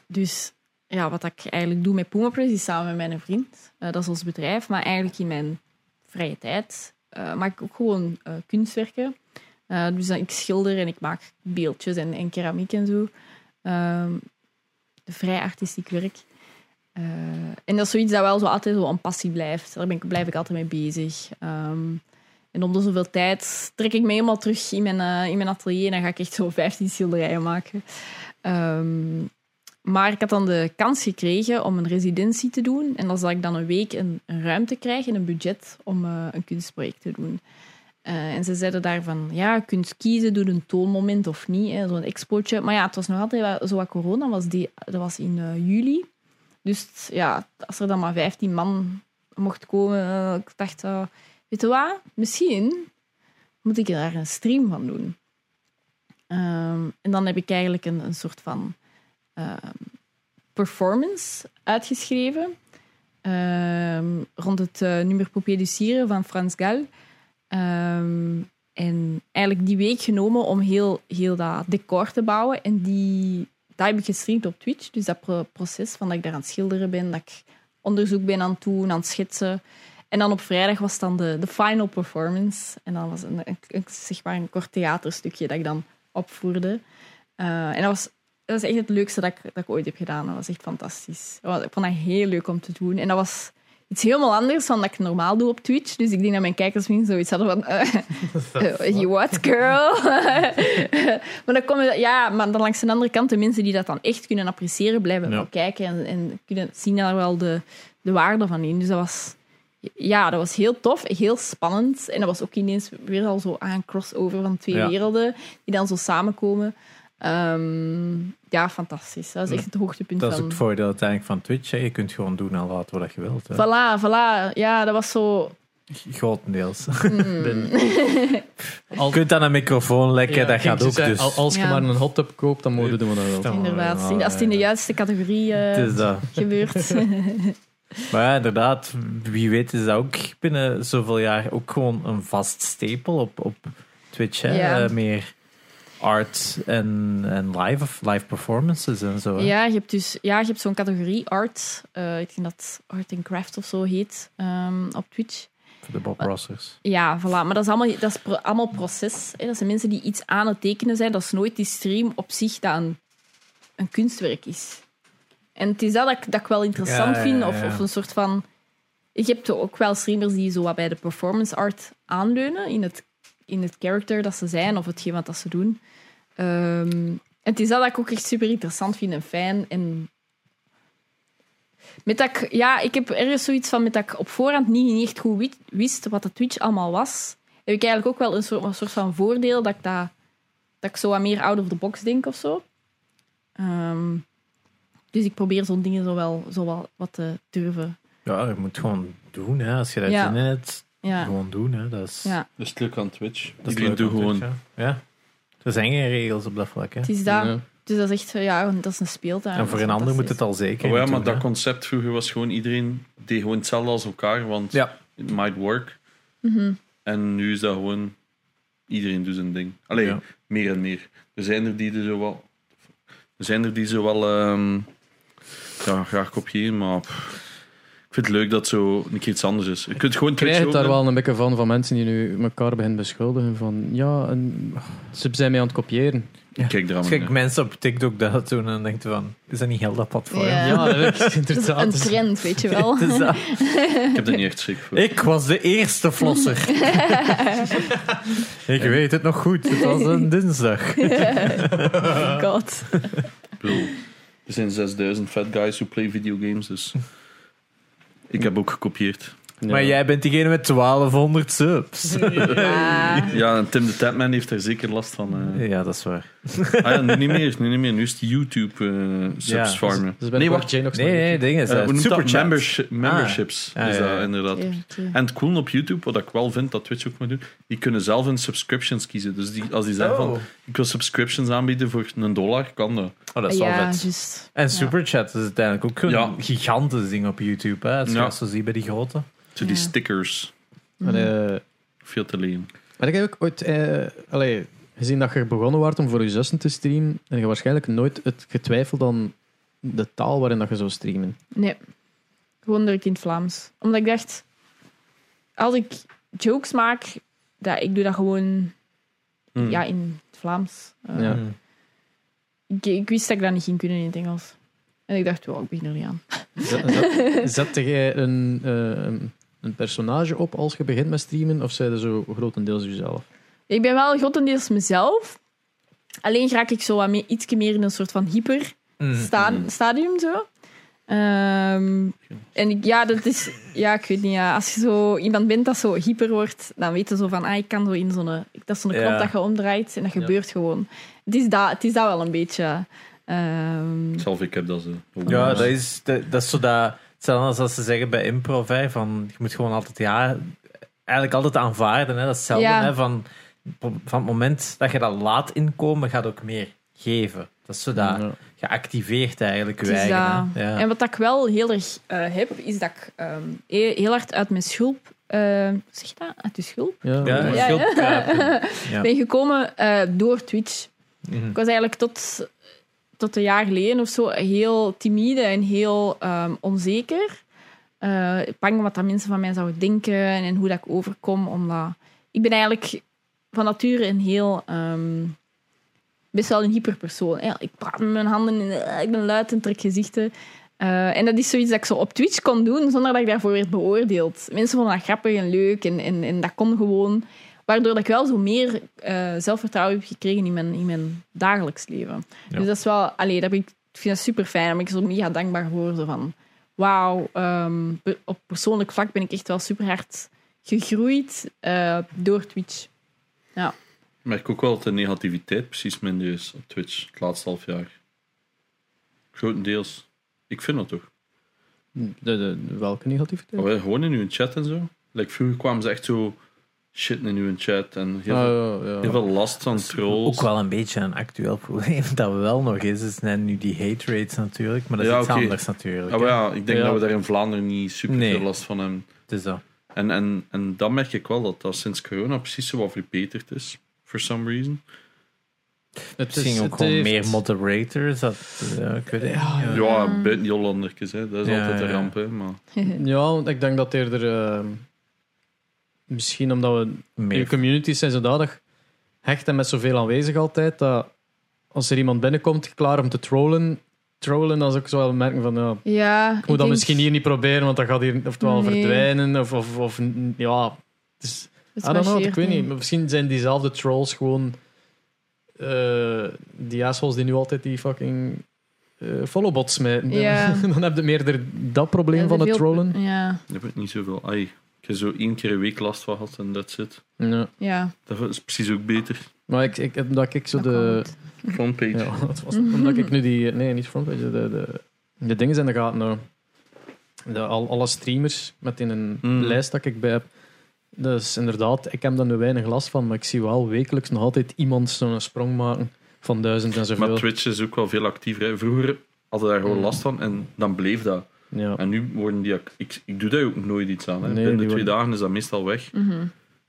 S4: dus ja, wat ik eigenlijk doe met Puma Press is samen met mijn vriend. Eh, dat is ons bedrijf, maar eigenlijk in mijn vrije tijd eh, maak ik ook gewoon eh, kunstwerken. Eh, dus dan, ik schilder en ik maak beeldjes en, en keramiek en zo. Ehm, vrij artistiek werk. Eh, en dat is zoiets dat wel zo altijd zo een passie blijft. Daar ben ik, blijf ik altijd mee bezig. Ehm, en om de zoveel tijd trek ik me helemaal terug in mijn, eh, in mijn atelier en dan ga ik echt zo 15 schilderijen maken. Ehm, maar ik had dan de kans gekregen om een residentie te doen. En dan zal ik dan een week een, een ruimte krijgen en een budget om eh, een kunstproject te doen. Eh, en ze zeiden daarvan, ja, je kunt kiezen, doe een toonmoment of niet, hè, zo'n expootje. Maar ja, het was nog altijd wel- zo wat corona, was die, dat was in eh, juli. Dus t- ja, als er dan maar 15 man mocht komen, eh, ik dacht, eh, weet je wat, misschien moet ik daar een stream van doen. Ehm, en dan heb ik eigenlijk een, een soort van ehm, performance uitgeschreven ehm, rond het eh, nummer Popier du Cire van Frans Gal. Ehm, en eigenlijk die week genomen om heel, heel dat decor te bouwen. En die, dat heb ik gestreamd op Twitch. Dus dat pro- proces van dat ik daar aan het schilderen ben, dat ik onderzoek ben aan het doen, aan het schetsen. En dan op vrijdag was dan de, de final performance. En dan was een, een, een- zeg maar een kort theaterstukje dat ik dan opvoerde. Eh, en dat was, dat was echt het leukste dat ik, dat ik ooit heb gedaan. Dat was echt fantastisch. Dat was- Ik vond dat heel leuk om te doen. En dat was iets helemaal anders dan dat ik normaal doe op Twitch. Dus ik denk dat mijn kijkers misschien zoiets hadden van... eh, eh, you what, girl? maar dan komen... Ja, maar dan langs de andere kant de mensen die dat dan echt kunnen appreciëren, blijven
S2: Ja.
S4: wel kijken en, en kunnen zien daar wel de, de waarde van in. Dus dat was ja, dat was heel tof, heel spannend. En dat was ook ineens weer al zo aan een crossover van twee
S2: Ja.
S4: werelden die dan zo samenkomen. Ehm, ja, fantastisch. Dat is echt het hoogtepunt
S2: Dat is ook
S4: van...
S2: het voordeel uiteindelijk van Twitch. Hè. Je kunt gewoon doen en laten wat je wilt. Hè.
S4: Voilà, voilà. Ja, dat was zo...
S2: Grotendeels.
S4: Mm.
S1: ben-
S2: Je kunt dan een microfoon lekken,
S1: Ja,
S2: dat
S1: ging
S2: gaat
S1: ze
S2: ook
S1: zeggen,
S2: dus.
S1: al- Als je
S4: Ja.
S1: maar een hot tub koopt, dan mogen doen we dat wel.
S2: Ja.
S4: Inderdaad,
S2: ja,
S4: als het in de
S2: ja.
S4: juiste categorie eh,
S2: Het is dat.
S4: gebeurt.
S2: Maar ja, inderdaad, wie weet is dat ook binnen zoveel jaar ook gewoon een vast stapel op, op Twitch. Hè?
S4: Ja.
S2: Eh, meer art en, en live, of live performances en zo. hè.
S4: ja, je hebt dus ja, je hebt zo'n categorie art. eh, ik denk dat art and craft of zo heet ehm, op Twitch.
S2: Voor de Bob Rossers.
S4: Ja, voilà. Maar dat is allemaal, dat is pro- allemaal proces. Hè. Dat zijn mensen die iets aan het tekenen zijn. Dat is nooit die stream op zich dat een, een kunstwerk is. En het is dat dat ik, dat ik wel interessant
S2: Ja, ja,
S4: vind.
S2: ja,
S4: Of,
S2: ja.
S4: of een soort van... Je hebt ook wel streamers die zo wat bij de performance art aanleunen. In het, in het character dat ze zijn of hetgeen wat dat ze doen. Ehm, en het is dat dat ik ook echt super interessant vind en fijn. En met dat ik, ja, ik heb ergens zoiets van met dat ik op voorhand niet, niet echt goed wi- wist wat dat Twitch allemaal was. Heb ik eigenlijk ook wel een soort, een soort van voordeel dat ik, dat, dat ik zo wat meer out of the box denk of zo. Ehm, dus ik probeer zo'n dingen zo wel, zo wel wat te durven.
S2: Ja, je moet gewoon doen. Hè? Als je dat
S4: Ja.
S2: zin in hebt,
S4: Ja,
S2: gewoon doen. Hè? Dat is,
S4: ja.
S3: Dus het lukt aan Twitch.
S2: dat is
S3: Iedereen
S2: leuk
S3: doet
S2: aan
S3: gewoon.
S2: Twitch, hè. Ja. Er zijn geen regels op dat vlak. Hè?
S4: het is daar. Dus dat is echt, ja, dat is een speeltuin.
S2: En voor een ander moet het al zeker.
S3: Oh ja, maar
S2: doen,
S3: dat
S2: hè.
S3: concept vroeger was gewoon iedereen deed gewoon hetzelfde als elkaar, want
S2: Ja.
S3: it might work. En nu is dat gewoon iedereen doet zijn ding. Alleen
S2: Ja.
S3: meer en meer. Er zijn er die er zo wel, er zijn er die zo wel ehm, ja, graag kopiëren, maar pff, ik vind het leuk dat het zo een keer iets anders is. Je kunt gewoon
S1: Ik krijg het
S3: Twitch
S1: daar
S3: openen.
S1: wel een beetje van, van mensen die nu elkaar beginnen beschuldigen van ja, en, ze zijn mij aan het kopiëren.
S3: Ik Kijk er aan.
S2: Als
S3: ja.
S2: ik mensen op TikTok dat doen en denkt van, is dat niet heel dat platform?
S4: Ja.
S1: Ja, dat werkt
S4: Dat is
S1: inderdaad.
S4: een trend, weet je wel.
S2: Het is dat.
S3: Ik heb er niet echt schrik voor.
S2: Ik was de eerste flosser. ik weet het nog goed. Het was een dinsdag.
S4: Oh God.
S3: Ik bedoel, er zijn 6000 fat guys who play video games, dus ik heb ook gekopieerd.
S1: Ja.
S2: Maar jij bent diegene met 1200 subs.
S4: Ja.
S3: Ja, en Tim de Tapman heeft er zeker last van. eh.
S2: ja, dat is waar.
S3: Ah ja, nu niet meer, nu niet meer. Nu is het YouTube eh, subs
S2: Ja.
S3: farmen.
S1: Dus
S3: nee, wacht.
S1: Janox
S2: Nee, nee, dingen
S3: Eh, hoe
S2: zijn
S3: noemt dat?
S2: super
S3: Membersh- memberships
S2: Ah. Ah,
S3: is
S2: ja, ja.
S3: dat inderdaad.
S4: Oké, oké.
S3: En het cool op YouTube, wat ik wel vind dat Twitch ook moet doen, die kunnen zelf hun subscriptions kiezen. Dus die, als die zeggen van, ik wil subscriptions aanbieden voor een dollar, kan dat.
S2: Oh, dat is wel
S4: Ja,
S2: vet.
S4: juist.
S2: En
S4: Ja.
S2: superchat is uiteindelijk ook een
S3: Ja.
S2: gigantisch ding op YouTube. Hè? Als je
S3: Ja.
S2: dat zo ziet bij die grote.
S3: Zo die
S4: Ja.
S3: stickers,
S1: Maar, eh,
S3: veel te leen.
S1: maar ik heb ook ooit eh, allee, gezien dat je begonnen werd om voor je zussen te streamen en je waarschijnlijk nooit het getwijfeld aan de taal waarin dat je zou streamen.
S4: Nee. Gewoon direct in het Vlaams. Omdat ik dacht, als ik jokes maak, dat, ik doe dat gewoon
S3: Hmm.
S4: ja, in het Vlaams. Uh,
S1: Ja.
S2: Mm.
S4: ik, ik wist dat ik dat niet ging kunnen in het Engels. En ik dacht, wow, ik begin er niet aan.
S1: Zet- zet- Zette jij een, eh, een personage op als je begint met streamen of zei je zo grotendeels jezelf?
S4: Ik ben wel grotendeels mezelf. Alleen raak ik zo wat meer, ietsje meer in een soort van hyper
S2: Mm.
S4: sta-
S3: Mm.
S4: stadium zo. Ehm, en ik, ja, dat is, ja, ik weet niet. Ja, als je zo iemand bent dat zo hyper wordt, dan weet je zo van, ah, ik kan zo in zo'n, dat is zo'n
S2: Ja.
S4: knop dat je omdraait en dat gebeurt gewoon. Het is dat, het is dat wel een beetje. ehm,
S3: Zelf, ik heb dat zo.
S2: Ja, dat is, dat, dat is zo dat... Hetzelfde als dat ze zeggen bij improv, hè, van, je moet gewoon altijd ja... Eigenlijk altijd aanvaarden, hè, dat is hetzelfde.
S4: Ja.
S2: Hè, van, van het moment dat je dat laat inkomen, gaat ook meer geven. Dat is zo dat,
S1: Ja.
S2: geactiveerd eigenlijk, je
S4: Het is
S2: eigen.
S4: dat.
S2: hè. Ja.
S4: En wat dat ik wel heel erg eh, heb, is dat ik ehm, he- heel hard uit mijn schulp, eh, hoe zeg je dat? Uit je schulp?
S2: Ja,
S1: maar-
S2: een
S4: Ja, ja.
S2: schildkruipen. Ja.
S4: Ben gekomen eh, door Twitch.
S2: Mhm.
S4: Ik was eigenlijk tot, tot een jaar geleden of zo heel timide en heel ehm, onzeker. Eh, bang wat dat mensen van mij zouden denken en, en hoe dat ik overkom. Omdat ik ben eigenlijk van nature een heel... ehm, best wel een hyperpersoon. hè. Ik praat met mijn handen en eh, ik ben luid en trek gezichten. Eh, en dat is zoiets dat ik zo op Twitch kon doen zonder dat ik daarvoor werd beoordeeld. Mensen vonden dat grappig en leuk en, en, en dat kon gewoon. Waardoor dat ik wel zo meer eh, zelfvertrouwen heb gekregen in mijn, in mijn dagelijks leven.
S2: Ja.
S4: Dus dat is wel, allee, dat heb ik, ik vind dat super fijn. Daar ben ik zo mega dankbaar voor. Zo van, wauw, ehm, pe- op persoonlijk vlak ben ik echt wel super hard gegroeid eh, door Twitch.
S3: Ik merk ook wel dat de negativiteit precies minder is op Twitch het laatste half jaar. Grotendeels. Ik vind dat toch.
S1: De, de- welke negativiteit?
S3: Maar wij Gewoon in uw chat en zo. Like, vroeger kwamen ze echt zo shit in uw chat en heel, veel-
S1: Ah, ja, ja.
S3: heel veel last van trolls.
S2: Ook wel een beetje een actueel probleem dat wel nog is. is net nu die hate rates natuurlijk, maar dat is
S3: Ja,
S2: iets
S3: oké.
S2: anders natuurlijk.
S3: Ah, maar
S2: hè.
S3: ja, ik denk
S1: Ja.
S3: dat we daar in Vlaanderen niet super
S2: Nee.
S3: veel last van hebben.
S2: Het is dat.
S3: En, en, en dan merk ik wel dat dat sinds corona precies zo wat verbeterd is. For some reason.
S1: Het is-
S2: Misschien ook
S1: het
S2: gewoon
S1: heeft-
S2: meer moderators. Dat, ja, ik weet het
S1: Ja,
S2: niet.
S3: Ja, buiten die Hollandertjes, hè. dat is
S2: Ja,
S3: altijd een
S2: ja.
S3: ramp. Hè. Maar
S1: Ja, want ik denk dat eerder... eh, misschien omdat we
S2: Meer-
S1: Je communities zijn zodanig hecht en met zoveel aanwezig altijd, dat als er iemand binnenkomt klaar om te trollen, trollen dan is ook zo wel merken van, ja, ik moet
S4: Ja,
S1: dat misschien hier niet proberen, want dat gaat hier oftewel
S4: Nee.
S1: verdwijnen, of, of, of n- ja, het is, I don't know, ik weet niet. Maar misschien zijn diezelfde trolls gewoon eh, die assholes die nu altijd die fucking eh, followbots smijten.
S4: Ja.
S1: dan heb je meer dat probleem van het trollen.
S4: Ja,
S3: ik heb het niet zoveel. Ai, ik heb zo één keer een week last van gehad en that's it.
S1: Ja.
S4: ja.
S3: Dat is precies ook beter.
S1: Maar ik, ik, omdat ik zo
S4: dat
S1: de...
S4: kan goed.
S3: Frontpage.
S1: Ja, dat was het. Omdat ik nu die... Nee, niet frontpage. De, de, de dingen zijn de gaten nou. De, al, alle streamers met in een
S3: Mm.
S1: lijst dat ik bij heb. Dus inderdaad, ik heb daar nu weinig last van. Maar ik zie wel wekelijks nog altijd iemand zo'n sprong maken van duizend en zoveel.
S3: Maar Twitch is ook wel veel actiever. Hè. Vroeger hadden we daar gewoon last van en dan bleef dat.
S1: ja.
S3: En nu worden die... act- Ik, ik doe daar ook nooit iets aan. Hè.
S1: Nee,
S3: Binnen
S1: die
S3: twee
S1: worden-
S3: dagen is dat meestal weg.
S4: Mhm.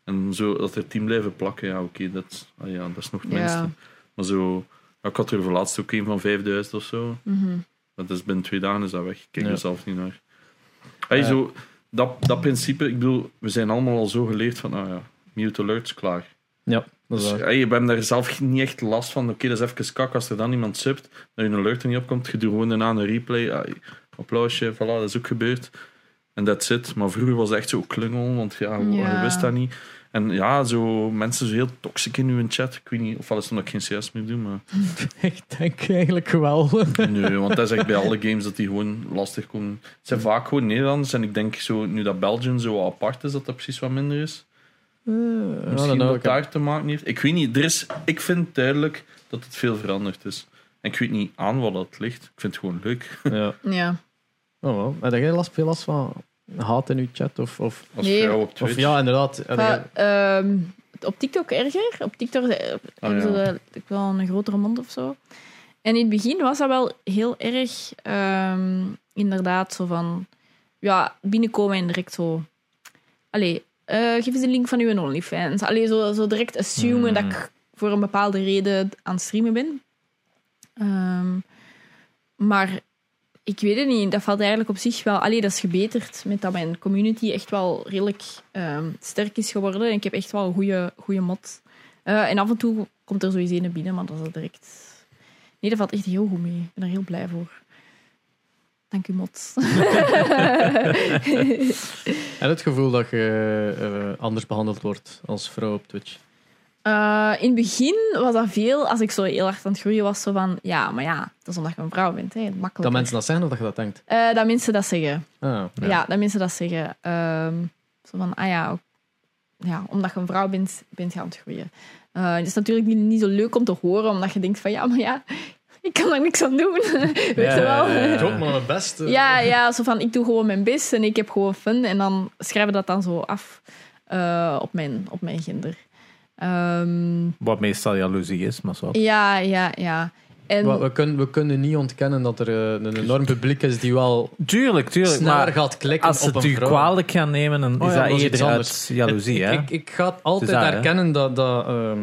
S3: En zo, dat er tien blijven plakken, ja, oké, dat, ah ja, dat is nog het
S4: Ja.
S3: minste. Maar zo... ja, ik had er voor laatst ook een van 5000 of zo.
S4: Mhm.
S3: Dat is binnen twee dagen is dat weg. Ik kijk
S1: Ja.
S3: er zelf niet naar. Hey,
S1: Ja.
S3: zo, dat, dat principe, ik bedoel, we zijn allemaal al zo geleerd van, ah ja, mute alerts, klaar.
S1: ja, dat is
S3: Dus,
S1: waar.
S3: hey, je bent daar zelf niet echt last van. Oké, dat is even kak als er dan iemand subt, dat je een alert er niet opkomt. Je doet gewoon daarna een replay. Ai, applausje, voilà, dat is ook gebeurd. En that's it. Maar vroeger was het echt zo klungel, want ja, hoe-
S4: Ja.
S3: je wist dat niet. En ja, zo mensen zo heel toxic in hun chat. Ik weet niet, ofwel is het omdat ik geen CS meer doe, maar...
S1: Ik denk eigenlijk wel.
S3: Nee, want dat is echt bij alle games dat die gewoon lastig komen. Het zijn vaak gewoon Nederlanders. En ik denk zo, nu dat Belgium zo wat apart is, dat dat precies wat minder is. Misschien dat
S1: daar...
S3: daar te maken heeft. Ik weet niet. Er is, ik vind duidelijk dat het veel veranderd is. En ik weet niet aan wat dat ligt. Ik vind het gewoon leuk.
S1: Ja.
S4: Ja.
S1: Oh, wel. Heb jij last, veel last van haat in uw chat? Of, of,
S3: Als
S4: Nee.
S3: vrouw op Twitch.
S1: of ja, inderdaad. Heb jij-
S4: Maar, ehm, op TikTok erger. Op TikTok eh, hebben ze
S3: ja.
S4: de- ik wel een grotere mond of zo. En in het begin was dat wel heel erg, ehm, inderdaad, zo van... Ja, binnenkomen en direct zo... Allee, eh, geef eens de link van uw OnlyFans. Allee, zo, zo direct assumen
S2: Mm.
S4: dat ik voor een bepaalde reden aan het streamen ben. Ehm, maar ik weet het niet. Dat valt eigenlijk op zich wel. Allee, dat is gebeterd met dat mijn community echt wel redelijk ehm, sterk is geworden. En ik heb echt wel een goede, goede mod. Eh, en af en toe komt er sowieso een binnen, maar dat is al direct. Nee, dat valt echt heel goed mee. Ik ben er heel blij voor. Dank u, mod.
S1: En het gevoel dat je eh, anders behandeld wordt als vrouw op Twitch.
S4: Eh, in het begin was dat veel, als ik zo heel hard aan het groeien was, zo van, ja, maar ja, dat is omdat je een vrouw bent, hè, makkelijk.
S1: Dat mensen dat zeggen of dat je dat denkt.
S4: dat mensen dat zeggen.
S1: Ah,
S4: Ja, dat mensen dat zeggen. Ehm, zo van, ah ja, ook- ja, omdat je een vrouw bent, bent je aan het groeien. Eh, het is natuurlijk niet, niet zo leuk om te horen, omdat je denkt van, ja, maar ja, ik kan daar niks aan doen. Weet je wel?
S2: ja, ja.
S1: maar mijn best. eh.
S4: Ja, ja, zo van ik doe gewoon mijn best en ik heb gewoon fun. En dan schrijven we dat dan zo af eh, op, mijn, op mijn gender. Ehm,
S2: Wat meestal jaloezie is, maar zo.
S4: ja, ja, ja. En
S1: Maar we, kunnen, we kunnen niet ontkennen dat er eh, een enorm publiek is die wel
S2: Tuurlijk, tuurlijk.
S1: sneller
S2: Maar
S1: gaat klikken
S2: als ze
S1: op
S2: het
S1: een
S2: u
S1: vrouw.
S2: kwalijk gaan nemen, dan
S1: Oh
S2: is
S1: ja,
S2: dat
S1: dat is iets
S2: eerder uit
S1: anders.
S2: jaloezie. hè?
S1: Ik, ik ga het altijd
S2: Het is dat, hè?
S1: herkennen dat, dat, ehm,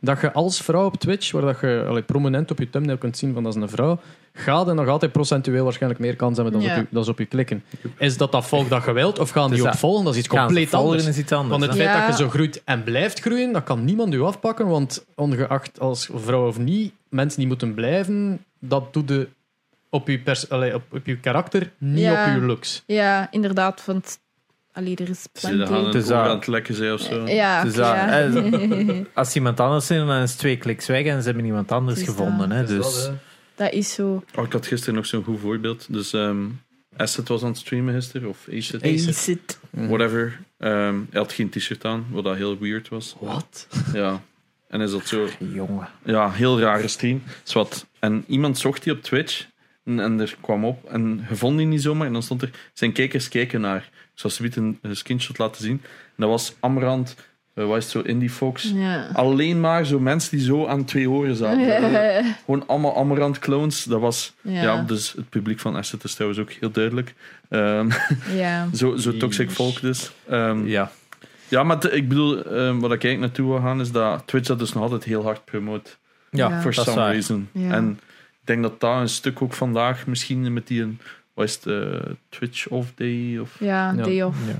S1: dat je als vrouw op Twitch, waar dat je allee, prominent op je thumbnail kunt zien van dat is een vrouw, gaat en nog altijd procentueel waarschijnlijk meer kans hebben dan,
S4: Ja.
S1: op, je, dan ze op je klikken. Is dat dat volk dat je wilt of gaan
S2: Dus
S1: die
S2: dat-
S1: ontvolgen? Dat is iets
S2: Gaan ze
S1: compleet
S2: volgen
S1: anders.
S2: is iets anders.
S1: Van het
S2: hè?
S1: feit
S4: Ja.
S1: dat je zo groeit en blijft groeien, dat kan niemand u afpakken. Want ongeacht als vrouw of niet, mensen die moeten blijven, dat doet de, op, uw pers, allee, op, op uw karakter, niet
S4: Ja.
S1: op uw looks.
S4: ja, inderdaad, want allee, er is
S3: Ze gaan
S4: plenty.
S2: Dus
S3: het
S2: daar-
S3: aan het lekken zijn of zo.
S4: Ja,
S2: Dus dat-
S4: ja.
S2: en als iemand anders is, dan is het twee kliks weg en ze hebben iemand anders
S4: Het is
S2: gevonden. Hè? Dus
S4: dat is zo.
S3: Oh, ik had gisteren nog zo'n goed voorbeeld. Dus ehm, Asset was aan het streamen gisteren, of Acid,
S2: Acid.
S1: Mhm.
S3: whatever. Ehm, hij had geen t-shirt aan, wat dat heel weird was.
S1: Wat?
S3: Ja. En is dat zo...
S2: Jongen.
S3: Ja, heel rare stream. Zwat. En iemand zocht die op Twitch. En, en er kwam op. En je vond die niet zomaar. En dan stond er... Zijn kijkers kijken naar. Ik zal zoiets een, een screenshot laten zien. En dat was Amrand. eh, wat is het zo? Indie Fox.
S4: Ja.
S3: Alleen maar zo mensen die zo aan twee oren zaten. Eh,
S4: Ja.
S3: Gewoon allemaal Amarant-clones. Dat was... Ja.
S4: Ja.
S3: dus het publiek van Asset is trouwens ook heel duidelijk. Ehm, zo, zo toxic
S1: Jeez.
S3: volk dus. Ehm,
S2: Ja.
S3: ja, maar te- ik bedoel... ehm, wat ik eigenlijk naartoe wil gaan, is dat Twitch dat dus nog altijd heel hard promoot.
S2: Ja,
S4: Ja.
S3: For
S2: dat is
S3: some
S2: waar.
S3: reason.
S4: Ja.
S3: En ik denk dat daar een stuk ook vandaag misschien met die een, wat is het, eh, Twitch off day of
S4: Ja,
S1: Ja.
S4: day off.
S2: Ja.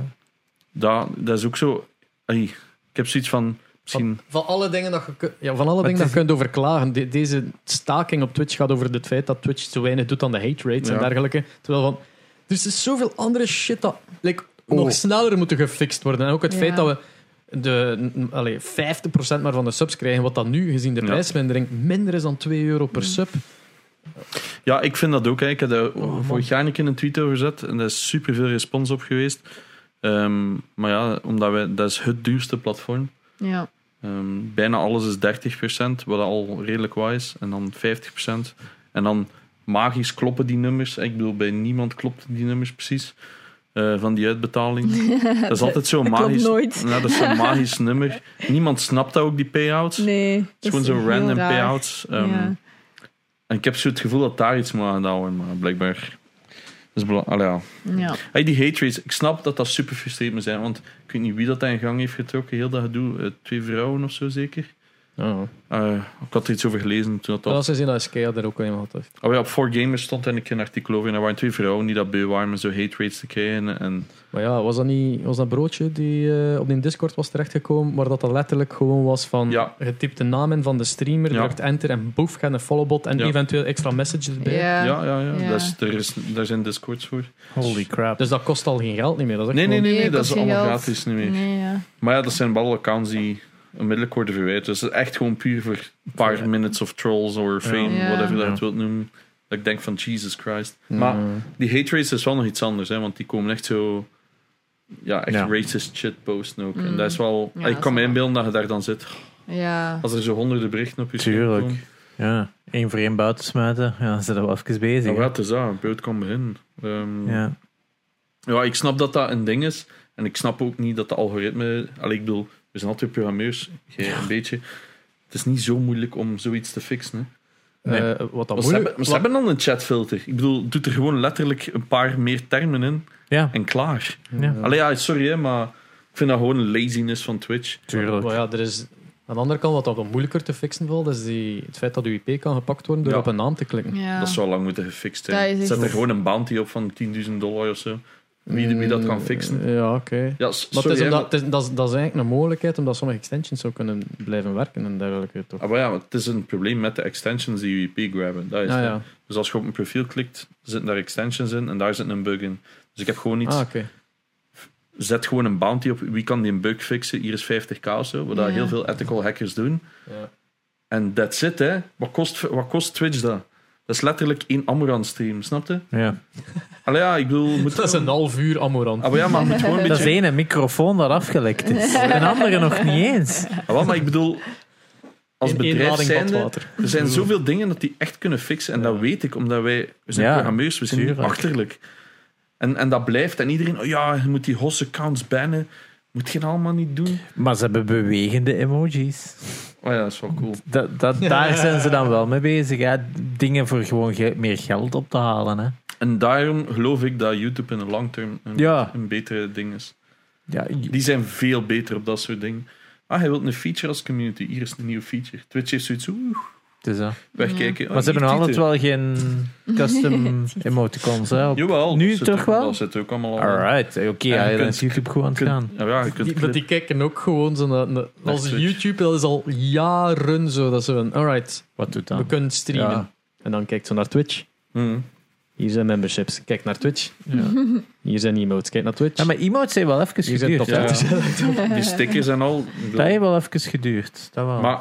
S3: daar, dat is ook zo. ai, ik heb zoiets van misschien.
S1: Van alle dingen dat je, kun- ja, van alle dingen
S2: het
S1: dat
S2: is-
S1: je kunt over klagen. De- deze staking op Twitch gaat over het feit dat Twitch zo weinig doet aan de hate rates
S3: Ja.
S1: en dergelijke. Terwijl van, Dus er is zoveel andere shit dat like,
S2: Oh.
S1: nog sneller moeten gefixt worden. En ook het
S4: Ja.
S1: feit dat we de, n- allee, 50% maar van de subs krijgen, wat dan nu gezien de
S3: Ja.
S1: prijsmindering minder is dan 2 euro per sub.
S3: Ja, ik vind dat ook. Hè. Ik heb daar
S1: Oh, man.
S3: vorig jaar een keer een tweet over gezet en daar is super veel respons op geweest. Ehm, maar ja, omdat wij, dat is het duurste platform.
S4: Ja.
S3: Ehm, bijna alles is 30%, wat al redelijk waar is. En dan 50%. En dan magisch kloppen die nummers. Ik bedoel, bij niemand klopten die nummers precies. eh, van die uitbetaling. dat is altijd zo'n
S4: Dat klopt
S3: magisch,
S4: nooit.
S3: Ja, dat is zo'n magisch nummer. Niemand snapt dat ook, die payouts.
S4: Nee.
S3: het is gewoon
S4: zo
S3: zo'n random payouts. Ehm,
S4: Ja.
S3: En ik heb zo het gevoel dat daar iets moet aan gedaan wordt, maar blijkbaar. Dus ja.
S4: Ja.
S3: Hey, die hate rates, ik snap dat dat super frustrerend moet zijn, want ik weet niet wie dat in gang heeft getrokken, heel dat gedoe. Eh, twee vrouwen of zo zeker.
S1: Oh.
S3: Eh, ik had er iets over gelezen toen dat
S1: Dat
S3: dat...
S1: was eens in dat Skea er ook eenmaal had.
S3: Oh ja, op 4Gamers stond en ik een artikel over en er waren twee vrouwen die dat beu waren met zo hate rates te krijgen. En,
S1: Maar ja, was dat niet was dat broodje die eh, op die Discord was terechtgekomen, waar dat dat letterlijk gewoon was van
S3: Ja.
S1: je typt de naam in van de streamer,
S3: Ja.
S1: drukt enter en boef, gaat een followbot en
S3: Ja.
S1: eventueel extra messages bij.
S4: Ja.
S3: ja, ja, ja.
S4: Ja.
S3: Dat is, er is, daar zijn discords voor.
S2: Holy crap.
S1: Dus dat kost al geen geld niet meer. Dat is echt
S3: Nee, nee,
S1: gewoon-
S3: nee, nee,
S4: Nee,
S3: dat
S4: kost
S3: is
S4: geen
S3: allemaal
S4: geld.
S3: gratis niet meer.
S4: Nee, ja.
S3: Maar ja, dat zijn wel accounts die onmiddellijk worden verwijderd. Dus het is echt gewoon puur voor een paar
S1: Ja.
S3: minutes of trolls or fame,
S4: Ja.
S3: whatever dat je
S2: Ja.
S3: het wilt noemen. Dat ik denk van Jesus Christ.
S1: Mm.
S3: Maar Die hate rates is wel nog iets anders, hè, want die komen echt zo. Ja, echt
S2: Ja.
S3: racist shit posten ook. En
S4: Mm.
S3: dat is wel.
S4: Ja,
S3: ik
S4: dat
S3: kan
S4: is
S3: me
S4: wel-
S3: inbeelden dat je daar dan zit.
S4: Ja.
S3: Als er zo honderden berichten op je scherm
S2: Tuurlijk.
S3: komen.
S2: Ja. Eén voor één buiten smijten. Ja, dan zijn we wel even bezig.
S3: Nou,
S2: hè.
S3: ja, het is dat. Een beurt kan beginnen. Ehm, ja.
S2: Ja.
S3: ik snap dat dat een ding is. En ik snap ook niet dat de algoritme... Allee, ik bedoel, we zijn altijd programmeurs. Jij een beetje. Het is niet zo moeilijk om zoiets te fixen. Hè.
S1: Eh,
S2: Nee.
S1: wat dan
S3: Maar ze,
S1: moeilijk...
S3: hebben, maar ze hebben dan een chatfilter. Ik bedoel, doet er gewoon letterlijk een paar meer termen in.
S2: Ja,
S3: En klaar.
S2: ja.
S3: Allee, ja, sorry, hè, maar... Ik vind dat gewoon een laziness van Twitch.
S2: tuurlijk.
S1: Maar ja, er is... Aan de andere kant, wat dat wat moeilijker te fixen valt, is die, het feit dat uw IP kan gepakt worden door
S3: Ja.
S1: op een naam te klikken.
S4: Ja.
S3: Dat zou lang moeten gefixt zijn.
S4: Dat is echt-
S3: Zet er gewoon een bounty op van 10.000 dollar of zo. Wie, wie dat kan fixen.
S1: Eh, Ja, oké.
S3: Ja, s-
S1: Maar het
S3: sorry,
S1: is
S3: hè,
S1: omdat, het is- dat, is, dat is eigenlijk een mogelijkheid omdat sommige extensions zo kunnen blijven werken en dergelijke. Toch?
S3: Ah, maar ja, maar het is een probleem met de extensions die UIP grabben. Dat is
S1: Ah,
S3: het.
S1: ja.
S3: Dus als je op een profiel klikt, zitten daar extensions in en daar zit een bug in. Dus ik heb gewoon iets.
S1: Ah, oké.
S3: Zet gewoon een bounty op. Wie kan die een bug fixen? Hier is 50k of zo. Wat daar
S4: Ja.
S3: heel veel ethical hackers doen.
S1: Ja.
S3: En that's it, hè. Wat kost, wat kost Twitch dat? Dat is letterlijk één Amorant stream, snap je?
S2: Ja.
S3: Allee, ja, ik bedoel... Moet,
S1: Dat is een half uur amorant.
S3: Ah, maar ja, maar je moet gewoon een
S2: Dat
S3: beetje...
S2: is één microfoon dat afgelekt is. Een andere nog niet eens.
S3: Ah, wel, maar ik bedoel... Als
S1: In één lading
S3: bedrijf zijnde,
S1: badwater.
S3: Er zijn zoveel dingen dat die echt kunnen fixen. En dat
S1: Ja.
S3: weet ik, omdat wij... We zijn
S2: Ja,
S3: programmeurs, we zijn niet
S2: tuurlijk.
S3: achterlijk. En, en dat blijft. En iedereen... Oh ja, je moet die hosse accounts bannen. Moet je dat allemaal niet doen.
S2: Maar ze hebben bewegende emojis.
S3: Oh ja, dat is wel cool.
S2: Dat, dat, daar zijn ze dan wel mee bezig. Hè. Dingen voor gewoon ge- meer geld op te halen. Hè.
S3: En daarom geloof ik dat YouTube in de long term een,
S2: Ja.
S3: een betere ding is.
S2: Ja,
S3: Die zijn veel beter op dat soort dingen. Ah, hij wil een feature als community. Hier is een nieuwe feature. Twitch heeft zoiets... Oeh,
S2: dus, hè.
S3: wegkijken.
S2: Maar ze hebben nog altijd wel geen custom emoticons. Hè, op-
S3: Jawel.
S2: Nu
S3: dat zit
S2: toch
S3: ook-
S2: wel?
S3: Dat zit ook allemaal al in.
S2: Alright, oké,
S3: En
S2: ja,
S3: je
S2: dan
S3: kunt-
S2: is YouTube goed aan het
S3: Je kunt-
S2: gaan.
S3: ja, je kunt
S1: Die, maar die kijken ook gewoon zo naar, naar-
S3: Naar
S1: als
S3: Twitch.
S1: YouTube, dat is al jaren zo. Dat ze van, alright,
S2: Wat doet
S1: we
S2: dat?
S1: kunnen streamen.
S2: Ja.
S1: En dan kijkt ze naar Twitch.
S3: Mhm.
S1: Hier zijn memberships. Kijk naar Twitch.
S2: Ja.
S1: Hier zijn emotes. Kijk naar Twitch.
S2: ja, maar emotes zijn wel even
S1: Hier zijn
S2: geduurd. hè.
S3: Ja.
S1: top
S3: Die stickers en al. ik bedoel,
S2: Dat heeft wel even
S1: Ah.
S2: geduurd. Dat wel.
S3: Maar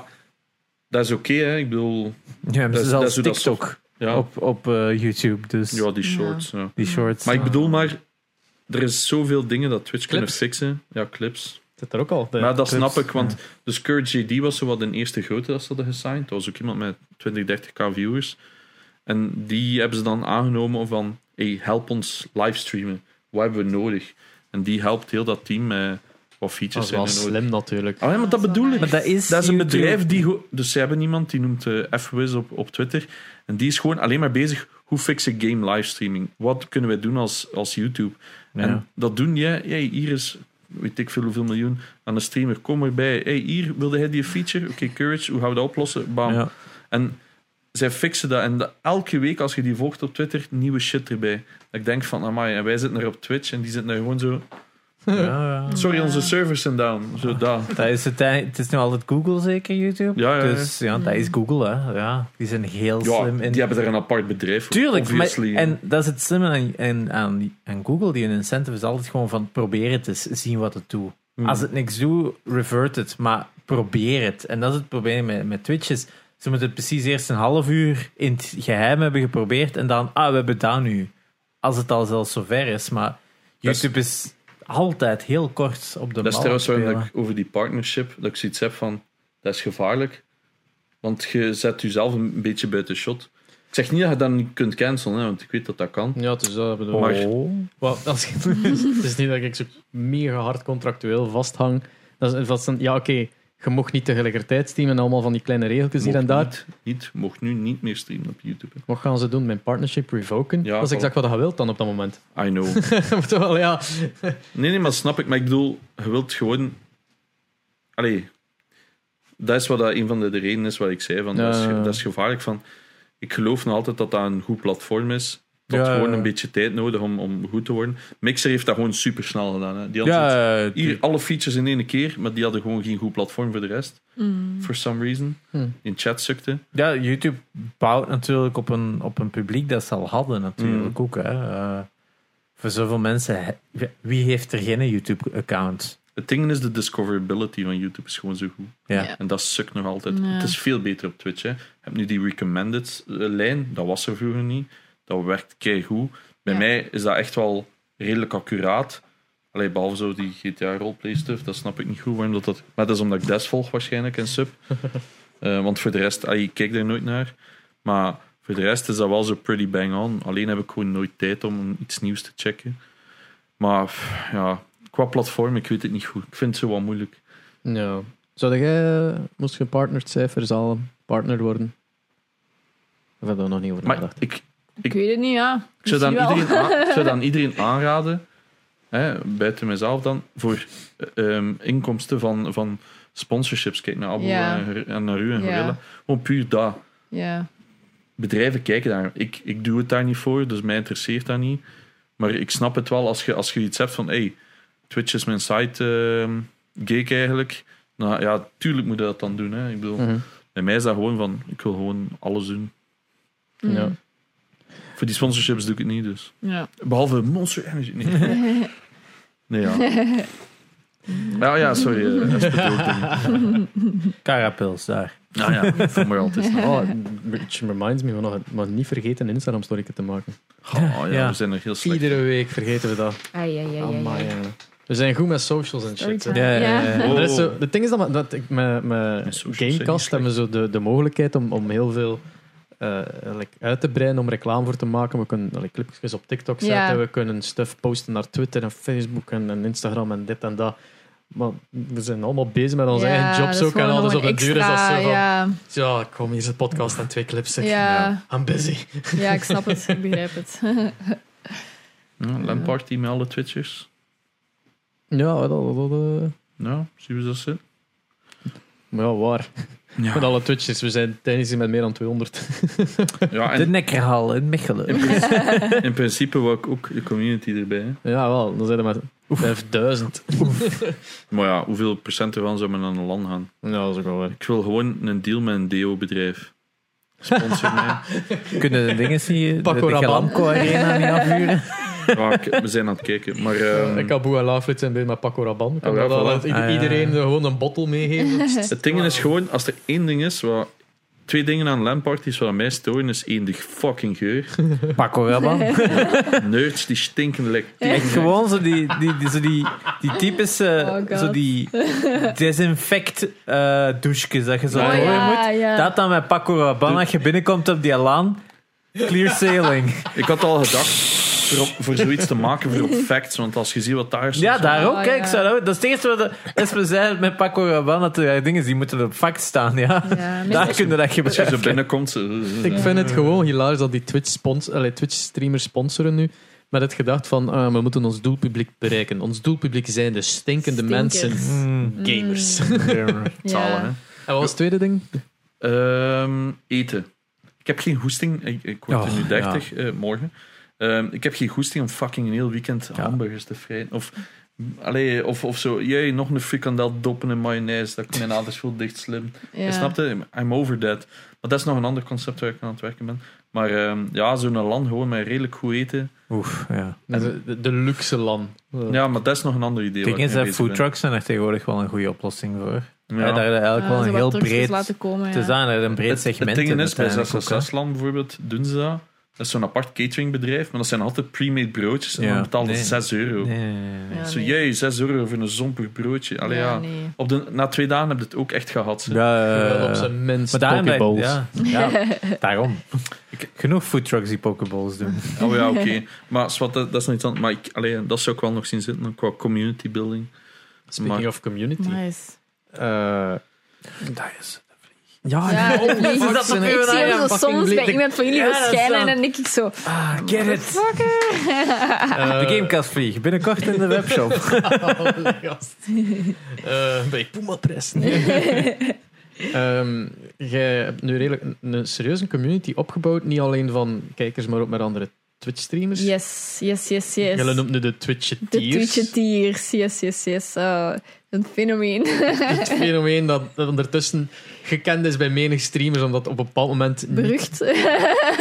S3: dat is oké, hè. Ik bedoel,
S2: ja, maar
S3: dat
S2: ze
S3: is-
S2: is al
S3: dat is hoe dat
S2: TikTok.
S3: Ja,
S2: op, op eh, YouTube. Dus
S3: ja die shorts. Ja.
S2: die shorts.
S3: Maar ik bedoel maar, er is zoveel dingen dat Twitch kunnen
S1: Clips.
S3: fixen. Ja, clips.
S1: zit er ook al. De-
S3: maar dat
S2: clips,
S3: snap ik, want dus Courage JD was zo wat een eerste grote dat ze hadden gesigned. Dat was ook iemand met 20, 30k viewers. En die hebben ze dan aangenomen van, hey, help ons livestreamen. Wat hebben we nodig? En die helpt heel dat team met wat
S1: dat
S3: features
S1: is wel
S3: zijn er nodig.
S1: slim natuurlijk.
S3: dus Ah, ja, maar dat
S4: Dat is wel
S3: bedoel ik.
S4: nice.
S2: Maar dat is,
S3: Dat is een
S2: YouTube.
S3: bedrijf die. go- Dus ze hebben iemand die noemt eh FWiz op, op Twitter. En die is gewoon alleen maar bezig. Hoe fix ik game livestreaming? Wat kunnen wij doen als, als YouTube?
S2: Ja.
S3: En dat doen jij. Hey, hier is, weet ik veel hoeveel miljoen aan de streamer. Kom erbij. Hey, hier wilde hij die feature. Oké, Courage, hoe gaan we dat oplossen? Bam.
S2: Ja.
S3: En zij fixen dat. En dat- elke week als je die volgt op Twitter, nieuwe shit erbij. Dat ik denk van, amai, en wij zitten er op Twitch en die zitten er gewoon zo...
S2: Ja, ja.
S3: Sorry,
S4: Ja.
S3: onze servers zijn down. Zo, dat.
S2: Dat is het, ei- het is nu altijd Google zeker, YouTube.
S3: Ja, ja, ja.
S2: Dus ja, dat is Google, hè. Ja, die zijn heel
S3: Ja,
S2: slim in...
S3: die hebben er een apart bedrijf voor.
S2: Tuurlijk, maar,
S3: obviously.
S2: en dat is het slimme aan, aan, aan, aan Google. Die hun incentive is altijd gewoon van probeer het eens, zien wat het doet.
S3: Hmm.
S2: Als het niks doet, revert het, maar probeer het. En dat is het probleem met, met Twitch is, ze moeten het precies eerst een half uur in het geheim hebben geprobeerd en dan, ah, we hebben dat nu. Als het al zelfs zover is, maar
S3: Dat is-
S2: YouTube is altijd heel kort op de
S3: dat is
S2: bal
S3: trouwens waarom
S2: spelen.
S3: dat ik over die partnership, dat ik zoiets heb van, dat is gevaarlijk. Want je zet jezelf een beetje buiten shot. Ik zeg niet dat je dat niet kunt cancelen, hè, want ik weet dat dat kan.
S1: Ja, dus dat bedoel ik.
S3: Maar-
S2: Oh.
S1: Wel, als, het is niet dat ik zo mega hard contractueel vasthang. Dat is, dat is een- ja, oké, je mocht niet tegelijkertijd streamen en allemaal van die kleine regeltjes hier
S3: Mocht
S1: en daar.
S3: Niet, niet, mocht nu niet meer streamen op YouTube.
S1: Wat gaan ze doen? Mijn partnership revoken?
S3: Ja,
S1: dat is
S3: voilà.
S1: exact wat je wilt dan op dat moment.
S3: hè. I know.
S1: Maar toch wel, ja.
S3: Nee, nee, maar dat snap ik. Maar ik bedoel, je wilt gewoon... Allee, dat is wat dat, een van de, de redenen is wat ik zei. Van, dat, is,
S1: Ja.
S3: dat is gevaarlijk. Van, ik geloof nog altijd dat dat een goed platform is. Dat
S2: Ja,
S3: gewoon
S2: ja.
S3: een beetje tijd nodig om, om goed te worden. Mixer heeft dat gewoon super snel gedaan. Hè. Die had zoiets-
S2: Ja, eh,
S3: hier alle features in één keer, maar die hadden gewoon geen goed platform voor de rest.
S4: Mm.
S3: For some reason.
S2: Hm.
S1: Hmm.
S3: In chat sukte.
S2: Ja, YouTube bouwt natuurlijk op een, op een publiek dat ze al hadden, natuurlijk
S4: Mm.
S2: ook. Hè. Eh, voor zoveel mensen, he- wie heeft er geen YouTube-account?
S3: Het ding is, de discoverability van YouTube is gewoon zo goed.
S2: Ja.
S4: Ja.
S3: En dat sukt nog altijd.
S4: Ja.
S3: Het is veel beter op Twitch. Hè. Je hebt nu die recommended-lijn. Dat was er vroeger niet. Dat werkt keigoed. Bij
S4: Ja.
S3: mij is dat echt wel redelijk accuraat. Allee, behalve zo die GTA roleplay stuff. Dat snap ik niet goed waarom dat... dat... Maar dat is omdat ik Des volg waarschijnlijk en sub. Eh, want voor de rest... allee, ik kijk daar nooit naar. Maar voor de rest is dat wel zo pretty bang on. Alleen heb ik gewoon nooit tijd om iets nieuws te checken. Maar pff, ja... Qua platform, ik weet het niet goed. Ik vind het zo wat moeilijk.
S1: ja. Zou jij, eh, moest je partnered zijn, verzalen, partner worden? Of hebben we daar nog niet over
S3: Maar
S1: nagedacht?
S3: ik,
S4: Ik weet het niet, ja.
S3: Ik zou, dan
S4: Misschien wel.
S3: iedereen aan- ik zou dan iedereen aanraden, hè, buiten mezelf dan, voor eh, ehm, inkomsten van, van sponsorships. Kijk naar Abu
S4: Ja.
S3: en Gor- en naar u en
S4: Ja.
S3: Gorilla. Gewoon puur dat.
S4: Ja.
S3: Bedrijven kijken daar. Ik, ik doe het daar niet voor, dus mij interesseert dat niet. Maar ik snap het wel als je, als je iets hebt van: hey, Twitch is mijn site, ehm geek eigenlijk. Nou ja, tuurlijk moet je dat dan doen. Hè. Ik bedoel,
S1: Mhm.
S3: bij mij is dat gewoon van: ik wil gewoon alles doen.
S4: Mm.
S1: Ja.
S3: Voor die sponsorships doe ik het niet, dus.
S4: Ja.
S3: Behalve Monster Energy. Nee, nee ja. Nou ja, sorry. eh, dat is bedoeld.
S2: Carapils daar.
S3: nou ja, voor mij altijd.
S1: Oh, it reminds me van nog, maar niet vergeten een Instagram-story te maken.
S3: Oh, ja,
S2: Ja.
S3: we zijn er heel slecht.
S1: Iedere week vergeten we dat.
S4: Ai, ai, ai, ai,
S1: Amai,
S4: ai.
S1: ja. We zijn goed met socials en shit. hè.
S4: Storytime. Ja.
S1: Maar
S3: Oh.
S1: er is zo, het ding is dat, dat ik met,
S3: Met
S1: met
S3: socials zijn niet slecht.
S1: Gamecast hebben we zo de, de mogelijkheid om, om heel veel eh, like, uit te breiden, om reclame voor te maken. We kunnen like, clipjes op TikTok zetten,
S4: Ja.
S1: we kunnen stuff posten naar Twitter en Facebook en, en Instagram en dit en dat. Maar we zijn allemaal bezig met onze
S4: Ja,
S1: eigen
S4: dat
S1: jobs
S4: is
S1: ook en
S4: gewoon
S1: alles
S4: nog
S1: op de
S4: een
S1: duur is dat
S4: extra,
S1: zo van... Ja,
S4: Ja,
S1: kom, hier is een podcast en twee clips. zeg.
S4: ja,
S1: I'm busy.
S4: ja, ik snap het. Ik begrijp het. Oh
S3: Ja, Nou, Lampard die met alle Twitchers.
S1: Ja, dat, dat, dat, eh,
S3: Nou, zien we dat zin?
S1: maar ja, waar.
S3: Ja.
S1: Met alle Twitches, we zijn tijdens met meer dan 200.
S3: Ja,
S2: De
S3: en
S2: Nekkerhal in Mechelen.
S3: in, principe, in principe wou ik ook de community erbij. hè.
S1: Ja, wel, dan zijn er maar 5000.
S3: Maar ja, hoeveel procent ervan zou men aan een land gaan?
S1: Ja, dat is ook wel waar.
S3: Ik wil gewoon een deal met een DO-bedrijf. Sponsor mij.
S2: Kunnen de dingen zien? De, de
S1: Paco Rabanne.
S2: Galamco Arena niet afhuren?
S3: Ja, ik- we zijn aan het kijken. Maar ehm,
S1: Ik Abu en Lafrit zijn bij met Paco Rabanne.
S3: Ah, ja,
S1: dat,
S3: voilà.
S1: dat ieder-
S2: Ah, ja.
S1: iedereen gewoon een bottle meegeven.
S3: Het ding is gewoon, als er één ding is wat twee dingen aan Lampard die zo aan mij storen is één de fucking geur.
S2: Paco Rabanne.
S3: Nerds die stinken lekker.
S2: Echt gewoon zo die, die, die, zo die, die typische,
S4: Oh God.
S2: zo die desinfect eh douches dat je zo
S3: Oh
S2: door
S4: ja,
S2: moet.
S4: ja.
S2: Dat dan met Paco Rabanne, als je binnenkomt op die laan. Clear sailing.
S3: Ik had al gedacht voor, op- voor zoiets te maken voor op facts, want als je ziet wat daar
S2: Ja, daar ook.
S4: Oh,
S2: Kijk,
S4: ja.
S2: zo, dat is het eerste wat de- als we zeiden met Paco Rabanne, dat er eh, dingen die moeten op vak staan. Ja.
S4: Ja,
S2: Daar kunnen dat
S3: Als je zo
S2: gebruiken.
S3: binnenkomt. ze- ze-
S1: Ik vind het gewoon hilarisch dat die Twitch, spons- allee, Twitch streamers sponsoren nu. Met het gedacht van, ah, we moeten ons doelpubliek bereiken. Ons doelpubliek zijn de stinkende
S4: Stinkers.
S1: mensen,
S2: Mm.
S1: gamers.
S3: Zalen, hè.
S1: En wat was het tweede ding?
S3: Ehm, eten. Ik heb geen hoesting. Ik, ik word er
S2: Oh,
S3: nu 30 eh, morgen. Ehm, ik heb geen hoesting om fucking een heel weekend
S2: Ja.
S3: hamburgers te vreten. Of, mm, allee, of, of zo. Jij nog een frikandel doppen in mayonaise. Dat ik mijn aders voel dicht slim.
S4: Ja.
S3: Je snapt het? I'm over that. Maar dat is nog een ander concept waar ik aan het werken ben. Maar ehm, ja, zo'n land gewoon met redelijk goed eten.
S2: Oef, ja.
S1: De, de- de luxe lan.
S3: Ja, maar dat is nog een ander idee.
S2: Ik
S3: waar ik
S2: denk
S3: mee
S2: dat
S3: bezig
S2: food
S3: ben.
S2: trucks zijn er tegenwoordig wel een goede oplossing voor.
S3: Ja.
S2: Ja. Daar hebben we eigenlijk
S4: Ah,
S2: wel
S4: zo
S2: een
S4: wat
S2: heel
S4: terugjes
S2: breed
S4: laten komen,
S2: te
S4: ja.
S2: zijn. Een breed
S3: Het-
S2: segment.
S3: Het ding
S2: in
S3: is, bij
S2: uiteindelijk ook, hè.
S3: 666 land bijvoorbeeld doen ze dat. Dat is zo'n apart cateringbedrijf, maar dat zijn altijd pre-made broodjes. En
S2: Ja.
S3: dan betaal je
S2: Nee.
S3: 6 euro.
S2: Nee, nee, nee, nee.
S4: Ja,
S3: Zo,
S4: nee.
S3: jee, 6 euro voor een zompig broodje. Allee, ja.
S4: Ja, nee.
S3: Op de, na twee dagen heb je het ook echt gehad. ze.
S2: Ja, eh,
S1: Wel op zijn minst
S2: maar daarom,
S1: pokeballs.
S2: ja, ja, daarom. Genoeg foodtrucks die pokeballs doen.
S3: Oh ja, oké. Maar zwart, dat, dat is nog iets anders. Maar ik, allee, dat zou ik wel nog zien zitten qua community building.
S1: Speaking
S3: Maar-
S1: of community.
S4: Nice.
S1: Eh,
S2: Ah, Ja,
S4: Ja, de vlieg.
S2: is dat
S1: Ik
S2: toch
S1: zie
S4: Ik
S2: weer
S4: zie
S2: een
S4: hem zo
S2: fucking
S4: soms bij
S2: blik-
S4: iemand van jullie
S2: Ja, dat is
S4: verschijnen
S2: dan-
S4: en denk ik zo...
S2: Ah, get it. De ah.
S1: eh,
S2: Gamecast vlieg. Binnenkort in de webshop.
S1: Gast. Eh, bij Puma Press. Ehm, jij hebt nu redelijk een, een serieuze community opgebouwd. Niet alleen van kijkers, maar ook met andere Twitch-streamers.
S4: Yes, yes, yes, yes.
S1: Jullie noemen de twitch
S4: de Twitch-tiers, yes, yes, yes. Eh, een fenomeen.
S1: Het fenomeen dat, dat ondertussen gekend is bij menig streamers, omdat op een bepaald moment... niet-
S4: Berucht.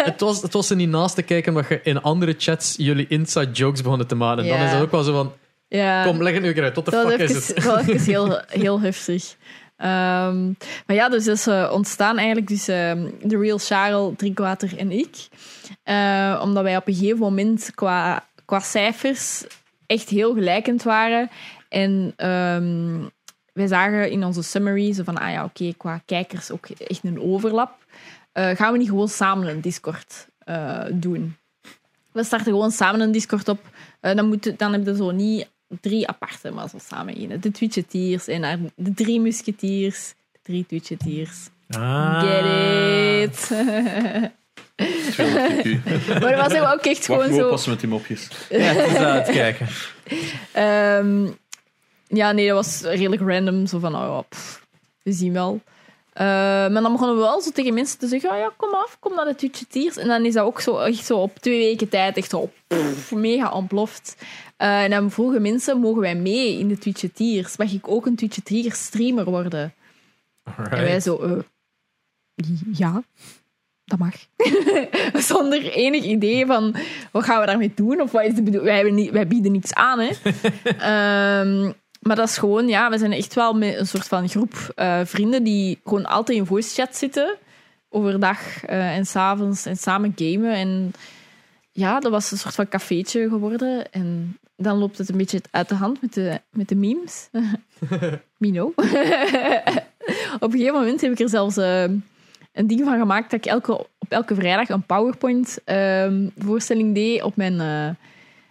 S1: het, was, het was er niet naast te kijken, maar je in andere chats jullie inside jokes begonnen te maken. En dan
S4: Ja.
S1: is dat ook wel zo van,
S4: ja.
S1: kom, leg het nu een keer uit. Wat de
S4: dat
S1: fuck
S4: was
S1: is
S4: even-
S1: het?
S4: wel even heel, heel heftig. Ehm, maar ja, dus dat is eh, ontstaan eigenlijk dus, ehm, de Real Charles, Drinkwater en ik. Eh, omdat wij op een gegeven moment qua, qua cijfers echt heel gelijkend waren. En ehm, wij zagen in onze summary zo van, ah ja, oké, qua kijkers ook echt een overlap. Eh, gaan we niet gewoon samen een Discord eh, doen? We starten gewoon samen een Discord op. Eh, dan, moet, je- dan heb je zo niet drie aparte, maar zo samen één. De Twitchetiers en haar- de drie musketiers. De drie Twitchetiers.
S2: Ah.
S4: Get it!
S3: 200 IQ.
S4: maar dat was ook echt
S3: Wacht,
S4: gewoon
S3: we
S4: zo...
S3: passen met die mopjes.
S2: Ja, het is aan het kijken.
S4: Ehm, ja, nee, dat was redelijk random. Zo van, oh ja, pff, we zien wel. Eh, maar dan begonnen we wel zo tegen mensen te zeggen, oh ja, kom af, kom naar de Twitchetiers. En dan is dat ook zo, echt zo op twee weken tijd echt zo pff, mega ontploft. Eh, en dan vroegen mensen, mogen wij mee in de Twitchetiers? Mag ik ook een Twitchetier streamer worden? En wij
S2: Alright.
S4: zo, eh, ja, dat mag. Zonder enig idee van, wat gaan we daarmee doen? Of wat is de bedoeling? Wij, hebben niet, wij bieden niets aan, hè. Ehm, maar dat is gewoon, ja, we zijn echt wel met een soort van groep eh, vrienden die gewoon altijd in voice chat zitten. Overdag eh, en s'avonds en samen gamen. En ja, dat was een soort van cafeetje geworden. En dan loopt het een beetje uit de hand met de, met de memes. Mino. op een gegeven moment heb ik er zelfs eh, een ding van gemaakt dat ik elke, op elke vrijdag een PowerPoint-voorstelling deed op mijn, eh,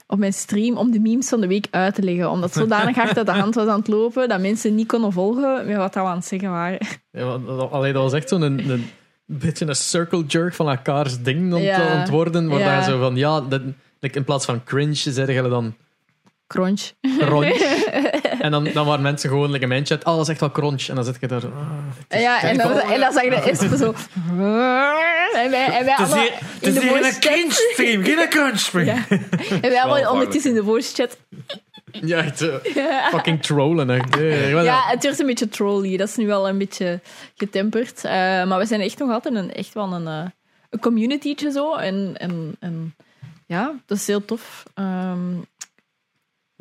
S4: op mijn stream om de memes van de week uit te leggen. Omdat het zodanig hard uit de hand was aan het lopen dat mensen niet konden volgen met wat dat we aan het zeggen waren.
S1: Ja, want dat- Allee, dat was echt zo'n een, een beetje een circle jerk van elkaars ding ont,
S4: Ja.
S1: aan het worden. Waar
S4: Ja.
S1: dan zo van, ja, dat, like, in plaats van cringe zeiden jullie dan
S4: Crunch.
S1: crunch. en dan, dan waren mensen gewoon like, in mijn chat, oh, dat is echt wel crunch. En dan zit je daar... "Ah."
S4: Eh, Ja, en dan, en dan zag je de espen zo... En wij, en wij allemaal in de voice chat...
S2: stream, geen crunch stream.
S4: Ja. En wij allemaal
S3: gevaarlijk,
S4: ondertussen in de voice chat...
S1: Ja, echt zo fucking trollen. Echt. Ja, ja, ja.
S4: Ja, het werd een beetje trolly. Dat is nu wel een beetje getemperd. Eh, maar we zijn echt nog altijd een, echt wel een, eh, een communitytje zo. En, en, en ja, dat is heel tof. Ehm,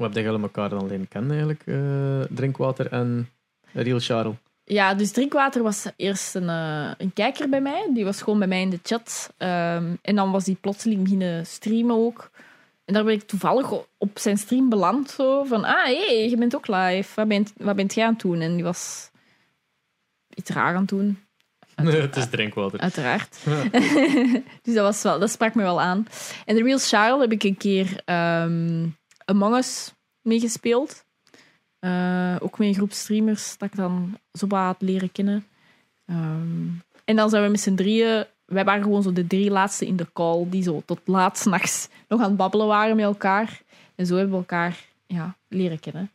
S1: Hoe hebben jullie elkaar dan leren kennen eigenlijk? eh, drinkwater en Real Charles.
S4: Ja, dus Drinkwater was eerst een, eh, een kijker bij mij. Die was gewoon bij mij in de chat. Ehm, en dan was hij plotseling beginnen streamen ook. En daar ben ik toevallig o- op zijn stream beland. Zo, van, ah, hé, hey, je bent ook live. Wat bent, wat bent jij aan het doen? En die was iets raar aan het doen.
S1: het is drinkwater.
S4: Uiteraard. dus dat, was wel, dat sprak me wel aan. En The Real Charles heb ik een keer ehm Among Us meegespeeld. Eh, ook met een groep streamers dat ik dan zo wat had leren kennen. Ehm, en dan zijn we met z'n drieën... Wij waren gewoon zo de drie laatste in de call die zo tot laat s'nachts nog aan het babbelen waren met elkaar. En zo hebben we elkaar ja, leren kennen.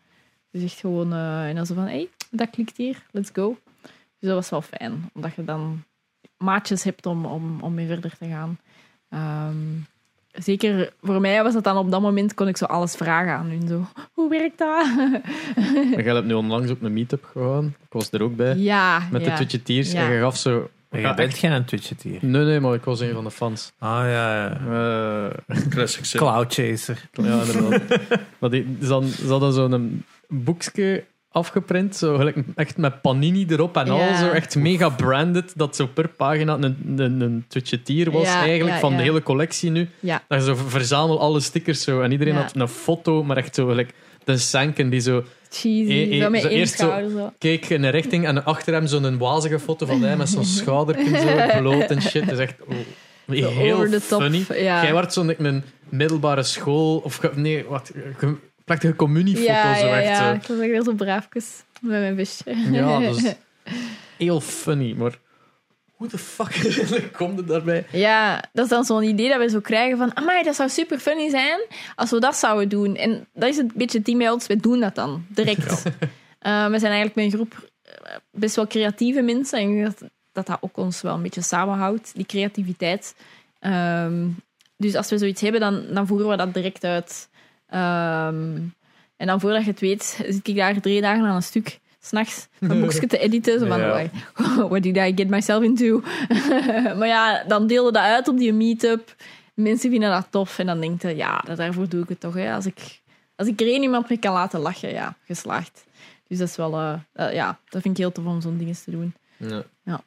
S4: Dus echt gewoon... eh, en dan zo van, hey, dat klikt hier, let's go. Dus dat was wel fijn, omdat je dan maatjes hebt om, om, om mee verder te gaan. Ehm, zeker voor mij was dat dan op dat moment, kon ik zo alles vragen aan hun. Zo, hoe werkt dat?
S1: Maar jij hebt nu onlangs op een meetup gegaan. Ik was er ook bij.
S4: ja,
S1: Met
S4: ja.
S1: de Twitcheteers.
S4: Ja.
S1: En je gaf zo...
S2: Maar
S1: Ja,
S2: je bent
S1: echt.
S2: geen Twitch hier.
S1: Nee, nee, maar ik was een van de fans.
S2: Ah ja, ja.
S1: Eh,
S3: Classic set.
S2: Cloud Chaser.
S1: ja, inderdaad. maar die, ze, hadden, ze hadden zo'n boekje afgeprint, zo gelijk echt met panini erop en
S4: Ja.
S1: al, zo echt mega branded, dat zo per pagina een, een, een Twitchetier was
S4: Ja,
S1: eigenlijk,
S4: ja,
S1: van
S4: ja.
S1: de hele collectie nu.
S4: Ja.
S1: Dat je zo verzamel alle stickers zo, en iedereen
S4: Ja.
S1: had een foto, maar echt zo gelijk de Sanken die zo
S4: Cheesy,
S1: Eh, eh,
S4: wel met
S1: zo
S4: één
S1: eerst zo-
S4: schouder. Zo.
S1: keek in een richting en achter hem zo'n wazige foto van hem met zo'n schoudertje zo bloot en shit. Dat is echt oh,
S4: Zo
S1: heel
S4: over de top,
S1: funny.
S4: ja.
S1: Jij wordt zo'n mijn middelbare school of ge- nee, wat ge- prachtige communiefoto
S4: Ja,
S1: zo
S4: ja,
S1: echt
S4: ja.
S1: zo.
S4: Ik was echt heel zo braafjes met mijn busje.
S1: Ja, dus dat is heel funny, maar hoe de fuck komt het daarbij?
S4: Ja, dat is dan zo'n idee dat we zo krijgen van... Amai, dat zou super funny zijn als we dat zouden doen. En dat is een beetje het team bij ons. We doen dat dan, direct. Eh, we zijn eigenlijk met een groep eh, best wel creatieve mensen. En ik denk dat, dat dat ook ons wel een beetje samenhoudt, die creativiteit. Ehm, dus als we zoiets hebben, dan, dan voeren we dat direct uit. Ehm, en dan voordat je het weet, zit ik daar drie dagen aan een stuk... S'nachts een boekje te editen. Zo van,
S2: Ja.
S4: "Why- what did I get myself into? maar ja, dan deelde dat uit op die meetup. Mensen vinden dat tof en dan denkt je, ja, dat- daarvoor doe ik het toch. Hè. Als, ik, als ik er één iemand mee kan laten lachen, ja, geslaagd. Dus dat is wel, eh, eh, ja, dat vind ik heel tof om zo'n dingen te doen.
S1: Ja.
S4: Ja.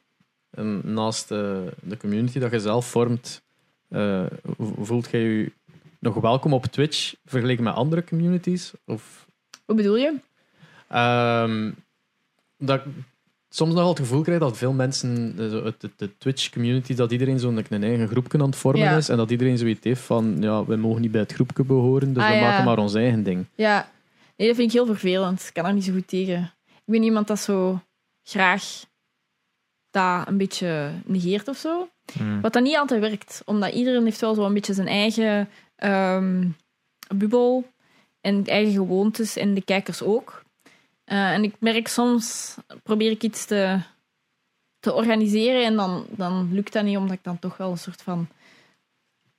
S1: En naast eh, de community dat je zelf vormt, eh, vo- voelt jij je nog welkom op Twitch vergeleken met andere communities? Of
S4: Wat bedoel je?
S1: Ehm, dat ik soms nogal het gevoel krijg dat veel mensen, eh, zo uit de, de Twitch-community, dat iedereen zo'n een eigen groepje aan het vormen
S4: Ja.
S1: is. En dat iedereen zoiets heeft van, ja, we mogen niet bij het groepje behoren, dus
S4: Ah,
S1: we
S4: ja.
S1: maken maar ons eigen ding.
S4: Ja, nee, dat vind ik heel vervelend. Ik kan daar niet zo goed tegen. Ik ben iemand dat zo graag dat een beetje negeert of zo.
S2: Hmm.
S4: Wat dan niet altijd werkt, omdat iedereen heeft wel zo'n beetje zijn eigen ehm, bubbel en eigen gewoontes en de kijkers ook. Eh, en ik merk soms, probeer ik iets te, te organiseren en dan, dan lukt dat niet, omdat ik dan toch wel een soort van...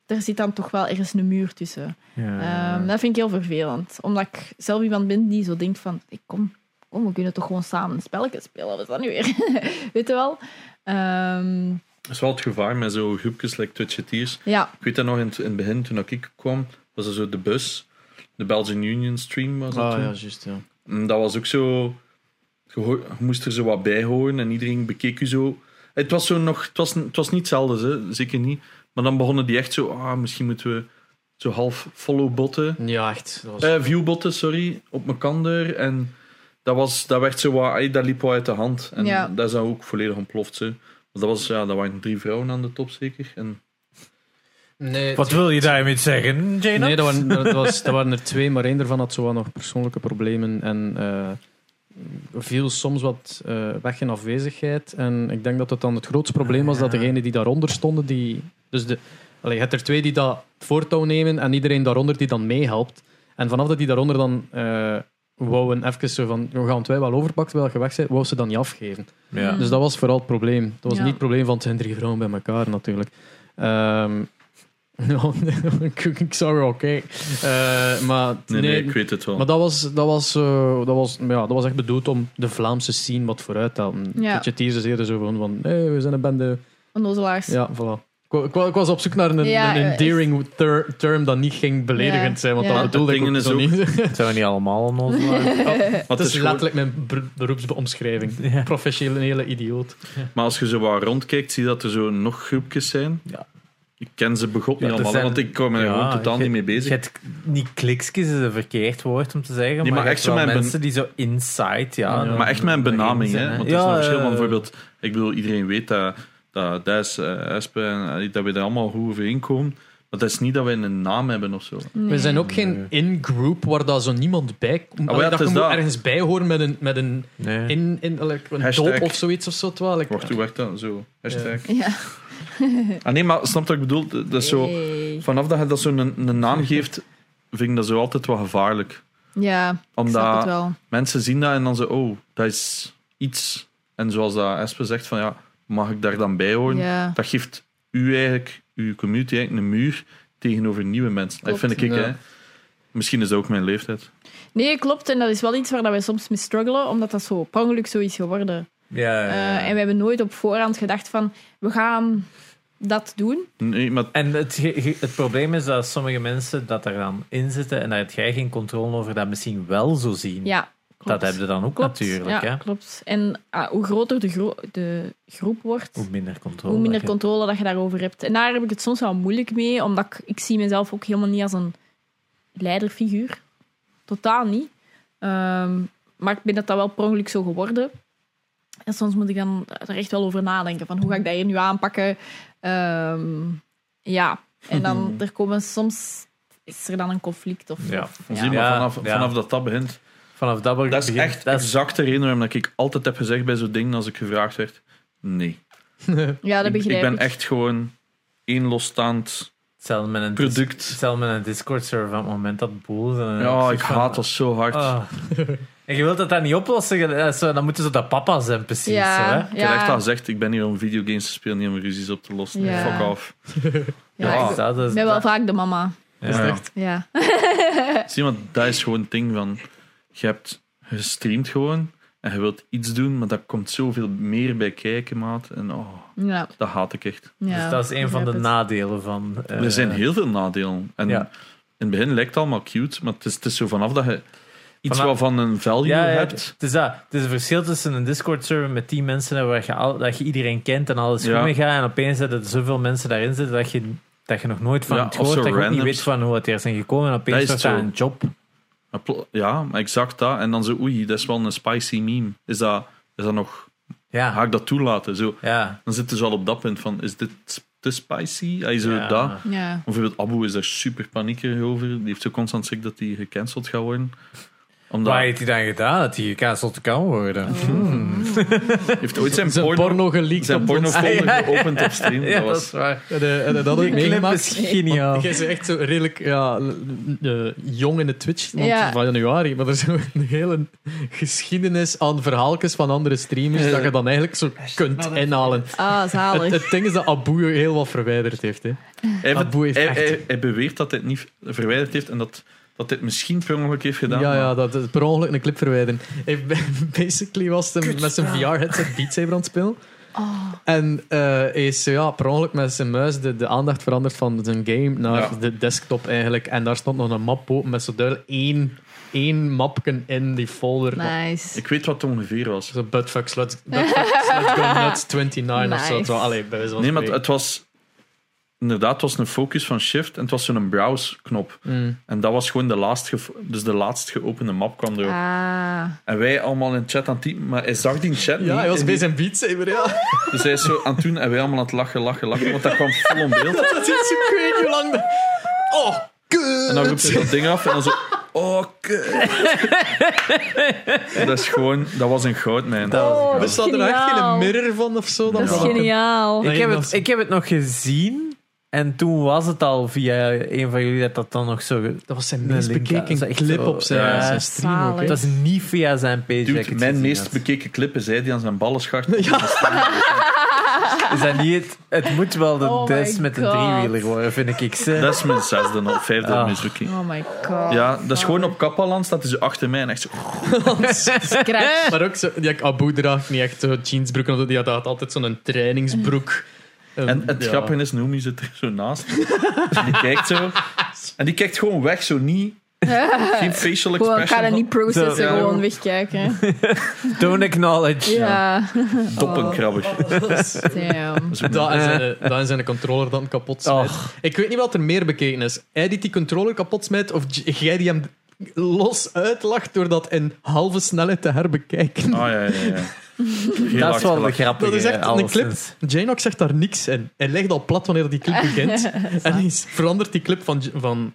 S4: Er zit dan toch wel ergens een muur tussen.
S2: Ja.
S4: Ehm, dat vind ik heel vervelend. Omdat ik zelf iemand ben die zo denkt van... "Hey, kom, kom, we kunnen toch gewoon samen een spelletje spelen. Wat is dat nu weer? Weet je wel? Ehm,
S3: Dat is wel het gevaar met zo'n groepjes, like Twitcheteers.
S4: ja,
S3: Ik weet dat nog in het, in het begin, toen ik kwam, was er zo de bus. De Belgian Union stream was dat
S1: Ah
S3: toen.
S1: ja, juist, ja.
S3: En Dat was ook zo... Je hoor- je moest er zo wat bij horen en iedereen bekeek je zo... Het was, zo nog, het was, het was niet hetzelfde, hè, zeker niet. Maar dan begonnen die echt zo... Ah, misschien moeten we zo half follow-botten...
S1: Ja, echt. Dat was...
S3: Eh, viewbotten, sorry, op mijn kander. En dat, was, dat werd zo wat... ai, Dat liep wel uit de hand. En
S4: Ja.
S3: dat is dan ook volledig ontploft, hè. Want Dat, was, ja, dat waren drie vrouwen aan de top, zeker. En
S1: nee,
S2: Wat wil je daarmee zeggen, Jane?
S1: nee dat, waren, dat, was, dat waren er twee, maar één daarvan had zo wat nog persoonlijke problemen en eh, viel soms wat eh, weg in afwezigheid. En ik denk dat dat dan het grootste probleem was dat
S2: Ja.
S1: degenen die daaronder stonden, die, dus de, allee, je hebt er twee die dat voortouw nemen en iedereen daaronder die dan meehelpt. En vanaf dat die daaronder dan eh wouden even zo van, we gaan het wij wel overpakken terwijl je weg bent, wou ze dan niet afgeven.
S4: Mm.
S2: Ja.
S1: Dus dat was vooral het probleem. Dat was
S4: Ja.
S1: niet het probleem van het zijn drie vrouwen bij elkaar natuurlijk. Ehm, ja, ik- ik zag er oké. Eh, maar
S3: nee, nee,
S1: nee,
S3: ik weet het wel.
S1: maar dat was, dat, was, eh, dat, was, maar ja, dat was echt bedoeld om de Vlaamse scene wat vooruit te helpen.
S4: Ja.
S1: Dat je teasers eerder zo van, van hey, we zijn een bende.
S4: onnozelaars.
S1: Ja, voilà. wa- Ik wa- ik was op zoek naar een,
S4: Ja,
S1: een
S4: eh,
S1: endearing ter- term dat niet ging beledigend
S4: Ja.
S1: zijn, want
S4: Ja.
S1: dat
S4: Dat
S1: bedoelde ik
S3: ding
S1: ook
S3: is
S1: zo
S3: ook-
S1: niet.
S2: Het zou niet allemaal onnozel waren.
S3: Maar
S1: Het is
S3: gewoon-
S1: letterlijk mijn beroepsbeomschrijving. beroepsomschrijving.
S2: Ja.
S1: Professionele idioot.
S3: Maar als je zo wat rondkijkt, zie je dat er zo nog groepjes zijn.
S2: Ja.
S3: Ik ken ze begot niet
S2: Ja, er
S3: allemaal,
S2: zijn-
S3: want ik kom er
S2: Ja,
S3: gewoon totaal
S2: je-
S3: niet mee bezig.
S2: Je hebt niet klikskis is een verkeerd woord om te zeggen, maar,
S3: maar
S2: je
S3: echt
S2: hebt
S3: zo
S2: wel
S3: mijn ben-
S2: mensen die zo inside, ja.
S1: Ja.
S3: maar echt mijn
S2: daarin
S3: benaming,
S2: zijn,
S3: hè. Want er is
S2: Ja,
S3: een verschil,
S2: eh,
S3: want bijvoorbeeld... Ik bedoel, iedereen weet dat, dat Dijs, eh, Espen en Ali, dat we er allemaal goed overeenkomen. Maar dat is niet dat wij een naam hebben of zo.
S1: We zijn ook
S2: Nee.
S1: geen in-group waar daar zo niemand bij komt.
S3: ja,
S1: Allee,
S3: Ah, het
S1: dat je
S3: is
S1: moet
S3: dat.
S1: ergens bij horen met een, met een,
S2: nee.
S1: in, in, like, een
S3: Hashtag.
S1: doop of zoiets. Of zo, terwijl ik-
S3: Wacht, hoe werkt dat? Zo, hashtag.
S4: Ja.
S3: Ah nee, maar snap je wat ik bedoel? Dat dat is zo...
S4: Hey.
S3: Vanaf dat je dat zo'n een, naam geeft, vind ik dat zo altijd wat gevaarlijk.
S4: Ja, ik snap het
S3: Omdat
S4: wel.
S3: mensen zien dat en dan zo, oh, dat is iets. En zoals dat Espen zegt, van ja, mag ik daar dan bij horen?
S4: Ja.
S3: Dat geeft u eigenlijk, uw community eigenlijk een muur tegenover nieuwe mensen.
S4: Klopt.
S3: dat vind ik,
S1: Ja.
S3: hè. Misschien is dat ook mijn leeftijd.
S4: Nee, klopt. En dat is wel iets waar dat wij soms mee struggelen, omdat dat zo per ongeluk zo is geworden.
S2: Ja, ja, ja.
S4: Eh, en we hebben nooit op voorhand gedacht van, we gaan dat doen.
S3: Nee, maar
S2: En het, ge- ge- het probleem is dat sommige mensen dat er dan in zitten en daar heb jij geen controle over, dat misschien wel zo zien.
S4: Ja, klopt.
S2: dat hebben we dan ook
S4: Klopt.
S2: natuurlijk.
S4: Ja,
S2: hè?
S4: klopt. En ah, hoe groter de, gro- de groep wordt,
S2: Hoe minder controle.
S4: hoe minder
S2: je-
S4: controle dat je daarover hebt. En daar heb ik het soms wel moeilijk mee, omdat ik, ik zie mezelf ook helemaal niet als een leiderfiguur. Totaal niet. Ehm, maar ik ben dat dan wel per ongeluk zo geworden. En soms moet ik dan er echt wel over nadenken, van hoe ga ik dat hier nu aanpakken? Ehm, ja, en dan er komen soms... Is er dan een conflict? Of,
S2: Ja.
S4: of-
S3: zie
S4: ja.
S3: maar
S2: Ja,
S3: vanaf,
S2: ja.
S3: vanaf dat dat begint.
S2: Vanaf dat
S3: Dat is
S2: begin-
S3: echt
S2: dat is-
S3: exact de reden waarom ik altijd heb gezegd bij zo'n ding als ik gevraagd werd, nee.
S4: Ja, dat
S3: Ik,
S4: begrijp
S3: ik
S4: ik.
S3: ben echt gewoon één losstaand
S2: Hetzelfde met een dis-
S3: product.
S2: hetzelfde met een Discord-server van het moment dat boel.
S3: Ja, ik haat dat zo hard.
S2: Ah. En je wilt dat dan niet oplossen, dat is zo- dan moeten ze dat papa zijn, precies.
S4: Ja,
S2: Hè?
S3: Ik heb echt al
S4: ja,
S3: gezegd, ik ben hier om videogames te spelen, niet om ruzies op te lossen.
S4: Ja.
S3: Fuck off.
S4: ja,
S3: Ja.
S4: ik
S2: Dus Dat is-
S4: ben wel
S2: dat-
S4: vaak de mama.
S2: ja.
S3: Ja.
S4: Ja.
S3: Dus Zie, want dat is gewoon het ding van... Je hebt gestreamd gewoon en je wilt iets doen, maar daar komt zoveel meer bij kijken, maat. En oh,
S4: Ja.
S3: dat haat ik echt.
S4: Ja,
S2: dus dat is een van de
S4: begrijp het.
S2: nadelen van. eh,
S3: er zijn heel veel nadelen. En
S2: ja.
S3: in het begin lijkt het allemaal cute, maar het is, het is zo vanaf dat je iets
S2: Vanaf-
S3: waarvan een value
S2: Ja, ja,
S3: hebt...
S2: het is dat. Het is een verschil tussen een Discord-server met 10 mensen waar je, al, dat je iedereen kent en alles
S3: Ja.
S2: goed mee gaat. En opeens dat er zoveel mensen daarin zitten dat je, dat je nog nooit van
S3: Ja,
S2: het
S3: of zo
S2: hoort. Dat je ook niet
S3: randoms.
S2: weet van hoe het hier zijn gekomen. En opeens
S3: Dat
S2: wordt
S3: is
S2: dat
S3: zo.
S2: een job.
S3: Maar plo- Ja, maar exact dat. En dan zo, oei, dat is wel een spicy meme. Is dat, is dat nog... Ga
S2: Ja.
S3: ik dat toelaten? Zo,
S2: Ja.
S3: dan zitten ze al op dat punt van, is dit te spicy? Hij zo,
S2: Ja.
S3: dat.
S4: Ja.
S3: Bijvoorbeeld Abu is daar super paniekerig over. Die heeft zo constant ziek dat hij gecanceld gaat worden. Omdat
S2: Wat
S3: hij
S2: heeft hij dan gedaan? Dat hij gecanceld kan worden. Hmm.
S3: heeft ooit zijn
S1: Zijn
S3: porno,
S1: porno geleakt.
S3: zijn
S1: op-
S3: pornofolder
S2: Ah, ja, ja.
S3: geopend op stream.
S2: Ja,
S3: dat was,
S2: waar.
S1: Eh, de- eh, dat had ik
S2: Die clip
S1: meegemaakt.
S2: is geniaal.
S1: Jij bent echt zo redelijk ja, l- l- eh, jong in de Twitch want
S4: Ja.
S1: van januari. Maar er is ook een hele geschiedenis aan verhaaltjes van andere streamers dat je dan eigenlijk zo kunt inhalen.
S4: Ah,
S1: Het,
S4: zalig.
S1: het ding is dat Abu heel wat verwijderd heeft. Hè.
S3: hij, heeft-
S1: Abu heeft
S3: hij,
S1: echt-
S3: hij- hij beweert dat hij het niet verwijderd heeft en dat, dat hij het misschien per ongeluk heeft gedaan.
S1: ja, ja,
S3: maar-
S1: dat is per ongeluk een clip verwijderen. Hij- Basically was hij met zijn VR-headset Beat Saber aan het spelen.
S4: Oh,
S1: En eh, hij is zo, ja, per ongeluk met zijn muis de, de aandacht veranderd van zijn game naar
S3: Ja.
S1: de desktop eigenlijk. En daar stond nog een map open met zo duidelijk één, één mapken in die folder.
S4: nice.
S3: Ik weet wat het ongeveer was.
S1: Zo buttfucks, let's, buttfucks, let's go nuts 29 of zo.
S4: Nice.
S1: Terwijl, allee, bij wijze van
S3: Nee, maar het,
S1: spreken.
S3: het was... Inderdaad, het was een focus van shift en het was zo'n browse-knop.
S1: Mm.
S3: En dat was gewoon de laatst, gevo- dus de laatst geopende map kwam er.
S4: Ah,
S3: En wij allemaal in chat aan het typen, maar hij zag die chat niet.
S1: Ja, hij was
S3: En die-
S1: bij zijn Beat Saber, ja.
S3: Dus hij is zo aan het doen en wij allemaal aan het lachen, lachen, lachen. Want dat kwam vol in beeld.
S1: Dat is zo, ik weet niet hoe lang dat... Oh, kut!
S3: En dan roept hij dat ding af en dan zo... Oh, kut. Dat is gewoon... Dat was een goudmijn.
S2: Dat was
S4: Oh,
S2: een
S1: Er
S4: dat is
S1: staat er echt geen
S4: geniaal.
S1: mirror van of zo.
S3: Dat
S1: Dat
S3: is
S1: was ook een-
S4: geniaal.
S1: Nee,
S2: Ik heb,
S1: dat
S2: het,
S1: is-
S2: ik heb het nog gezien. En toen was het al via een van jullie dat dat dan nog zo... ge-
S1: Dat was zijn
S2: Een
S1: meest
S2: link, ja. Dat
S1: bekeken
S2: is echt
S1: clip
S2: zo-
S1: op zijn,
S3: Ja.
S1: zijn stream ook. hè.
S4: Zalig.
S2: Dat is niet via zijn page. dat ik
S3: Dude,
S2: het
S3: mijn
S2: gezien
S3: meest
S2: had.
S3: bekeken clip is hij die aan zijn ballen schart.
S2: Is dat niet het? Het moet wel de
S4: Oh my
S2: des met een
S4: God.
S2: driewieler worden, vind ik. Ze.
S3: Dat is mijn zesde of vijfde
S2: Ah.
S3: meest bekeken.
S4: Oh my god.
S3: Ja, dat is gewoon op Kappaland staat hij zo achter mij en echt zo...
S4: Scratch.
S1: Maar ook zo, die Abu draagt niet echt zo jeansbroeken, of zo, die had altijd zo'n trainingsbroek.
S3: En het grappige is, Naomi zit er zo naast. en die kijkt zo. En die kijkt gewoon weg, zo niet. Geen facial
S4: Gewoon,
S3: expression.
S4: ik ga dat niet processen,
S2: Zo.
S4: gewoon wegkijken.
S2: Don't acknowledge.
S4: Ja.
S3: Doppenkrabber.
S1: is.
S4: Oh, damn.
S1: Daar en zijn, daar en zijn controller dan kapot smijt. Ik weet niet wat er meer bekeken is. Hij die die controller kapot smijt, of j- jij die hem los uitlacht door dat in halve snelheid te herbekijken.
S3: Ah, ja, ja, ja. Heel
S2: Dat is
S3: hard
S2: wel
S3: gelachen.
S2: een grappige.
S1: Dat is echt een clip.
S2: alleszins.
S1: Janock zegt daar niks in. Hij legt al plat wanneer die clip begint. en hij is- verandert die clip van, J- van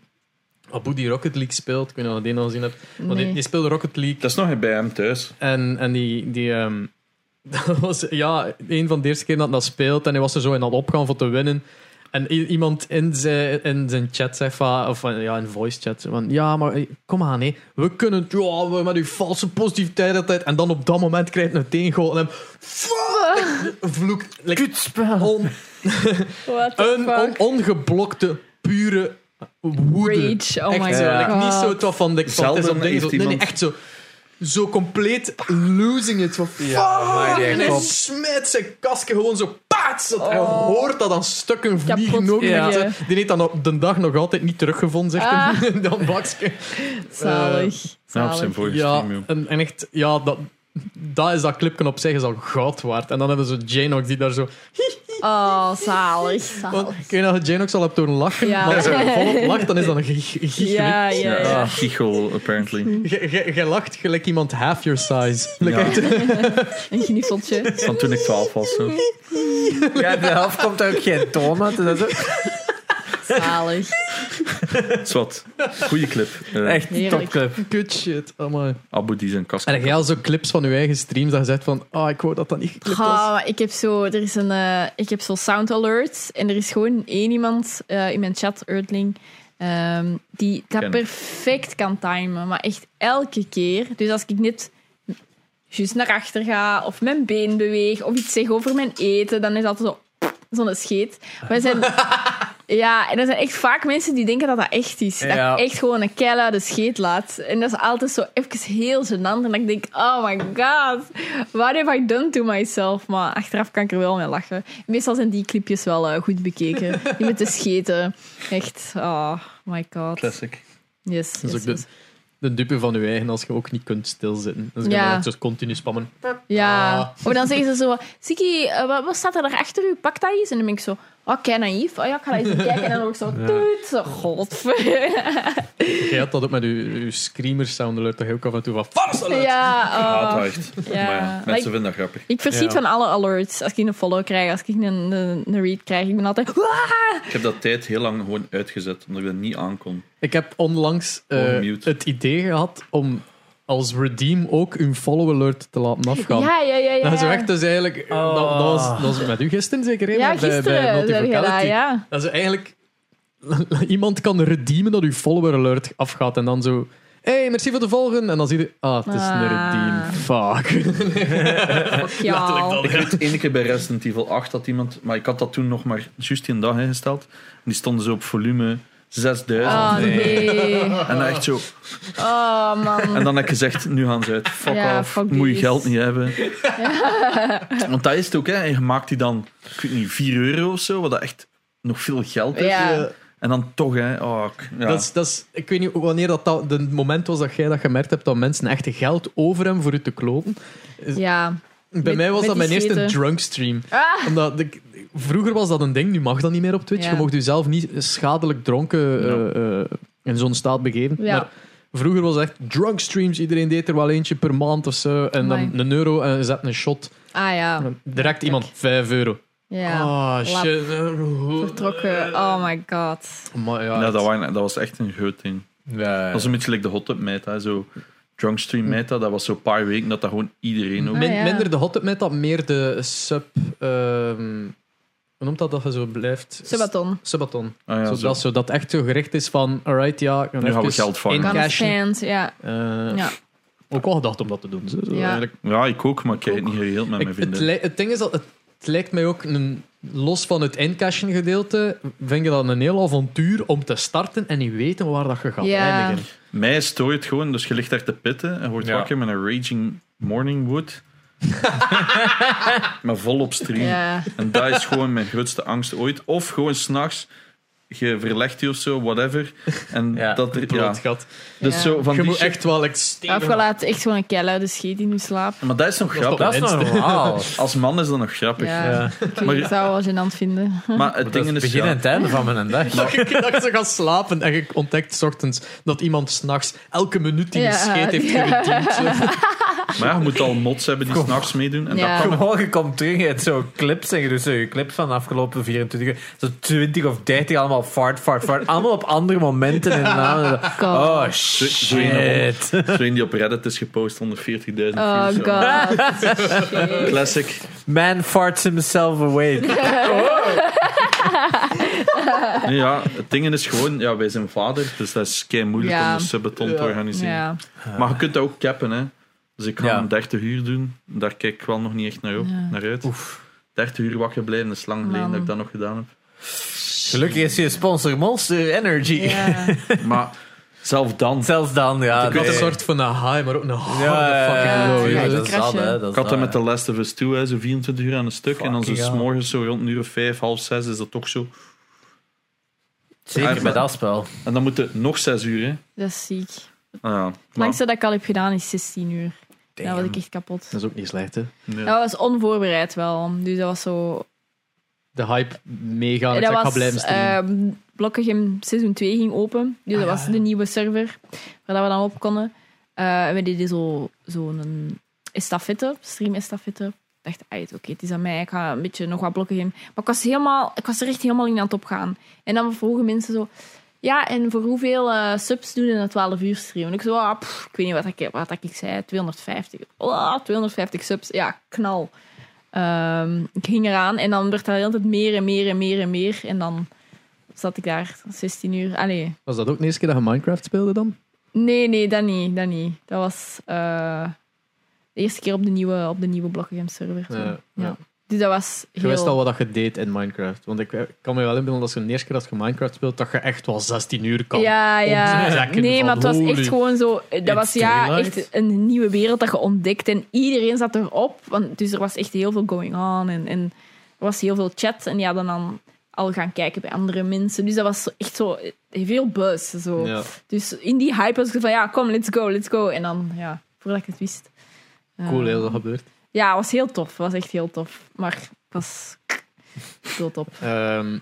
S1: Abu die Rocket League speelt. Ik weet niet of je die nou al gezien hebt. Want die,
S4: Nee.
S1: die speelde Rocket League.
S3: Dat is nog bij hem thuis.
S1: En, en die... die ehm, dat was ja, een van de eerste keer dat hij dat speelt. En hij was er zo in aan het opgaan voor te winnen. En i- iemand in zijn, in zijn chat zegt van... Of van- ja, in voice chat. Van, ja, maar eh, kom aan, hè. We kunnen het. Ja, we- met die valse positiviteit altijd. En dan op dat moment krijgt hij een tegengoal. En hem... Fuck! Vloek. Like, on-
S4: What the
S1: een on-
S4: fuck?
S1: ongeblokte, pure woede.
S4: Rage, oh my
S1: echt zo,
S4: god.
S1: like, niet zo tof van de van, het is
S3: Zelden
S1: op dingen zo- Nee,
S3: heeft
S1: nee,
S3: iemand-
S1: echt zo... Zo compleet losing it. Van,
S2: maar
S1: fuck!
S2: die
S1: En hij
S2: kop.
S1: smijt zijn kasken gewoon zo... Paats! Dat Hij
S4: Oh.
S1: hoort dat aan stukken vliegen
S4: Kapot
S1: ook.
S4: vliegen.
S1: Ja. Die heeft dan op de dag nog altijd niet teruggevonden, zegt
S4: Ah.
S1: hem. dat bakje. eh,
S4: Zalig.
S3: Ja, op zijn
S4: Zalig.
S3: vorige
S1: Ja,
S3: stream, joh.
S1: en, en echt... Ja, dat, dat is dat clipje op zich is al goud waard. En dan hebben ze Jane ook die daar zo...
S4: Oh, zalig.
S1: Want,
S4: zalig.
S1: ik weet dat je nou Jane ook zal hebt doen lachen.
S4: Oh, Ja.
S1: Maar als je volop lacht, dan is dat een gig- gig-
S4: Ja, ja,
S3: Ja,
S4: ja.
S3: giechel, apparently.
S1: Je- je- je lacht gelijk iemand half your size. Like,
S3: Ja.
S4: Een gniffeltje.
S3: Van toen ik 12 was. Zo.
S2: Ja, de helft komt er ook geen toon uit. dus dat is ook
S4: Zalig.
S3: Zwat. Goeie clip. Eh,
S2: echt een
S4: Heerlijk.
S2: topclip.
S1: Good shit, amai.
S3: Abu die zijn kast.
S1: En heb jij al zo clips van je eigen streams dat je zegt van, ah, ik wou dat dat niet geklipt was.
S4: Ah, maar ik heb zo, er is een, eh, ik heb zo sound alerts en er is gewoon één iemand eh, in mijn chat, Earthling, ehm, die dat
S3: Ken.
S4: perfect kan timen, maar echt elke keer. Dus als ik net juist naar achter ga of mijn been beweeg of iets zeg over mijn eten, dan is dat zo zo'n scheet. Maar er zijn, ja, en er zijn echt vaak mensen die denken dat dat echt is.
S2: Ja.
S4: Dat ik echt gewoon een keil uit de scheet laat. En dat is altijd zo even heel gênant. En dat ik denk, oh my god, what have I done to myself? Maar achteraf kan ik er wel mee lachen. Meestal zijn die clipjes wel eh, goed bekeken. Die met de scheten. Echt, oh my god. Yes,
S3: Classic.
S4: yes,
S1: Dat is ook
S4: yes.
S1: de, de dupe van je eigen als je ook niet kunt stilzitten. Dus je
S4: Ja.
S1: ja. zo continu spammen.
S4: Ja.
S1: Ah.
S4: Maar dan zeggen ze zo, Siki, eh, wat, wat staat er daar achter u? Pak dat eens. En dan ben ik zo, oh, kei naïef. Oh ja, ik ga dat eens bekijken. En dan hoor ik zo, toet. Zo, godver.
S1: Jij had dat ook met je, je screamer sound alert, dat je ook af en toe van, fuck!
S4: Ja,
S3: Haat
S4: oh.
S3: dat echt.
S4: Ja.
S3: Maar ja, mensen
S4: Like-
S3: vinden dat grappig.
S4: Ik verschiet
S2: Ja.
S4: van alle alerts. Als ik een follow krijg, als ik een, een, een read krijg, ik ben altijd... "Waa!"
S3: Ik heb dat tijd heel lang gewoon uitgezet, omdat ik dat niet aankon.
S1: Ik heb onlangs eh,
S3: Oh, mute.
S1: het idee gehad om als redeem ook een follow alert te laten afgaan.
S4: Ja, ja, ja, ja.
S1: Dat is ook echt dus eigenlijk...
S2: Oh.
S1: Dat, dat was, dat was met u gisteren zeker, hè?
S4: Ja,
S1: Bij- bij
S4: gisteren zei je dat,
S1: Notifocality.
S4: ja.
S1: Dat is eigenlijk... Iemand kan redeemen dat uw follower alert afgaat en dan zo... hey, merci voor de volgen. En dan zie je... Ah, het is een
S4: Ah.
S1: redeem. Fuck.
S4: Fuck jou.
S1: Oh,
S3: Ik weet het ene keer bij Resident Evil 8 dat iemand... Maar ik had dat toen nog maar juist die een dag ingesteld. En die stonden zo op volume 6000.
S4: Oh, nee.
S3: En dan echt zo...
S4: Oh, man.
S3: En dan heb ik gezegd, nu gaan ze uit. Fuck
S4: Ja,
S3: off,
S4: fuck
S3: moet je
S4: these.
S3: geld niet hebben. Want dat is het ook, hè. En je maakt die dan, ik weet niet, 4 euro of zo, wat dat echt nog veel geld is.
S4: Ja.
S3: En dan toch, hè. Oh, ik- ja.
S1: Dat is, dat is, ik weet niet wanneer dat, dat de moment was dat jij dat gemerkt hebt dat mensen echt geld over hebben voor u te kloten.
S4: Ja.
S1: Bij
S4: Met-
S1: mij was
S4: met
S1: dat mijn
S4: die
S1: eerste
S4: scheten.
S1: drunk stream.
S4: Ah.
S1: Omdat ik- vroeger was dat een ding, nu mag dat niet meer op Twitch.
S4: Ja.
S1: Je mocht jezelf niet schadelijk dronken eh, eh, in zo'n staat begeven.
S4: Ja.
S1: Maar vroeger was het echt drunk streams. Iedereen deed er wel eentje per maand of zo. En dan
S4: Amai.
S1: een euro en je zet een shot.
S4: Ah, ja.
S1: En Direct iemand 5 euro.
S4: Ja.
S1: Ah,
S4: Lap.
S1: shit.
S4: Vertrokken. Oh, my god.
S1: Maar ja,
S3: Ja,
S1: het-
S3: dat, waren, dat was echt een groot ding.
S2: Ja,
S3: Dat is een beetje like de hot up meta, zo drunkstream meta. Dat was zo'n paar weken dat dat gewoon iedereen ook.
S4: Ah,
S1: Min-
S4: ja.
S1: Minder de hot-up met dat, meer de sub... ehm hoe noemt dat dat je zo blijft?
S4: Subaton.
S1: Subaton.
S3: Ah, ja,
S1: Zodat
S3: zo.
S1: zo. dat echt zo gericht is van, alright, ja...
S3: Nu gaan we
S1: even
S3: geld vangen.
S4: Kan
S1: incashen.
S4: fans, ja.
S1: Eh,
S4: Ja.
S1: Ook al gedacht om dat te doen. Zo, zo
S4: Ja.
S1: eigenlijk.
S3: ja, ik ook, maar ik krijg het niet geregeld met
S1: Ik-
S3: mijn
S1: het,
S3: vrienden.
S1: lij- het ding is dat het, het lijkt mij ook een, los van het encashen gedeelte, vind je dat een heel avontuur om te starten en niet weten waar dat je gaat
S4: Ja.
S1: eindigen.
S3: Mij stoort het gewoon, dus je ligt daar te pitten en wordt
S2: Ja.
S3: wakker met een raging morning wood. maar vol op stream.
S4: Ja.
S3: En dat is gewoon mijn grootste angst ooit. Of gewoon s'nachts, je verlegt je of zo, whatever. En
S2: Ja,
S3: dat er. Ja.
S1: Bloot gat.
S3: Dus
S4: Ja.
S3: zo van
S1: je
S3: die
S1: moet
S3: shit-
S1: echt wel like, stenen-
S4: Afgelaat echt gewoon een dus kei luide scheet in uw slaap.
S3: Maar dat is nog
S1: is
S3: grappig.
S1: toch-
S2: Dat is normaal.
S3: Als man is dat nog grappig.
S4: Ja,
S2: Ja.
S4: Ik,
S3: Maar-
S4: ik zou wel gênant vinden.
S3: Maar het
S2: Dat is
S3: ding
S2: het
S3: is.
S2: begin en
S3: Ja,
S2: het einde van mijn dag.
S1: Dat je, dat je gaat slapen en je ontdekt 's ochtends dat iemand s'nachts elke minuut die je
S4: Ja,
S1: scheet heeft
S4: ja.
S1: geredeemd. Zo.
S3: maar ja, je moet al mods hebben die s'nachts meedoen. En
S4: Ja.
S3: dat kan.
S2: Morgen komt terug en zo clips en je doet zo je clips van de afgelopen 24 uur. Zo 20 of 30 allemaal fart, fart, fart. Allemaal op andere momenten in de naam. Oh
S3: Zo in de
S2: shit.
S3: Zo in die op Reddit is gepost, 140.000 views.
S4: Oh
S3: Zo.
S4: god. Shit.
S3: Classic.
S2: Man farts himself awake.
S3: Nee, ja, het ding is gewoon, ja, wij zijn vader, dus dat is kei moeilijk
S4: Ja.
S3: om een subbeton te organiseren.
S4: Ja.
S3: Maar je kunt dat ook cappen, hè. Dus ik ga
S2: Ja.
S3: hem 30 uur doen. Daar kijk ik wel nog niet echt naar, op,
S4: Ja.
S3: naar uit. 30 uur wakker blijven, dat is lang geleden
S4: Man.
S3: dat ik dat nog gedaan heb.
S2: Gelukkig is je sponsor Monster Energy.
S4: Ja.
S3: Maar zelf dan.
S2: Zelfs dan, ja.
S1: Ik had een
S2: nee.
S1: soort van een high, maar ook een harde
S2: Ja,
S1: fucking
S2: ja,
S1: low.
S2: ja,
S1: hè.
S2: dat is dat, hè, dat is
S3: Ik had dat
S2: dat,
S3: met
S2: hè.
S3: The Last of Us 2, hè, zo 24 uur aan een stuk. en dan zo
S2: Fucking
S3: s
S2: hell.
S3: morgens zo rond een uur of vijf, half zes is dat toch zo.
S2: Zeker met dat spel.
S3: En dan moeten nog zes uur, hè.
S4: Dat is ziek. Het
S3: Ah, ja. Maar-
S4: langste dat ik al heb gedaan is 16 uur. Dat was ik echt kapot.
S1: Dat is ook niet Ah, slecht, hè?
S3: ja.
S4: Dat was onvoorbereid wel. Dus dat was zo
S1: De hype meegaan. Ik
S4: dat
S1: zeg, ga
S4: was,
S1: blijven streamen.
S4: ehm, Blokkegem seizoen 2 ging open. Dus dat was de nieuwe server waar dat we dan op konden. Eh, en we deden zo- zo'n een estafette, stream-estafette. Ik dacht, "Ah, het is oké, het is aan mij. Ik ga een beetje nog wat Blokkegem. Maar ik was, helemaal, ik was er echt helemaal in aan het opgaan. En dan vroegen mensen zo... Ja, en voor hoeveel eh, subs doen in een 12 uur stream? En ik zo, ah, pff, ik weet niet wat ik, wat ik zei, 250. Oh, 250 subs, ja, knal. Ehm, ik ging eraan en dan werd dat de hele tijd meer en meer en meer en meer. En dan zat ik daar 16 uur. Allee.
S1: Was dat ook de eerste keer dat je Minecraft speelde dan?
S4: Nee, nee, dat niet. Dat, niet. dat was eh, de eerste keer op de nieuwe, op de nieuwe Blockagem server. zo.
S1: Ja, ja.
S4: Dus dat was
S1: Je wist al
S4: heel...
S1: wat dat je deed in Minecraft. Want ik eh, kan me wel inbeelden dat je de eerste keer dat je Minecraft speelt, dat je echt wel 16 uur kan.
S4: ja, ja.
S1: ontdekken
S4: Nee,
S1: van,
S4: maar het was
S1: holy.
S4: echt gewoon zo. eh, Dat was ja,
S2: daylight.
S4: echt een nieuwe wereld dat je ontdekt. En iedereen zat erop. Want, dus er was echt heel veel going on. En, en er was heel veel chat. En ja, dan, dan al gaan kijken bij andere mensen. Dus dat was zo- echt zo. eh, Veel buzz. Zo.
S1: Ja.
S4: Dus in die hype was ik van ja, kom, let's go, let's go. En dan, ja, voordat ik het wist. Eh,
S1: Cool, heel dat gebeurt.
S4: Ja, het was heel tof. Het was echt heel tof. Maar het was heel top.
S1: Ehm,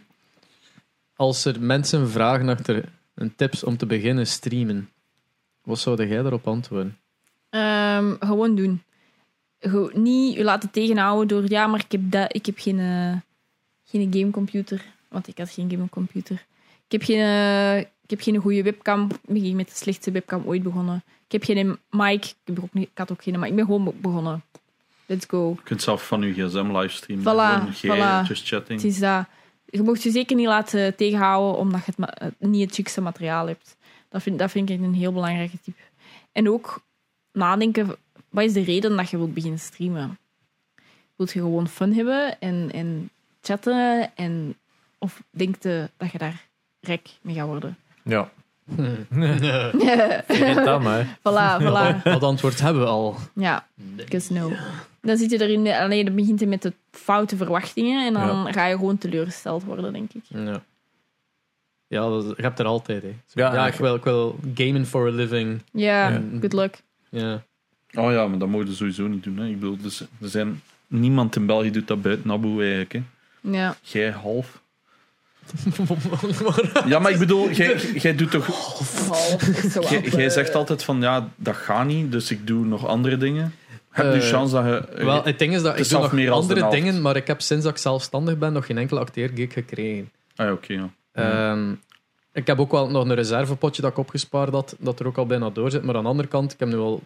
S1: als er mensen vragen achter een tips om te beginnen streamen, wat zou jij daarop antwoorden?
S4: Ehm, gewoon doen. Gewoon niet je laten tegenhouden door ja, maar ik heb, dat, ik heb geen, eh, geen gamecomputer. Want ik had geen gamecomputer. Ik heb geen, eh, ik heb geen goede webcam. Ik ben met de slechtste webcam ooit begonnen. Ik heb geen mic. Ik, heb ook niet, ik had ook geen mic. Ik ben gewoon be- begonnen. Let's go.
S3: Je kunt zelf van je gsm livestreamen.
S4: Voilà,
S3: Gewoon jij,
S4: voilà.
S3: just chatting.
S4: Het is dat. Je mocht je zeker niet laten tegenhouden omdat je het ma- eh, niet het chicste materiaal hebt. Dat vind, dat vind ik een heel belangrijke tip. En ook nadenken, wat is de reden dat je wilt beginnen streamen? Wilt je gewoon fun hebben en, en chatten? En, of denk je dat je daar rek mee gaat worden?
S2: Ja. Vergeet dat maar.
S4: voilà, voilà.
S1: Dat antwoord hebben we al.
S4: Ja, because no. Dan zit je erin, alleen dan begint je met de foute verwachtingen en dan ga je gewoon teleurgesteld worden, denk ik.
S1: Ja, ja dat, is- je hebt er altijd. Hè. Zo,
S2: Ja,
S1: ja, ik,
S2: ja.
S1: wil, ik wil gamen for a living.
S4: Ja,
S2: Ja.
S4: good luck.
S1: Ja.
S3: Oh ja, maar dat mogen we sowieso niet doen. Hè. Ik bedoel, dus, er zijn, niemand in België doet dat buiten Naboe eigenlijk. Hè.
S4: Ja.
S3: Jij half. Ja, maar ik bedoel, jij,
S1: Dus-
S3: jij doet
S1: Oh,
S3: toch. Jij, jij zegt altijd van ja, dat gaat niet, dus ik doe nog andere dingen. Heb je
S1: Eh,
S3: chance dat je. Ah,
S1: Wel, het ding is dat
S3: Het
S1: ik
S3: is
S1: doe
S3: zelf
S1: nog
S3: meer als de
S1: andere
S3: helft.
S1: dingen, maar ik heb sinds dat ik zelfstandig ben nog geen enkele acteergig gekregen.
S3: Ah, ja, oké. ja.
S1: Ehm, ik heb ook wel nog een reservepotje dat ik opgespaard had, dat er ook al bijna door zit. Maar aan de andere kant, ik heb nu wel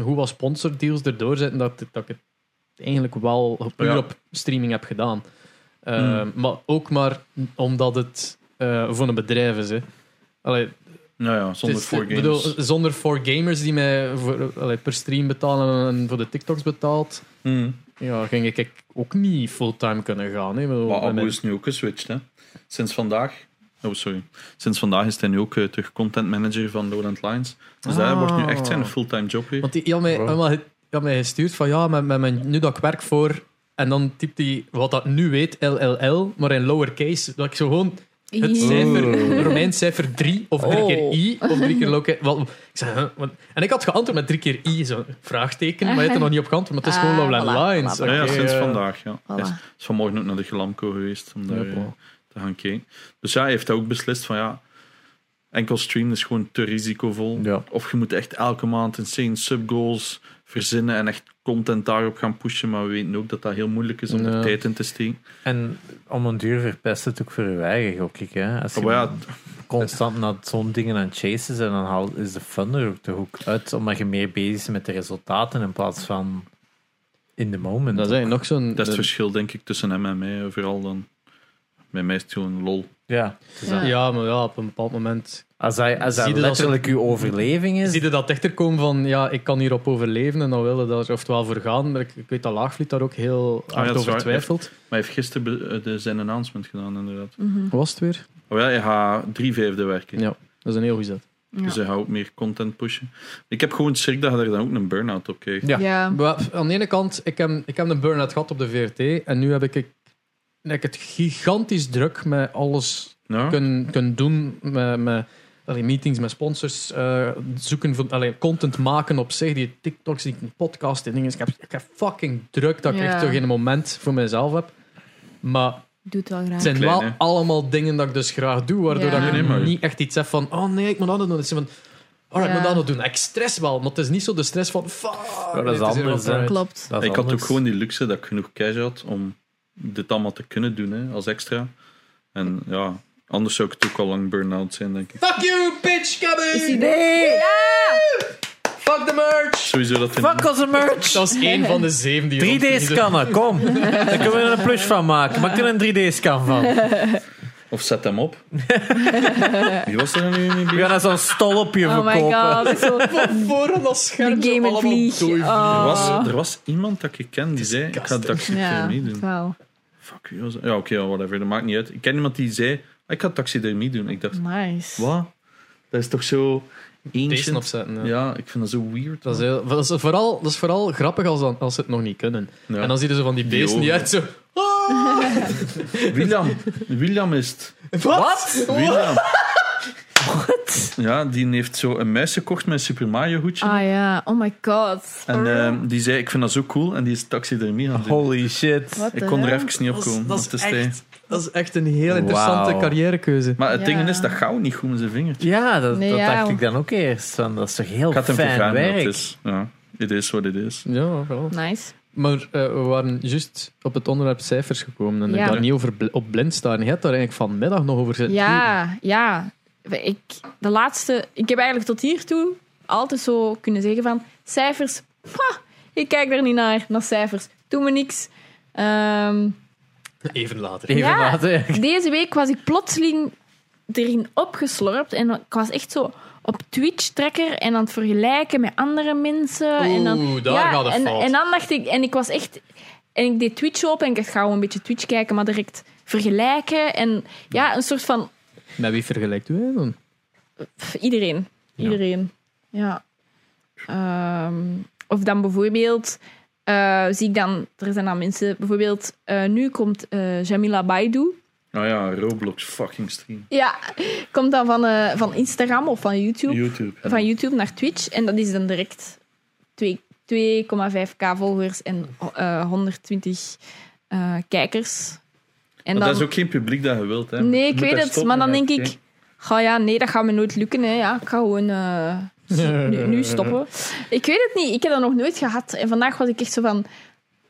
S1: goed wat sponsordeals erdoor zitten, dat, dat ik het eigenlijk wel puur
S3: Ja. Mm.
S1: op streaming heb gedaan. Ehm, Maar ook maar omdat het eh, voor een bedrijf is. Hè. Allee,
S3: Nou ja, zonder
S1: het is- eh,
S3: voor
S1: ik bedoel,
S3: games.
S1: zonder voor gamers die mij voor, allee, per stream betalen en voor de TikToks betaalt,
S3: Hm.
S1: ja, ging ik ook niet fulltime kunnen gaan. Hè. Ik bedoel,
S3: Maar
S1: bij
S3: Abu
S1: mijn-
S3: is nu ook geswitcht, hè? Sinds vandaag. Oh, sorry. Sinds vandaag is hij nu ook eh, terug content manager van Lowland Lines. Dus dat
S1: Ah.
S3: wordt nu echt zijn fulltime job weer.
S1: Want die, heel mijn, allemaal het, had mij gestuurd van ja, met, met mijn, nu dat ik werk voor. En dan typt hij wat dat nu weet, LLL, maar in lowercase. Dat ik zo gewoon het
S4: Ja.
S1: cijfer, Romeins cijfer 3 of drie
S4: Oh.
S1: keer i of drie keer loca- wel, Ik zei, huh, wat- En ik had geantwoord met drie keer i, zo'n vraagteken, maar je hebt er nog niet op geantwoord, maar het is gewoon
S4: Ah,
S1: Lowland
S4: voilà,
S1: Lines.
S4: voilà.
S1: Oké,
S3: ja, ja, sinds
S1: eh,
S3: vandaag. Ja.
S4: Voilà.
S3: Hij is, is vanmorgen ook naar de Glamco geweest om daar
S1: Ja,
S3: eh,
S1: voilà.
S3: te gaan kijken. Dus ja, hij heeft ook beslist van ja, enkel streamen is gewoon te risicovol.
S2: Ja.
S3: Of je moet echt elke maand insane subgoals verzinnen en echt content daarop gaan pushen. Maar we weten ook dat dat heel moeilijk is om
S1: Ja.
S3: er tijd in te steken.
S2: En om een duur verpest het ook voor je eigen, gok ik. Hè? Als je
S3: Oh, Maar ja,
S2: constant naar zo'n dingen aan het chasen bent, dan haal- is de fun er ook de hoek uit. Omdat je meer bezig bent met de resultaten in plaats van in the moment.
S1: Dat is eigenlijk nog zo'n...
S3: dat is het verschil denk ik tussen hem en mij. eh, Vooral dan, bij mij is het gewoon lol.
S2: ja. het is dat.
S1: Ja, maar ja, op een bepaald moment
S2: Als hij, als hij
S1: Zie je dat
S2: letterlijk uw overleving is,
S1: zie je dat dichter komen van ja, ik kan hierop overleven en dan wil je daar oftewel voor gaan. Maar ik, ik weet dat Laagvliet daar ook heel
S3: Ah, ja,
S1: hard
S3: dat is
S1: over
S3: waar.
S1: twijfelt.
S3: Maar hij heeft gisteren be- eh, de, zijn announcement gedaan inderdaad.
S1: Wat was het weer?
S3: Oh ja, hij gaat drie vijfde werken.
S1: Ja, dat is een heel goed zet.
S4: Ja.
S3: Dus hij gaat ook meer content pushen. Ik heb gewoon schrik dat je daar dan ook een burn-out op krijgt.
S2: Ja.
S4: Ja.
S1: Maar aan de ene kant, ik heb, ik heb een burn-out gehad op de VRT en nu heb ik, ik, heb ik het gigantisch druk met alles
S3: Ja?
S1: kunnen, kunnen doen. Met, met allee, meetings met sponsors, eh, zoeken van allee, content maken op zich, die TikToks, die podcasts, die dingen. Ik heb, ik heb fucking druk dat ik
S4: Ja.
S1: echt toch geen moment voor mezelf heb. Maar
S4: Doe het wel
S1: het
S4: graag.
S1: zijn
S3: Klein,
S1: wel
S3: hè?
S1: allemaal dingen dat ik dus graag doe, waardoor
S4: Ja.
S1: dat ik
S4: Nee, nee,
S3: maar-
S1: niet echt iets heb van oh nee, ik moet dat nog doen. Het is van, alright, ik
S4: Ja.
S1: moet dat nog doen. Ik stress wel, maar het is niet zo de stress van fuck.
S2: dat
S1: dit
S2: is
S1: hier
S2: anders,
S1: wat
S2: hè.
S1: uit.
S4: Klopt.
S2: dat is
S3: ik had ook
S2: anders.
S3: gewoon die luxe dat ik genoeg cash had om dit allemaal te kunnen doen hè, als extra. En ja, anders zou ik het ook al lang burn-out zijn, denk ik.
S1: Fuck you, bitch,
S4: Is die
S1: Gabby!
S4: nee!
S1: Fuck the merch!
S3: Sowieso dat in,
S2: Fuck onze merch!
S1: Dat is één van de zeven die rond-
S2: 3D-scannen, kom. Daar kunnen we er een plus van maken. Maak er een 3D-scan van.
S3: Of zet hem op. Wie was er nu niet
S2: We gaan daar zo'n stolpje
S4: Oh my
S2: verkopen.
S4: god. Zo,
S1: Van voren dat scherm.
S4: De game en
S1: allemaal
S4: vlieg.
S1: dooi-
S4: Oh.
S3: Er was, er was iemand dat ik ken die zei, ik ga taxi
S4: ja,
S3: doen.
S4: wauw.
S3: Fuck, wie was dat? Ja, oké, ja, whatever, dat maakt niet uit. Ik ken iemand die zei, ik ga taxidermie doen. Ik
S4: Mm.
S3: dacht,
S4: Nice.
S3: wat? Dat is toch zo
S1: Deze
S3: ancient?
S1: opzetten. Ja.
S3: Ja, ik vind dat zo weird.
S1: Dat, is heel- dat is vooral, dat is vooral grappig als, dan, als ze het nog niet kunnen.
S3: Ja.
S1: En dan zie je zo van die
S3: Die
S1: beesten die
S3: ogen.
S1: uit zo. "Ah,
S3: William, William is het.
S1: wat?
S3: William. Ja, die heeft zo een muis gekocht met een Super Mario hoedje.
S4: Ah ja, oh my god.
S3: En ehm, die zei, ik vind dat zo cool. En die is taxidermie aan het doen.
S2: Holy shit.
S4: Wat
S3: Ik
S4: de
S3: kon er
S4: hel?
S3: even niet op
S1: Dat is,
S3: komen.
S1: dat,
S3: om te
S1: is
S3: stijgen.
S1: echt, dat is echt een heel interessante
S2: Wauw.
S1: carrièrekeuze.
S3: Maar het
S4: Ja.
S3: ding is, dat gauw niet goed met zijn vingertje.
S2: Ja, dat,
S4: Nee,
S2: dat
S4: ja.
S2: dacht ik dan ook eerst. Van, dat is toch heel
S3: Ik had hem
S2: fijn
S3: vergaan, maar het
S2: werk.
S3: is. Ja, it is what it is.
S1: Ja, wel.
S4: Nice.
S1: Maar eh, we waren juist op het onderwerp cijfers gekomen. En
S4: Ja.
S1: ik daar niet over bl- op blind staan. Je hebt daar eigenlijk vanmiddag nog over zitten. turen.
S4: Ja, ja. Ik, de laatste, ik heb eigenlijk tot hiertoe altijd zo kunnen zeggen van cijfers. pah, ik kijk er niet naar, naar cijfers. Doe me niks. Ehm,
S1: Even later.
S2: Even
S4: Ja.
S2: laten.
S4: deze week was ik plotseling erin opgeslorpt. En ik was echt zo op Twitch-trekker en aan het vergelijken met andere mensen. en dan,
S1: Oeh, daar gaat het
S4: en,
S1: fout.
S4: en dan dacht ik, en ik was echt... En ik deed Twitch open en ik dacht, ga gewoon een beetje Twitch kijken, maar direct vergelijken. En ja, een soort van
S1: Met wie vergelijkt u hè, dan?
S4: Pff, Iedereen. Iedereen. Ja. Ehm, of dan bijvoorbeeld, eh, zie ik dan, er zijn dan mensen, bijvoorbeeld, eh, nu komt eh, Jamila Baidu.
S3: Nou ja, Roblox fucking stream.
S4: Ja, komt dan van, eh, van Instagram of van YouTube,
S3: YouTube.
S4: van YouTube naar Twitch. En dat is dan direct twee- 2,5k volgers en eh, 120 eh, kijkers. En
S3: Maar dat is ook geen publiek dat je wilt. Hè.
S4: Nee,
S3: Je
S4: ik
S3: moet
S4: weet
S3: daar
S4: het.
S3: stoppen
S4: Maar dan
S3: met
S4: denk ik...
S3: kijken.
S4: Oh ja, nee, dat gaat me nooit lukken. Hè. Ja, ik ga gewoon eh, nu, nu stoppen. Ik weet het niet. Ik heb dat nog nooit gehad. En vandaag was ik echt zo van...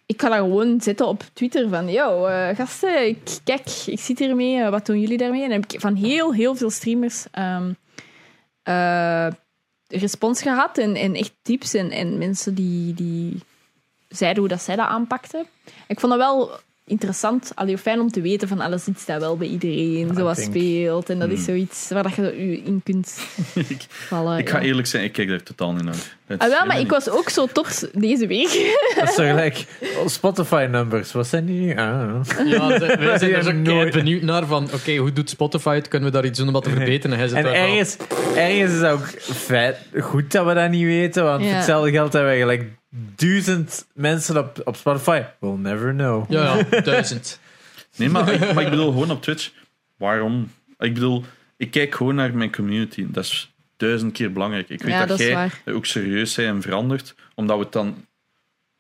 S4: Ik ga daar gewoon zitten op Twitter van... Yo, eh, gasten, ik, kijk, ik zit hiermee. eh, wat doen jullie daarmee? En dan heb ik van heel, heel veel streamers... ehm, eh, respons gehad. En, en echt tips. En, en mensen die, die zeiden hoe dat zij dat aanpakten. Ik vond dat wel interessant, allee, fijn om te weten van alles iets dat wel bij iedereen zoals
S2: denk-
S4: speelt. En dat is zoiets waar dat je zo u in kunt vallen.
S3: Hmm. Ik ga
S4: Ah, ja.
S3: eerlijk zijn, ik kijk daar totaal niet naar. Het
S4: Ah, wel,
S3: is
S4: maar ik
S3: niet.
S4: was ook zo tot deze week.
S2: Dat is toch gelijk Spotify-numbers. Wat zijn die nu? Ah,
S1: Ja, ze- wij zijn
S2: Die
S1: er zo
S2: hebben
S1: nooit
S2: nooit-
S1: benieuwd naar van, oké, hoe doet Spotify het? Kunnen we daar iets doen om dat te verbeteren? En hij zit
S2: En
S1: daar van,
S2: ergens, ergens is het ook feit, goed dat we dat niet weten. Want
S4: Ja.
S2: voor hetzelfde geld hebben we gelijk duizend mensen op, op Spotify. We'll never know.
S1: Ja, ja, duizend.
S3: Nee, maar ik, maar ik bedoel gewoon op Twitch. Waarom? Ik bedoel, ik kijk gewoon naar mijn community. Dat is duizend keer belangrijk. Ik weet
S4: Ja,
S3: dat,
S4: dat is
S3: jij
S4: waar.
S3: ook serieus zijn en verandert. Omdat we het dan...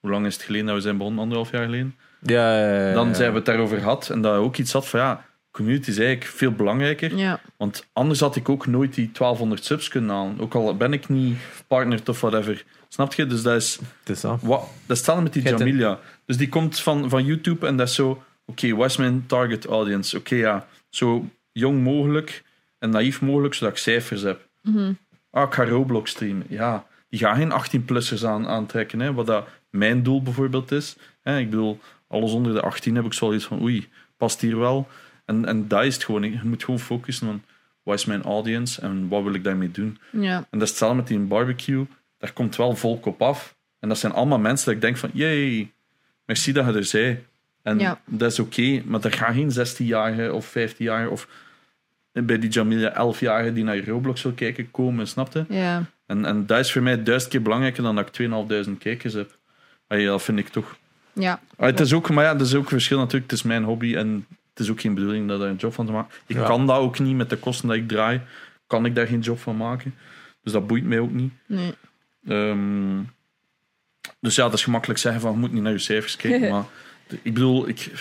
S3: Hoe lang is het geleden dat we zijn begonnen? Anderhalf jaar geleden?
S2: Ja, ja, ja, ja.
S3: Dan zijn we het daarover gehad. En dat ook iets had van, ja, community is eigenlijk veel belangrijker.
S4: Ja.
S3: Want anders had ik ook nooit die 1200 subs kunnen halen. Ook al ben ik niet partner of whatever. Snap je? Dus dat is...
S2: Het is af.
S3: Wat, dat staat met die
S2: Gij ten-
S3: Jamilia. Dus die komt van, van YouTube en dat is zo... Oké, wat is mijn target audience? Oké, ja. Zo jong mogelijk en naïef mogelijk, zodat ik cijfers heb. Ah, ik ga Roblox streamen. Ja, die gaan geen 18-plussers aan, aantrekken. Hè, wat dat mijn doel bijvoorbeeld is. Hè, ik bedoel, alles onder de 18 heb ik zoiets van... Oei, past hier wel? En, en dat is het gewoon. Je moet gewoon focussen van... Wat is mijn audience en wat wil ik daarmee doen?
S4: Ja.
S3: En dat is hetzelfde met die barbecue. Daar komt wel volk op af. En dat zijn allemaal mensen dat ik denk van... Jee, merci dat je er zei. En
S4: Ja.
S3: dat is oké. maar er gaan geen 16-jarigen of 15-jarigen of... Bij die Jamila 11-jarigen die naar Roblox wil kijken komen, snapte?
S4: Ja.
S3: En, en dat is voor mij duizend keer belangrijker dan dat ik 2.500 kijkers heb. Allee, dat vind ik toch...
S4: Ja.
S3: Ah, het is ook, maar ja, het is ook een verschil natuurlijk. Het is mijn hobby en het is ook geen bedoeling dat daar een job van te maken. Ik
S2: Ja.
S3: kan dat ook niet met de kosten die ik draai. Kan ik daar geen job van maken. Dus dat boeit mij ook niet.
S4: Nee.
S3: Ehm, dus ja, dat is gemakkelijk zeggen van je moet niet naar je cijfers kijken. maar de- ik bedoel, ik,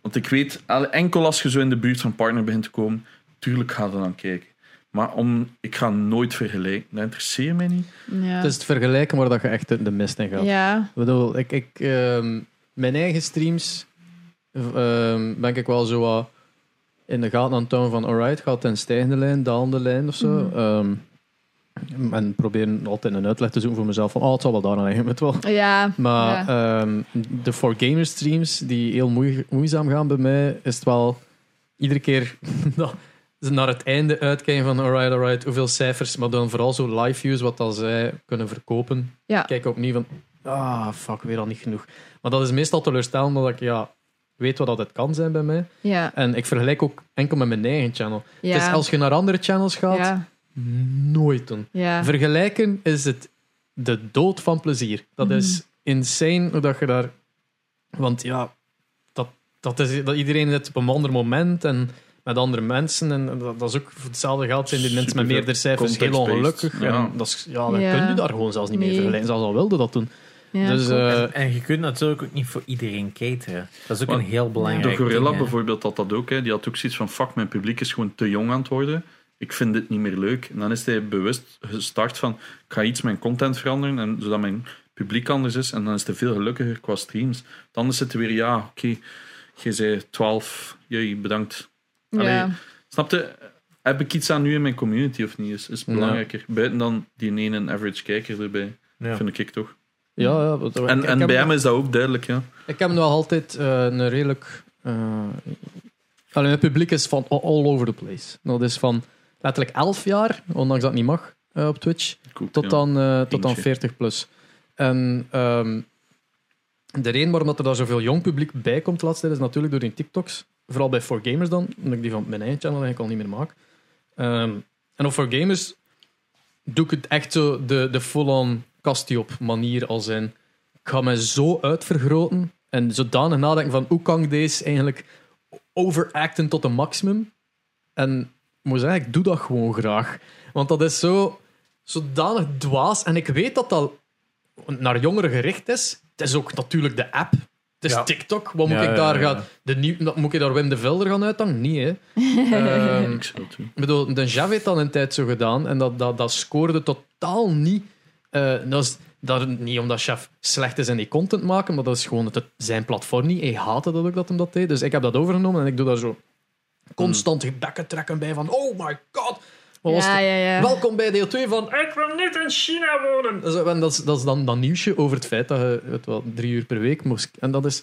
S3: want ik weet, al- enkel als je zo in de buurt van partner begint te komen, tuurlijk ga je er dan kijken. Maar om, ik ga nooit vergelijken. Dat interesseert mij niet.
S4: Ja.
S1: Het is het vergelijken waar dat je echt in de mist in gaat.
S4: ja.
S1: Ik bedoel, ik, ik, ehm, mijn eigen streams ehm, ben ik wel zo wat in de gaten aan het houden van alright, gaat het een stijgende lijn, dalende lijn of zo.
S4: Mhm.
S1: Ehm, en proberen altijd een uitleg te zoeken voor mezelf van oh, het zal wel daar aan liggen, het wel.
S4: Ja.
S1: Maar
S4: ja.
S1: ehm, de for gamers streams die heel moe- moeizaam gaan bij mij, is het wel iedere keer dat ze naar het einde uitkijken van alright, alright, hoeveel cijfers, maar dan vooral zo live views wat dat zij kunnen verkopen.
S4: Ja.
S1: Ik Kijk opnieuw van ah fuck, weer al niet genoeg. Maar dat is meestal teleurstellend omdat ik ja, weet wat dat het kan zijn bij mij.
S4: ja.
S1: En ik vergelijk ook enkel met mijn eigen channel.
S4: ja.
S1: Het is als je naar andere channels gaat,
S4: Ja.
S1: nooit doen.
S4: Ja.
S1: Vergelijken is het de dood van plezier. Dat
S4: Mhm.
S1: is insane hoe dat je daar. Want ja, dat, dat is dat iedereen het op een ander moment en met andere mensen. En dat, dat is ook voor hetzelfde geld zijn die mensen met
S3: Superveel
S1: meerdere cijfers heel
S3: context-based,
S1: ongelukkig.
S3: ja.
S1: En dat is, ja, dan
S4: Ja.
S1: kun je daar gewoon zelfs niet mee
S4: Nee.
S1: vergelijken. Zelfs al wilde dat doen.
S4: Ja,
S1: dus
S4: klopt.
S1: eh,
S2: en, en je kunt natuurlijk ook niet voor iedereen cateren. Dat is ook
S3: Maar
S2: een heel belangrijk
S3: De Gorilla
S2: ding, hè.
S3: bijvoorbeeld had dat ook. Hè. Die had ook zoiets van, fuck, mijn publiek is gewoon te jong aan het worden. Ik vind dit niet meer leuk. En dan is hij bewust gestart van, ik ga iets mijn content veranderen, en, zodat mijn publiek anders is. En dan is hij veel gelukkiger qua streams. Want anders zit hij weer, ja, oké, je zei 12, jee, bedankt.
S4: ja.
S3: Allee, Snap je? Heb ik iets aan nu in mijn community of niet? Is, is
S1: Ja.
S3: belangrijker. Buiten dan die ene average kijker erbij.
S2: Ja.
S3: Vind ik toch.
S1: ja, ja, wat- ik-
S3: En,
S1: ik
S3: en
S1: heb
S3: bij
S1: nog-
S3: hem is dat ook duidelijk, ja.
S1: Ik heb nog altijd eh, een redelijk. eh, allee, het publiek is van a- all over the place. Dat is van letterlijk 11 jaar, ondanks dat het niet mag eh, op Twitch,
S3: Goed,
S1: tot,
S3: ja.
S1: dan, eh, tot dan
S3: Eentje.
S1: 40 plus. En ehm, de reden waarom dat er daar zoveel jong publiek bij komt de laatste tijd is natuurlijk door die TikToks. Vooral bij 4Gamers dan, omdat ik die van mijn eigen channel eigenlijk al niet meer maak. Ehm, en op 4Gamers doe ik het echt zo de, de full-on kastie op manier als in ik ga me zo uitvergroten en zodanig nadenken van hoe kan ik deze eigenlijk overacten tot een maximum. En ik moet zeggen, ik doe dat gewoon graag. Want dat is zo zodanig dwaas. En ik weet dat dat naar jongeren gericht is. Het is ook natuurlijk de app. Het is
S2: Ja.
S1: TikTok. Wat moet
S2: Ja,
S1: ik daar
S2: ja, ja.
S1: gaan... De nieuw, moet ik daar Wim de Velder gaan uithangen? Nee, hè. Ehm,
S3: Ik zou het doen.
S1: ik bedoel, de Jav heeft dat een tijd zo gedaan en dat, dat, dat scoorde totaal niet. Eh, dat is dat, niet omdat Chef slecht is in die content maken, maar dat is gewoon het, zijn platform niet. Hij haatte dat ook dat hem dat deed. Dus ik heb dat overgenomen en ik doe daar zo constant bekken trekken bij van oh my god. Wat was
S4: ja,
S1: het?
S4: ja, ja.
S1: Welkom bij deel 2 van Ik wil niet in China wonen. Dat is, en dat is, dat is dan dat nieuwsje over het feit dat je weet wel, drie uur per week moest. En dat is,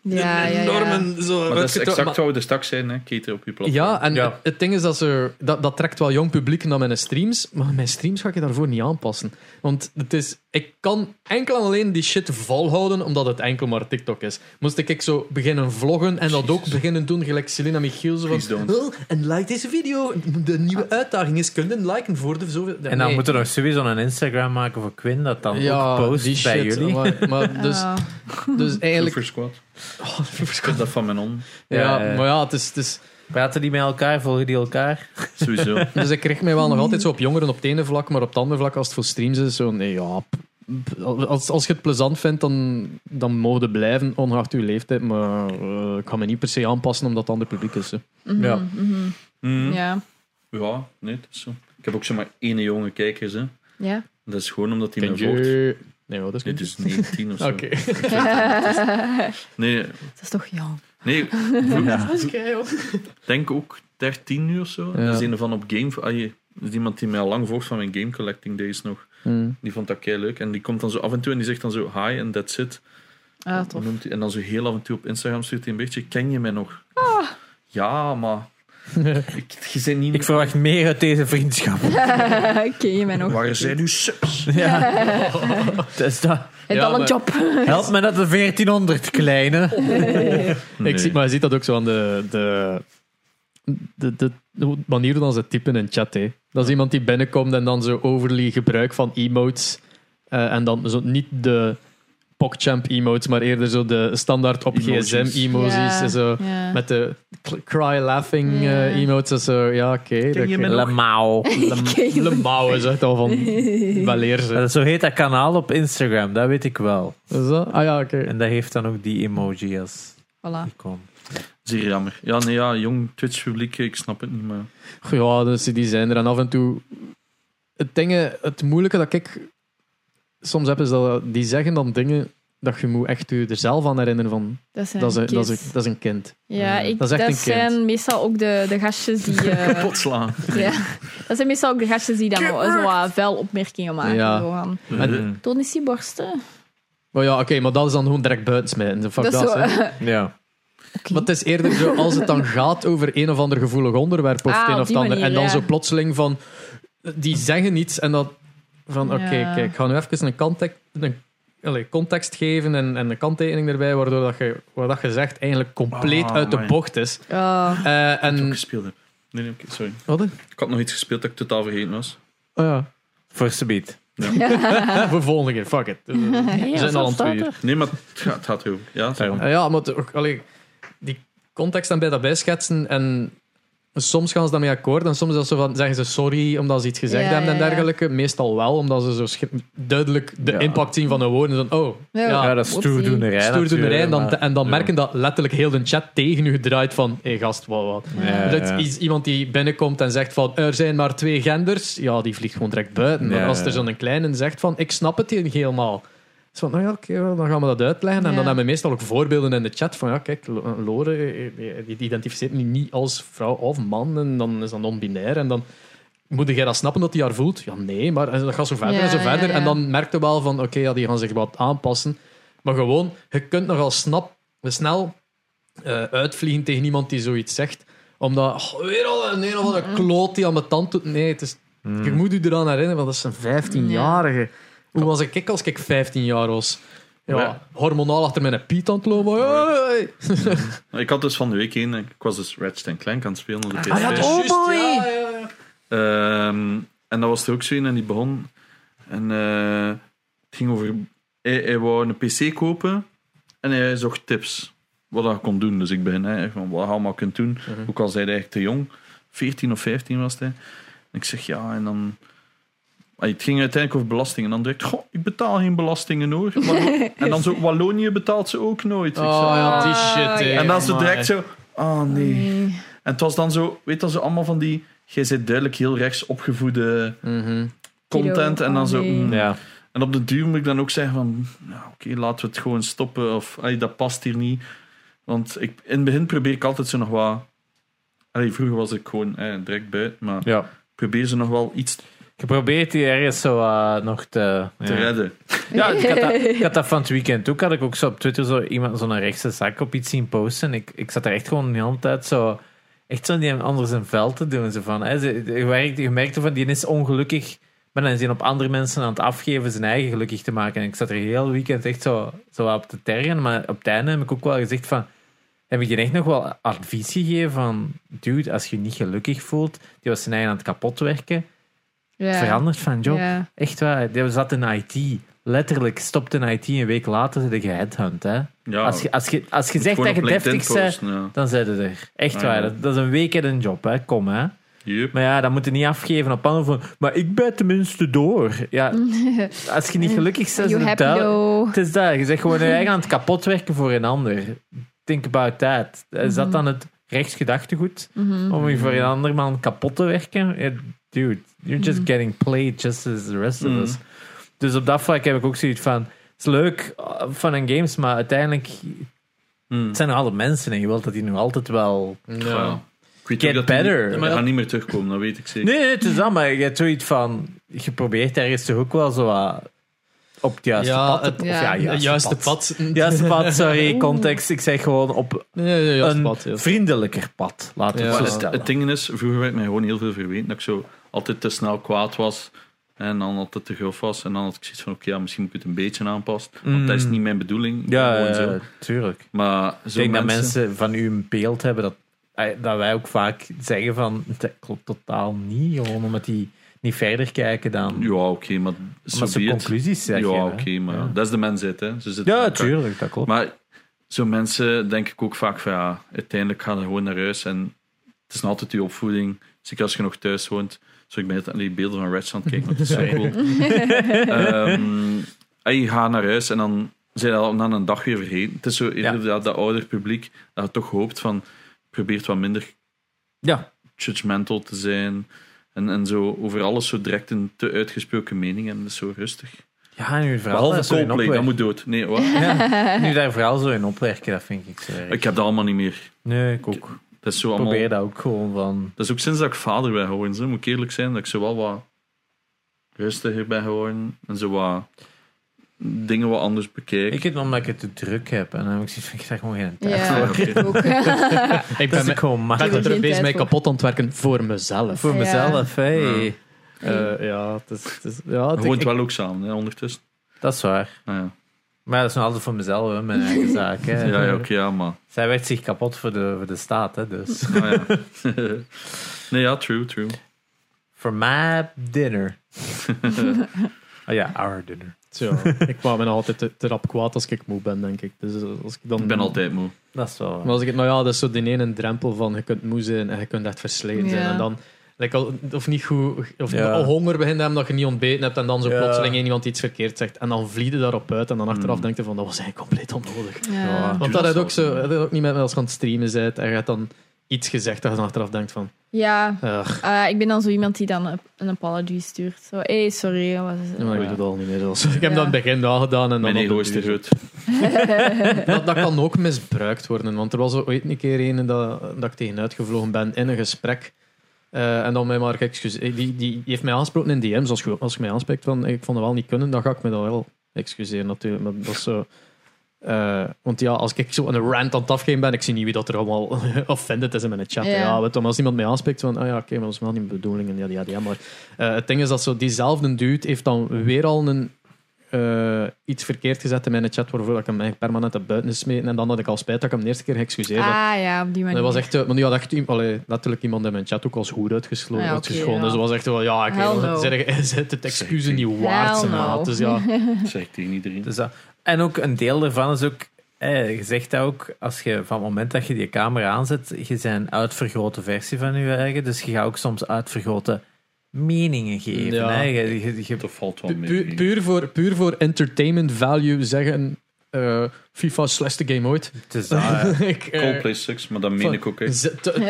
S4: Ja, ja, ja.
S5: normen. Zo,
S3: Maar dat is
S5: uitgeto-
S3: exact
S5: maar-
S3: wat we er straks zijn, hè? Keten op je platform.
S1: Ja, en
S2: Ja.
S1: het- het ding is dat ze... Dat, dat trekt wel jong publiek naar mijn streams, maar mijn streams ga ik je daarvoor niet aanpassen. Want het is... Ik kan enkel en alleen die shit volhouden, omdat het enkel maar TikTok is. Moest ik zo beginnen vloggen en dat ook beginnen doen, gelijk Selena Michiel, zo
S3: Please
S1: van...
S3: don't.
S1: "Wel, En like deze video. De nieuwe uitdaging is, kunnen liken voor de zoveel...
S2: En dan
S1: Nee.
S2: moeten we nog sowieso een Instagram maken voor Quinn, dat dan ook post
S1: die
S2: bij
S1: shit,
S2: jullie.
S1: Maar, maar dus,
S4: Ah.
S1: dus eigenlijk...
S3: Super Squad.
S1: Oh,
S3: Ik heb dat van mijn on.
S1: ja,
S2: Ja, ja.
S1: maar ja, het is... Het is
S2: Praten die met elkaar, volgen die elkaar?
S3: Sowieso.
S1: Dus ik richt mij wel nog altijd zo op jongeren op het ene vlak, maar op het andere vlak, als het voor streams is, zo nee, ja. p- p- Als, als je het plezant vindt, dan, dan mogen het blijven, ongeacht je leeftijd. Maar eh, ik ga me niet per se aanpassen omdat het ander publiek is. hè.
S4: Mhm,
S2: Ja.
S4: mhm.
S3: Mm. Ja.
S4: Ja.
S3: nee, dat is zo. Ik heb ook zomaar ene jonge kijkers, hè.
S4: Ja.
S3: Dat is gewoon omdat hij me
S1: Vind
S3: volgt. Nee,
S1: je... Nee, wat is
S3: het
S1: het?
S3: is 19 of zo.
S1: Oké.
S3: Nee,
S4: Dat is toch jong.
S3: nee,
S4: Dat is keihard.
S3: denk ook 13 uur of zo.
S1: Ja.
S3: Dat is een van op game. Ah, je- dat is iemand die mij al lang volgt van mijn game collecting days nog.
S1: Hmm.
S3: Die vond dat kei leuk. En die komt dan zo af en toe en die zegt dan zo hi en that's it.
S4: Ah, tof.
S3: Noemt hij- en dan zo heel af en toe op Instagram stuurt hij een beetje: Ken je mij nog?
S1: Ah.
S3: Ja, maar. ik, je bent niet
S2: Hmm. Ik verwacht meer uit deze vriendschap.
S4: Ken je mij nog?
S3: Waar zijn uw subs?
S2: Ja. Dat is dat.
S4: Het
S1: Ja,
S4: al een
S1: maar-
S4: job.
S2: Help me dat de 1400 kleine.
S3: Nee.
S1: Ik zie, maar je ziet dat ook zo aan de, de, de, de, de manier hoe dan ze typen in chat. Hè. Dat is iemand die binnenkomt en dan zo overly gebruik van emotes. eh, en dan zo niet de PogChamp emotes, maar eerder zo de standaard op
S3: Emojis.
S1: gsm emojis.
S4: Ja,
S1: en Zo,
S4: ja.
S1: Met de cl- cry laughing eh,
S4: Ja.
S1: emotes. en Zo, ja, oké.
S3: je me nog?
S2: Lemau.
S4: Ken je-
S1: Lemau is echt al van weleer. ze.
S2: Dat zo heet dat kanaal op Instagram, dat weet ik wel.
S1: Is dat? Ah ja, oké.
S2: En dat heeft dan ook die emoji als
S4: Voilà.
S2: icoon.
S3: Zeer jammer. Ja, nee, ja, jong Twitch-publiek, ik snap het niet, maar...
S1: Goh, Ja, dus die zijn er. En af en toe... Het, dingen, het moeilijke dat ik soms heb, is dat die zeggen dan dingen dat je moet echt je er zelf aan herinneren van...
S4: Dat zijn
S1: Dat is, een-
S4: kids.
S1: dat, is, een- dat is een kind.
S4: Ja, ik,
S1: dat
S4: dat,
S1: is echt een kind.
S4: zijn meestal ook de, de gastjes die... eh,
S3: Kapot slaan.
S4: ja. Dat zijn meestal ook de gastjes die dan wel- zo wat vuil opmerkingen maken.
S1: Ja.
S4: Zo van,
S3: Eh,
S1: En-
S4: toon eens die borsten.
S1: Maar ja, oké, maar dat is dan gewoon direct buiten smijten. Fuck
S4: Dat
S1: dat,
S4: is zo,
S1: hè.
S2: Ja.
S1: Maar het is eerder zo, als het dan gaat over een of ander gevoelig onderwerp of
S4: Ah,
S1: het een
S4: op
S1: of het
S4: die
S1: ander.
S4: manier,
S1: En dan
S4: ja.
S1: zo plotseling van... Die zeggen iets en dat... Van, oké,
S4: Ja.
S1: kijk, ik ga nu even een context, een, allee, context geven en, en een kanttekening erbij, waardoor dat je, waar dat je zegt eigenlijk compleet
S3: Ah,
S1: uit de
S3: amai.
S1: bocht is.
S4: Ah,
S1: Eh,
S3: Wat ik
S1: en...
S3: gespeeld heb. Nee, nee, oké, sorry.
S1: Wat? hè?
S3: Ik had nog iets gespeeld dat ik totaal vergeten was.
S1: Oh ja.
S2: Voor subiet.
S1: Voor volgende keer, fuck it. We zijn al aan twee uur.
S3: Nee, maar het gaat, het gaat erover. Ja, zeg
S2: Daarom.
S3: maar.
S1: Eh, ja, maar het- ook, allee, die context dan bij dat bijschetsen en soms gaan ze daarmee akkoord en soms is dat zo van, zeggen ze sorry omdat ze iets gezegd
S4: Ja,
S1: hebben en
S4: ja, ja.
S1: dergelijke. Meestal wel, omdat ze zo schri- duidelijk de
S2: Ja.
S1: impact zien van hun woorden. Zo, oh,
S4: Ja.
S1: ja,
S2: Ja, dat is
S4: Oepsie.
S2: stoerdoenerij.
S1: stoerdoenerij. En dan,
S2: natuurlijk,
S1: en dan
S2: ja.
S1: merken dat letterlijk heel de chat tegen u gedraaid van, hé hey, gast, wat, wat.
S2: maar- Ja,
S1: Dat
S2: ja.
S1: is iemand die binnenkomt en zegt van er zijn maar twee genders, ja, die vliegt gewoon direct buiten. Maar
S2: Ja,
S1: als er
S2: ja.
S1: zo'n kleine zegt van ik snap het hier niet helemaal. is van, nou ja, oké, wel, dan gaan we dat uitleggen. En
S4: Ja.
S1: dan hebben we meestal ook voorbeelden in de chat van, ja, kijk, Lo- Lore, eh, die die identificeert nu niet als vrouw of man. En dan is dat non-binair. En dan moet jij dat snappen dat die haar voelt? Ja, nee, maar en dat gaat zo verder
S4: Ja,
S1: en zo
S4: ja,
S1: verder.
S4: ja.
S1: En dan merkte je wel van, oké, ja, die gaan zich wat aanpassen. Maar gewoon, je kunt nogal snap, snel eh, uitvliegen tegen iemand die zoiets zegt. Omdat, oh, weer al een een of andere kloot die aan mijn tand doet. Nee, het is, je moet je eraan herinneren, want dat is een 15-jarige. Hoe was ik als ik 15 jaar was? Ja,
S3: Ja.
S1: hormonaal achter mijn piet aan het lopen. Hey.
S3: Ik had dus van de week één... Ik was dus Ratchet Clank aan het spelen op de PS5.
S1: ja,
S2: Oh,
S1: juist,
S2: boy.
S1: ja, ja, ja.
S3: Ehm, en dat was er ook zo een en die begon. En eh, het ging over. Hij, hij wou een PC kopen en hij zocht tips. Wat hij kon doen. Dus ik ben hè, van wat je allemaal kunt doen. Ook al zei hij eigenlijk te jong. 14 of 15 was hij. En ik zeg ja, en dan. Ah, Het ging uiteindelijk over belasting. En dan direct, goh, ik betaal geen belastingen hoor. Wallo- en dan zo, Wallonië betaalt ze ook nooit. Ik
S1: Oh,
S3: zei,
S1: ja,
S3: "Ah."
S1: die shit. hè.
S3: En dan ze
S1: Amai.
S3: direct zo, oh nee.
S4: nee.
S3: En het was dan zo, weet je, zo allemaal van die. Jij zit duidelijk heel rechts opgevoede
S1: Mhm.
S3: content. En dan zo.
S4: Kilo,
S3: mm.
S2: Ja.
S3: En op de duur moet ik dan ook zeggen van. Nou, Oké, laten we het gewoon stoppen. Of "Ai, dat past hier niet. Want ik, in het begin probeer ik altijd zo nog wat. Allee, vroeger was ik gewoon eh, direct buiten. Maar
S2: Ja.
S3: probeer ze nog wel iets
S2: Geprobeerd die ergens zo eh, nog te...
S3: te
S2: ja.
S3: redden.
S2: Ja, ik had, dat, ik had dat van het weekend ook. Had ik ook zo op Twitter zo iemand zo'n rechtse zak op iets zien posten. En ik, ik zat er echt gewoon de hele tijd zo... Echt zo die hem anders een vel te doen. Zo van, hè, ze, je, merkte, je merkte van, die is ongelukkig. Maar dan is hij op andere mensen aan het afgeven zijn eigen gelukkig te maken. En ik zat er heel weekend echt zo, zo wat op te tergen. Maar op het einde heb ik ook wel gezegd van... Heb ik je echt nog wel advies gegeven van... Dude, als je je niet gelukkig voelt... Die was zijn eigen aan het kapotwerken.
S4: Ja.
S2: Verandert van job.
S4: Ja.
S2: Echt waar, die zat in IT. Letterlijk stopt in IT een week later zit je geheadhunt. Hè?
S3: Ja,
S2: Als je, als je, als je zegt
S3: gewoon
S2: dat je
S3: op LinkedIn
S2: deftig bent,
S3: posten, ja.
S2: dan zit je er. Echt
S3: Ah,
S2: waar,
S3: ja.
S2: dat, dat is een week in een job, hè? kom hè.
S3: Yep.
S2: Maar ja, dat moet je niet afgeven op anderen van, maar ik ben tenminste door. Ja, als je niet gelukkig bent,
S4: You
S2: is het
S4: happy
S2: duidelijk.
S4: though.
S2: Het is dat, je zegt gewoon je eigen aan het kapot werken voor een ander. Think about that. Is dat dan het rechtsgedachtegoed?
S4: Mhm.
S2: Om je voor een ander man kapot te werken? Ja, dude, you're just
S4: Mhm.
S2: getting played just as the rest
S3: Mhm.
S2: of us. Dus op dat vlak heb ik ook zoiets van... Het is leuk eh, van een games, maar uiteindelijk...
S3: Hmm.
S2: Het zijn nog altijd mensen en je wilt dat die nog altijd wel...
S3: Ja. Ik weet
S2: Get
S3: ook dat die niet-
S2: better.
S3: Die
S2: Maar
S3: gaan
S2: dat-
S3: niet meer terugkomen, dat weet ik zeker.
S2: Nee, nee, het is dat, maar je hebt zoiets van... Je probeert ergens toch ook wel zo wat op het juiste
S1: Ja,
S2: pad... te-
S1: het-
S2: of
S4: ja,
S1: Ja, juiste pad.
S2: Juiste pad, sorry, context. Ik zeg gewoon op
S1: Ja, ja, ja, juiste
S2: een
S1: pad. ja.
S2: vriendelijker pad, laten we
S1: Ja.
S2: het
S3: Maar
S1: Maar
S2: zo
S3: het,
S2: stellen.
S3: het ding is, vroeger werd mij gewoon heel veel verweten dat ik zo altijd te snel kwaad was. En dan altijd te grof was. En dan had ik zoiets van, oké, ja, misschien moet ik het een beetje aanpassen. Want dat is niet mijn bedoeling.
S2: Mm. ja,
S3: Gewoon
S2: ja,
S3: zo.
S2: ja, tuurlijk.
S3: Maar
S2: Ik
S3: zo
S2: denk
S3: mensen...
S2: dat mensen van u een beeld hebben dat, eh, dat wij ook vaak zeggen van dat klopt totaal niet. Gewoon omdat die niet verder kijken dan
S3: Ja, oké, maar zo
S2: omdat ze
S3: be it.
S2: conclusies zeggen.
S3: Ja,
S2: hè.
S3: oké, maar
S2: Ja.
S3: dat is de mensheid, hè. Ze zitten
S2: Ja,
S3: in elkaar.
S2: tuurlijk, dat klopt.
S3: Maar zo mensen denk ik ook vaak van, ja, uiteindelijk gaan ze gewoon naar huis. En het is nog altijd je opvoeding. Zeker als je nog thuis woont. Zo, ik ben net aan die beelden van Reds aan het kijken, want dat is zo cool. Ehm, en je gaat naar huis en dan zijn dat na een dag weer vergeten. Het is zo eerder
S2: Ja.
S3: dat, dat ouder publiek dat je toch hoopt van, probeert wat minder
S2: ja,
S3: judgmental te zijn. En, en zo over alles zo direct een te uitgesproken mening. En dat is zo rustig.
S2: ja, nu vooral
S3: Behalve
S2: daar zo in
S3: Coldplay, dat
S2: opwerken.
S3: moet dood. Nee, wat?
S2: Ja, nu daar vooral zo in opwerken, dat vind ik zo erg.
S3: Ik heb dat allemaal niet meer.
S2: Nee, ik ook.
S3: Dat is zo
S2: Ik
S3: allemaal...
S2: probeer dat ook gewoon van...
S3: Dat is ook sinds dat ik vader ben geworden. Zo. Moet ik eerlijk zijn dat ik zo wel wat rustiger ben geworden. En zo wat dingen wat anders bekijk.
S2: Ik het omdat ik het te druk heb. En dan heb ik zoiets van, ik krijg gewoon geen tijd.
S4: Ja,
S3: Ah, oké.
S4: ik ook.
S1: Ik
S2: Ah,
S1: ben
S2: Dat is
S1: me-
S2: ook gewoon
S1: ben
S4: Geen
S2: makkelijk.
S1: er bezig
S4: tijd
S1: mee
S4: voor.
S1: kapot aan het werken voor mezelf.
S2: Voor
S4: Ja.
S2: mezelf, hey.
S3: Ja.
S1: Eh, ja, het is... Het is ja,
S3: Je
S1: het,
S3: woont
S1: ik,
S3: wel ook samen, hè, ondertussen.
S2: Dat is waar.
S3: Ah, ja,
S2: Maar dat is nog altijd voor mezelf, hè, mijn eigen zaak. Hè.
S3: ja, ja oké, ja, maar...
S2: Zij werd zich kapot voor de, voor de staat, hè, dus.
S3: Ah, ja. nee, ja, true, true.
S2: For my dinner. oh ja, our dinner.
S1: ja, ik kwam me nog altijd te, te rap kwaad als ik moe ben, denk ik. Dus eh, als ik dan...
S3: Ik ben altijd moe.
S2: Dat is wel...
S1: Maar als ik het... Nou ja, dat is zo die ene drempel van je kunt moe zijn en je kunt echt versleten zijn.
S4: Ja.
S1: En dan... like, al- of niet goed, of
S2: Ja.
S1: honger begint te hebben dat je niet ontbeten hebt en dan zo
S2: Ja.
S1: plotseling iemand iets verkeerd zegt. En dan vlieg je daarop uit en dan achteraf denk je van, dat was eigenlijk compleet onnodig.
S4: Ja.
S1: Want
S3: Doe
S1: dat had
S3: dat zo.
S1: ook, zo, dat had ook niet met als je aan het streamen bent en je hebt dan iets gezegd dat je dan achteraf denkt van...
S4: Ja,
S1: Ugh,
S4: eh, ik ben dan zo iemand die dan een- een apology stuurt. Zo, hé, hey, sorry. dat Was,
S1: maar ik
S4: ja.
S1: weet het al niet meer. zoals- Ik heb
S4: Ja.
S1: dat in het begin wel gedaan. En dan
S3: Mijn
S1: op de
S3: ego is te
S1: duur-
S3: groot.
S1: dat, dat kan ook misbruikt worden. Want er was ooit een keer een dat, dat ik tegen uitgevlogen ben in een gesprek. Eh, en dan mij maar, kijk, excuus- die, die, die heeft mij aangesproken in DM's. Als je, als je mij aanspreekt van ik vond het wel niet kunnen, dan ga ik me dan wel excuseren natuurlijk. Maar dat is zo. eh, want ja, als ik zo aan een rant aan het afgeven ben, ik zie niet wie dat er allemaal offended is in mijn chat.
S4: Ja.
S1: Ja, weet je, maar als iemand mij aanspreekt van, ah ja, oké, maar dat is wel niet de bedoeling. en Ja, ja, ja, maar eh, het ding is dat zo diezelfde dude heeft dan weer al een, eh, iets verkeerd gezet in mijn chat, waarvoor ik hem eigenlijk permanent heb buiten gesmeten. En dan had ik al spijt dat ik hem de eerste keer geëxcuseerd had.
S4: Ah ja, op die
S1: En
S4: manier.
S1: dat was echt, eh, want nu had echt iemand- allee, letterlijk iemand in mijn chat ook als hoer uitgesloten.
S4: Ah ja, oké,
S1: uitgeschonden.
S4: ja.
S1: Dus dat was echt wel, ja, ik
S4: Hell
S1: wil-
S4: no.
S1: zeg, je zit het excuus niet waard.
S4: Hell
S1: ze maat.
S4: no.
S1: Dus ja,
S3: Dat zeg ik tegen iedereen.
S2: Dus dat- en ook een deel daarvan is ook, eh, je zegt dat ook, als je van het moment dat je die camera aanzet, je bent een uitvergrote versie van je eigen, dus je gaat ook soms uitvergrote meningen geven.
S1: Ja.
S2: Hè? Je, je- je-
S3: Dat valt wel
S1: pu-
S3: mee.
S1: pu- puur, voor, puur voor entertainment value zeggen eh, FIFA is slechtste game ooit.
S2: Het is dat, hè.
S1: ik, eh,
S3: Coldplay 6, maar dat meen
S1: fuck.
S3: ik ook. hè.
S1: Z- t-
S4: Eh,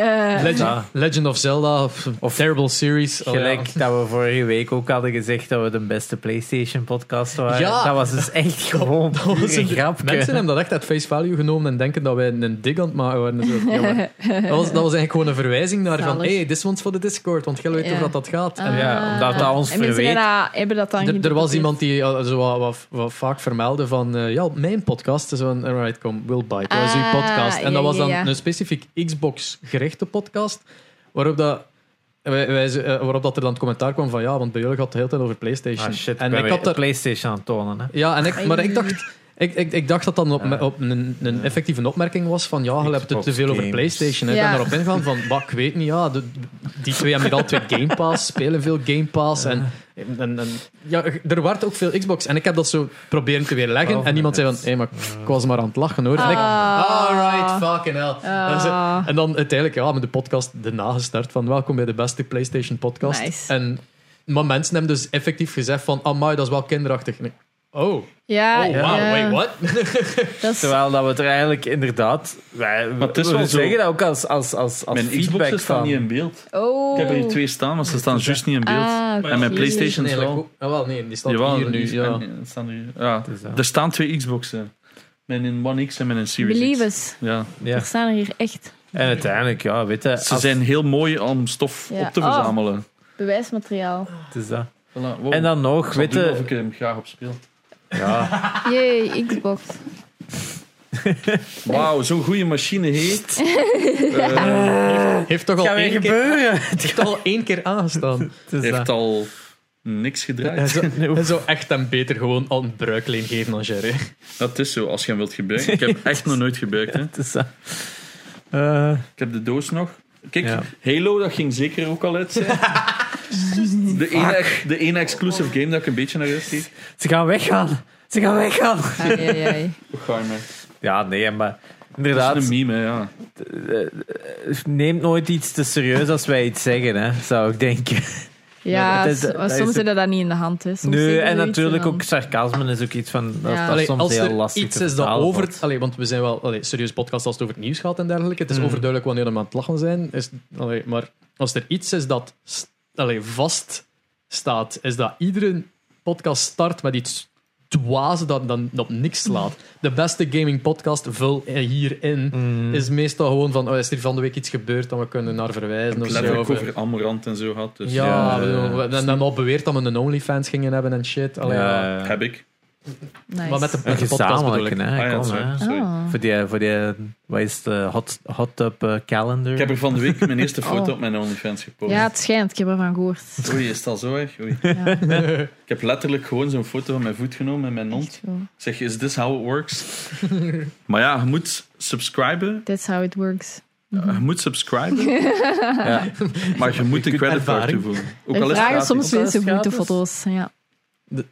S1: Legend,
S2: Ja.
S1: Legend of Zelda, of
S2: Of-
S1: terrible series. Oh,
S2: Gelijk dat we vorige week ook hadden gezegd dat we de beste PlayStation-podcast waren.
S1: Ja.
S2: Dat was dus echt gewoon
S1: ja. Dat was
S2: een
S1: een-
S2: grapje.
S1: Mensen hebben dat echt uit face value genomen en denken dat wij een dig aan het maken waren. Dus, ja, maar dat, was, dat was eigenlijk gewoon een verwijzing naar van,
S4: Zalig.
S1: hey, this one's voor de Discord, want jij weet
S4: Ja.
S1: hoe dat, dat gaat. En
S4: Ah.
S2: Ja, omdat dat ons
S4: en mensen
S2: verweet.
S4: gaan dat- hebben dat dan
S1: Er, er was
S4: geïnterpreteerd.
S1: iemand die eh, zo wat, wat, wat vaak vermeldde van eh, ja, op mijn podcast is een alright, kom, Will Bite, wat is uw
S4: Ah,
S1: podcast? En
S4: ja,
S1: dat was
S4: ja,
S1: dan
S4: ja.
S1: een specifiek Xbox gerichte podcast, waarop dat wij, wij ze- eh, waarop dat er dan het commentaar kwam van ja, want bij jullie gaat het de hele tijd over PlayStation.
S2: Ah shit,
S1: en ik had
S2: de
S1: er,
S2: PlayStation aan het tonen. Hè.
S1: ja, en ik, maar ik dacht, ik, ik, ik dacht dat dan op,
S2: Ja.
S1: op een, een effectieve opmerking was van ja, je hebt het
S2: Xbox
S1: te veel over
S2: games.
S1: PlayStation. hè. Ik
S4: Ja.
S1: ben daarop ingegaan van, bah, ik weet niet, ja, de- die twee hebben hier al twee Game Pass, spelen veel Game Pass en en, en, ja, er waren ook veel Xbox. En ik heb dat zo proberen te weerleggen.
S2: Oh,
S1: en iemand zei van,
S2: yes.
S1: hé, maar pff, ik was maar aan het lachen, hoor. En ik,
S4: Ah.
S1: alright, fucking hell.
S4: Ah.
S1: En, ze- en dan uiteindelijk, ja, met de podcast erna gestart van, welkom bij de beste PlayStation podcast.
S4: Nice.
S1: En, maar mensen hebben dus effectief gezegd van, amai, dat is wel kinderachtig. En ik, oh, oh,
S4: Ja,
S1: wow,
S4: Ah, ja.
S1: wait, what?
S4: Dat is-
S2: Terwijl dat we het er eigenlijk inderdaad... Wij,
S3: Maar het is
S2: we
S3: wel zo.
S2: zeggen dat ook als, als, als, als
S3: Mijn
S2: feedback
S3: Xbox staat
S2: van...
S3: niet in beeld.
S4: Oh.
S3: Ik heb er hier twee staan, maar ze staan juist niet in beeld.
S4: Ah,
S3: En mijn
S4: oké.
S3: PlayStation
S1: Nee,
S3: is
S1: eigenlijk
S3: wel.
S1: ook- ah, wel, nee, die staat
S3: Jawel,
S1: hier nu.
S3: die-
S1: Ja.
S3: en- en staan hier. Ja,
S2: Het is dat.
S3: er staan twee Xboxen. Mijn in One X en mijn in Series
S4: Believe
S3: X.
S4: us.
S3: Ja.
S2: Ja.
S4: Er staan er hier echt
S2: En uiteindelijk, ja, weet je...
S3: Ze
S2: als-
S3: zijn heel mooi om stof
S4: Ja.
S3: op te
S4: Oh.
S3: verzamelen.
S4: bewijsmateriaal.
S2: het is dat.
S3: Voilà, wow.
S2: En dan nog,
S3: Ik zal
S2: weet
S3: doen of
S2: je...
S3: ik eh, hem graag op speel.
S2: Ja,
S4: Jee, Xbox.
S3: Wauw, zo'n goede machine Eh, heet.
S1: Heeft toch al,
S2: gaat weer
S1: één keer,
S2: gebeuren.
S1: heeft toch al één keer aangestaan.
S2: Het is
S3: heeft
S2: dat.
S3: al niks
S1: Hij
S3: gedraaid.
S1: zou, hij zou echt hem beter gewoon al een bruikleen geven dan Jerry.
S3: Dat is zo, als je hem wilt gebruiken. Ik heb echt nog nooit gebruikt. Hè.
S2: Het is dat. Eh,
S3: Ik heb de doos nog. Kijk,
S2: Ja.
S3: Halo, dat ging zeker ook al uit zijn. De ene, de ene exclusive game dat ik een beetje naar rust zie.
S2: ze gaan weggaan. Ze gaan weggaan.
S4: Ai, ai, ai.
S3: Hoe ga je mee?
S2: Ja, nee, maar
S3: Dat
S2: inderdaad,
S3: is een meme, hè, ja.
S2: neem nooit iets te serieus als wij iets zeggen, hè, zou ik denken.
S4: Ja,
S2: Ja, dat is-
S4: s-
S2: dat is
S4: soms
S2: het.
S4: zit dat niet in de hand. Hè. Soms
S2: nee,
S4: zeggen ze
S2: en
S4: iets
S2: natuurlijk
S4: dan-
S2: ook sarcasme is ook iets van. Dat,
S4: Ja.
S2: dat
S1: Allee,
S2: soms
S1: als
S2: heel
S1: er
S2: lastig
S1: iets
S2: te
S1: is dat
S2: vertalen
S1: over...
S2: wordt.
S1: Allee, want we zijn wel allee, serieus podcast als het over het nieuws gaat en dergelijke. Het is
S2: Mm.
S1: overduidelijk wanneer we aan het lachen zijn. Is, allee, maar als er iets is dat st- allee, vast staat, is dat iedere podcast start met iets dwaas dat dan op niks slaat. De beste gaming podcast vul hierin.
S2: Mm. Hmm.
S1: Is meestal gewoon van, oh, is er van de week iets gebeurd dat we kunnen naar verwijzen of zo.
S3: Letterlijk
S1: Of-
S3: over Amorant en zo had. Dus
S1: ja,
S2: Ja,
S1: we-
S2: ja, ja.
S1: we hebben dan al beweerd dat we een OnlyFans gingen hebben en shit. Allee, ja.
S2: Ja, ja.
S3: heb ik.
S4: Nice.
S1: Maar met de,
S2: Een
S1: met de podcast bedoel ik.
S2: gezamenlijke, hè?
S3: Ah, ja,
S2: kom,
S3: sorry,
S2: hè.
S3: sorry.
S4: Ah.
S2: Voor die, voor die, wat is de hot, hot tub eh, calendar?
S3: Ik heb er van de week mijn eerste foto
S4: Oh.
S3: op mijn OnlyFans gepost.
S4: Ja, het schijnt. Ik heb ervan gehoord.
S3: Oei, is dat zo erg? Oei.
S4: Ja,
S3: Ik heb letterlijk gewoon zo'n foto van mijn voet genomen en mijn mond.
S4: echt wel.
S3: Ik zeg, is this how it works? maar ja, je moet subscriben.
S4: That's how it works.
S3: Je moet subscriben,
S2: ja.
S3: maar je moet een creditcard
S1: ervaring.
S3: toevoegen. Ook
S4: Er
S3: al is het
S4: vragen
S3: gratis.
S4: soms
S2: Ook al is
S4: mensen
S2: het
S4: goede
S2: gratis.
S4: foto's. Ja.
S1: De,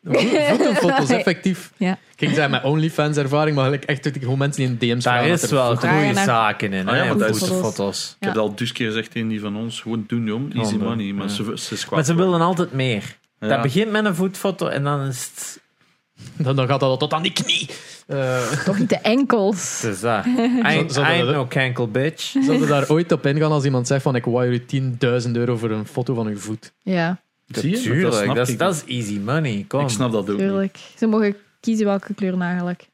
S1: foto's,
S4: Nee.
S1: effectief.
S4: Ja.
S1: Ik ging zeggen, mijn OnlyFans ervaring, maar eigenlijk echt dat ik gewoon mensen die in DM's
S2: Daar
S1: vragen
S2: is
S1: dat er
S2: wel
S1: foto's-
S4: Vragen
S2: goede
S4: naar-
S2: zaken in,
S3: Ah, ja,
S2: hè?
S3: maar dat is-
S2: goede foto's.
S3: Ik heb dat al dus keer gezegd tegen die van ons. Gewoon doen, jong. Easy
S2: Gewoon doen,
S3: money. Maar
S2: ja.
S3: ze, ze is kwaad
S2: Maar ze
S3: geworden.
S2: willen altijd meer.
S3: Ja.
S2: Dat begint met een voetfoto en dan is het.
S1: Dan, dan gaat dat al tot aan die knie. Eh
S4: Toch niet de enkels.
S2: Het is dat. I
S1: Zo- zo dat
S2: ain't
S1: het-
S2: no cankle bitch.
S1: zullen we daar ooit op ingaan als iemand zegt van ik wou jullie 10.000 euro voor een foto van uw voet?
S4: Ja,
S3: Zie je? Maar dat
S2: Tuurlijk,
S3: snap
S2: dat
S3: ik
S2: is, dat is easy money. Kom.
S3: Ik snap dat ook niet.
S4: tuurlijk. Ze mogen kiezen welke kleur eigenlijk.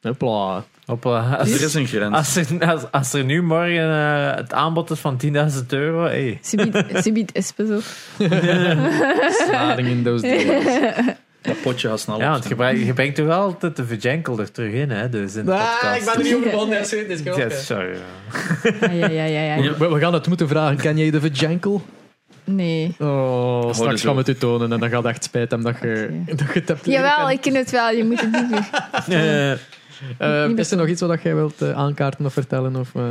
S1: Hopla.
S2: Hopla.
S3: Er is een grens.
S2: Als er, als, als er nu morgen eh, het aanbod is van 10.000 euro, hey.
S4: Ze biedt espresso.
S1: Slading in those days.
S3: Dat potje gaat snel
S2: ja,
S3: op
S2: want je,
S3: zijn.
S2: brengt- je brengt toch altijd de verjankel er terug in, hè? Dus in de
S1: Ah,
S2: podcast.
S4: niet over begonnen,
S2: Ja, sorry. ja.
S4: Ja, Ah, ja, ja, ja, ja.
S1: We, we gaan het moeten vragen. Ken jij de vajankel?
S4: Nee.
S1: Oh,
S3: dat
S1: straks
S3: is
S1: gaan we
S3: ook.
S1: het u tonen en dan gaat het echt spijt hem dat je, dat je het hebt leren
S4: Jawel,
S1: kennen.
S4: ik ken het wel. Je moet het niet doen.
S2: Eh,
S1: Eh,
S4: niet
S1: is er nog iets wat jij wilt eh, aankaarten of vertellen? Of, eh?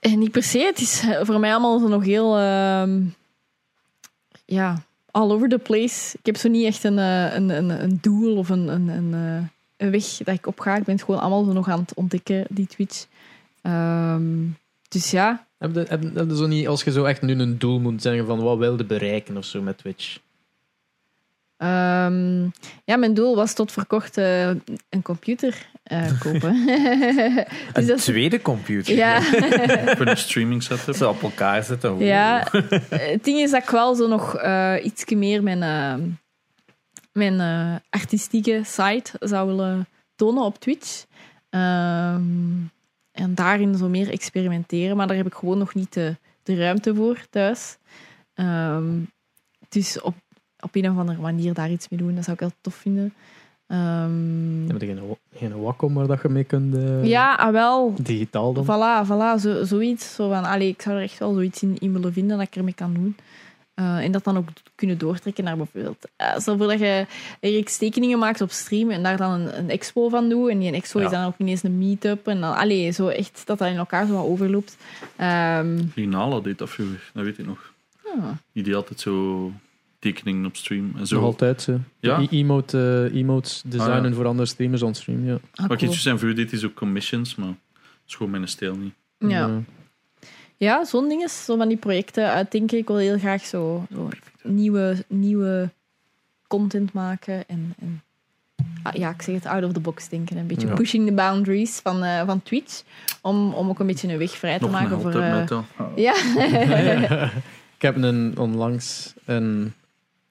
S4: Eh, Niet per se. Het is eh, voor mij allemaal zo nog heel... ehm, ja, all over the place. Ik heb zo niet echt een, eh, een, een, een doel of een, een, een, eh, een weg dat ik op ga. Ik ben het gewoon allemaal zo nog aan het ontdekken, die Twitch. Ehm, dus ja,
S1: Heb je, heb, heb je zo niet, als je zo echt nu een doel moet zeggen van wat wilde bereiken of zo met Twitch?
S4: eh, Ehm, ja, mijn doel was tot verkocht eh, een computer eh, kopen.
S2: een
S4: dus dat is-
S2: tweede computer.
S4: ja,
S3: Voor een streaming setup.
S2: Ze op elkaar zetten. Oeh.
S4: ja. Het ding is dat ik wel zo nog eh iets meer mijn, eh, mijn eh, artistieke site zou willen tonen op Twitch. Ehm, en daarin zo meer experimenteren. Maar daar heb ik gewoon nog niet de, de ruimte voor thuis. Ehm, dus op, op een of andere manier daar iets mee doen, dat zou ik heel tof vinden. Ehm,
S1: Heb je geen, wa- geen wacom waar dat je mee kunt... eh,
S4: ja, ah, wel.
S1: Digitaal dan?
S4: Voilà, voilà zo, zoiets. Zo van, allee, ik zou er echt wel zoiets in, in willen vinden dat ik ermee kan doen. Eh, en dat dan ook kunnen doortrekken naar bijvoorbeeld. eh stel voor dat je reeks tekeningen maakt op stream en daar dan een, een expo van doet. En die expo
S2: Ja.
S4: is dan ook ineens een meet-up. En dan, allee, zo echt dat dat in elkaar zo wat overloopt. Ehm,
S3: Linala deed dat vroeger, dat weet ik nog.
S4: ja.
S3: Die deed altijd zo tekeningen op stream en zo.
S1: Nog altijd zo.
S3: Ja?
S1: E- emote, eh, emotes designen
S3: Ah, ja.
S1: voor andere streamers on stream, ja.
S4: Ah,
S3: Wat
S4: cool.
S3: je zijn vroeger deed, is ook commissions, maar dat is gewoon mijn stijl niet.
S4: ja. Ja, zo'n ding is, zo van die projecten uitdenken. Ik wil heel graag zo,
S1: Oh,
S4: zo nieuwe, nieuwe content maken. En, en ah, ja, ik zeg het out of the box denken. Een beetje
S1: Ja.
S4: pushing the boundaries van, eh, van Twitch. Om, om ook een beetje een weg vrij te
S3: Nog een
S4: maken
S3: hot
S4: voor.
S3: tub
S4: eh,
S3: metal.
S4: ja.
S1: Ik heb een, onlangs een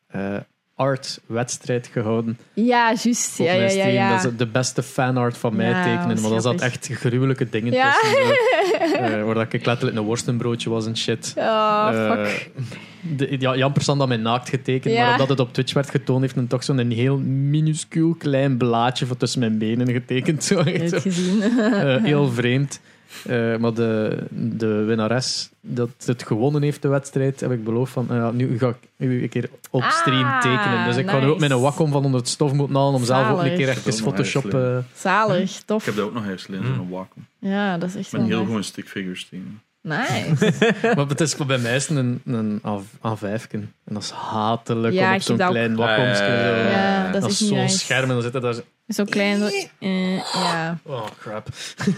S1: eh, art-wedstrijd gehouden
S4: ja, juist.
S1: op
S4: Ja, ja,
S1: mijn
S4: ja,
S1: stream.
S4: ja.
S1: Dat ze de beste fanart van mij
S4: Ja,
S1: tekenen.
S4: wat
S1: Maar daar zat
S4: grappig.
S1: echt gruwelijke dingen
S4: Ja.
S1: tussen. eh, eh, waar dat ik letterlijk een worstenbroodje was en shit.
S4: Oh,
S1: Eh,
S4: fuck.
S1: de, ja, Jan Persan dat mij naakt getekend,
S4: Ja.
S1: maar omdat het op Twitch werd getoond, heeft hem toch zo'n heel minuscuul klein blaadje van tussen mijn benen getekend. Zo, echt zo.
S4: Leuk gezien.
S1: Eh, heel vreemd. Eh, maar de, de winnares dat het gewonnen heeft, de wedstrijd, heb ik beloofd van, eh, ja, nu ga ik nu een keer op
S4: Ah,
S1: stream tekenen. Dus ik ga nu ook
S4: nice.
S1: mijn wacom van onder het stof moeten halen om zelf ook een
S4: Zalig.
S1: keer
S3: Dat is
S1: even
S3: ook nog
S1: Photoshop...
S3: erg slim.
S1: eh,
S4: Zalig,
S3: Ik
S4: tof.
S3: heb dat ook nog hersleden,
S2: Hmm.
S3: zo'n Wacom.
S4: Ja, dat is echt
S3: Ik ben
S4: wel
S3: heel
S4: nice.
S3: goed in stickfigures tegen.
S4: Nice.
S1: maar het is bij mij is het een, een A- A5'ken. En dat is hatelijk
S4: Ja,
S1: om op
S4: ik heb
S1: zo'n
S4: dat ook.
S1: klein wacomske... zo-
S2: Eh,
S4: ja, dat,
S1: dat
S4: is
S1: is
S4: echt niet
S1: zo'n
S4: nice.
S1: scherm en dan zitten daar... zo-
S4: Zo klein. zo- eh, ja,
S1: Oh, crap.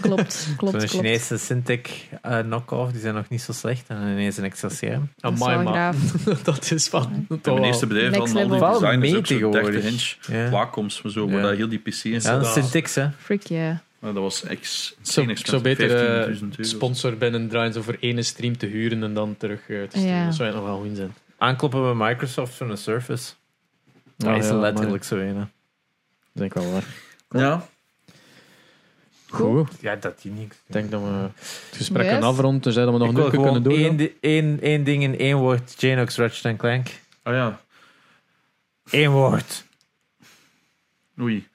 S4: klopt. klopt,
S2: Zo'n
S4: klopt.
S2: Chinese Syntec eh, knock-off, die zijn nog niet zo slecht. En ineens een extra scherm.
S1: Amai,
S4: dat is wel
S1: maar.
S4: graaf.
S1: Dat is van...
S3: In mijn eerste bedrijf
S4: Next
S3: hadden al die
S4: level.
S2: Wel
S3: designers
S2: mee
S3: ook zo'n 30 inch
S2: tegenwoordig. Ja.
S3: Wacoms, maar zo, waar
S2: Ja.
S3: dat heel die PC in
S2: Ja,
S3: zat.
S2: dat is Syntec, hè.
S4: Freak, ja.
S3: Maar dat was ex,
S1: Zo,
S3: insane
S1: zo
S3: expensive,
S1: beter eh,
S3: 15.000 euro.
S1: sponsor binnen draaien, zo voor ene stream te huren en dan terug eh, te streamen.
S4: Ja.
S1: Dat zou nog wel goed zijn.
S2: Aankloppen bij Microsoft van een Surface. Dat is letterlijk zo een. hè.
S1: Dat denk Ah, ik wel waar.
S3: Ja,
S1: Goed,
S2: Ja, dat die niet.
S1: ik denk dat we het gesprek
S4: Yes.
S1: kunnen afronden. Dus dat we nog
S2: ik
S1: een
S2: wil
S1: uur kunnen
S2: gewoon
S1: doen.
S2: één, di- één, één ding in één woord. Janox, Ratchet Clank.
S3: ah ja,
S2: Eén woord.
S3: oei.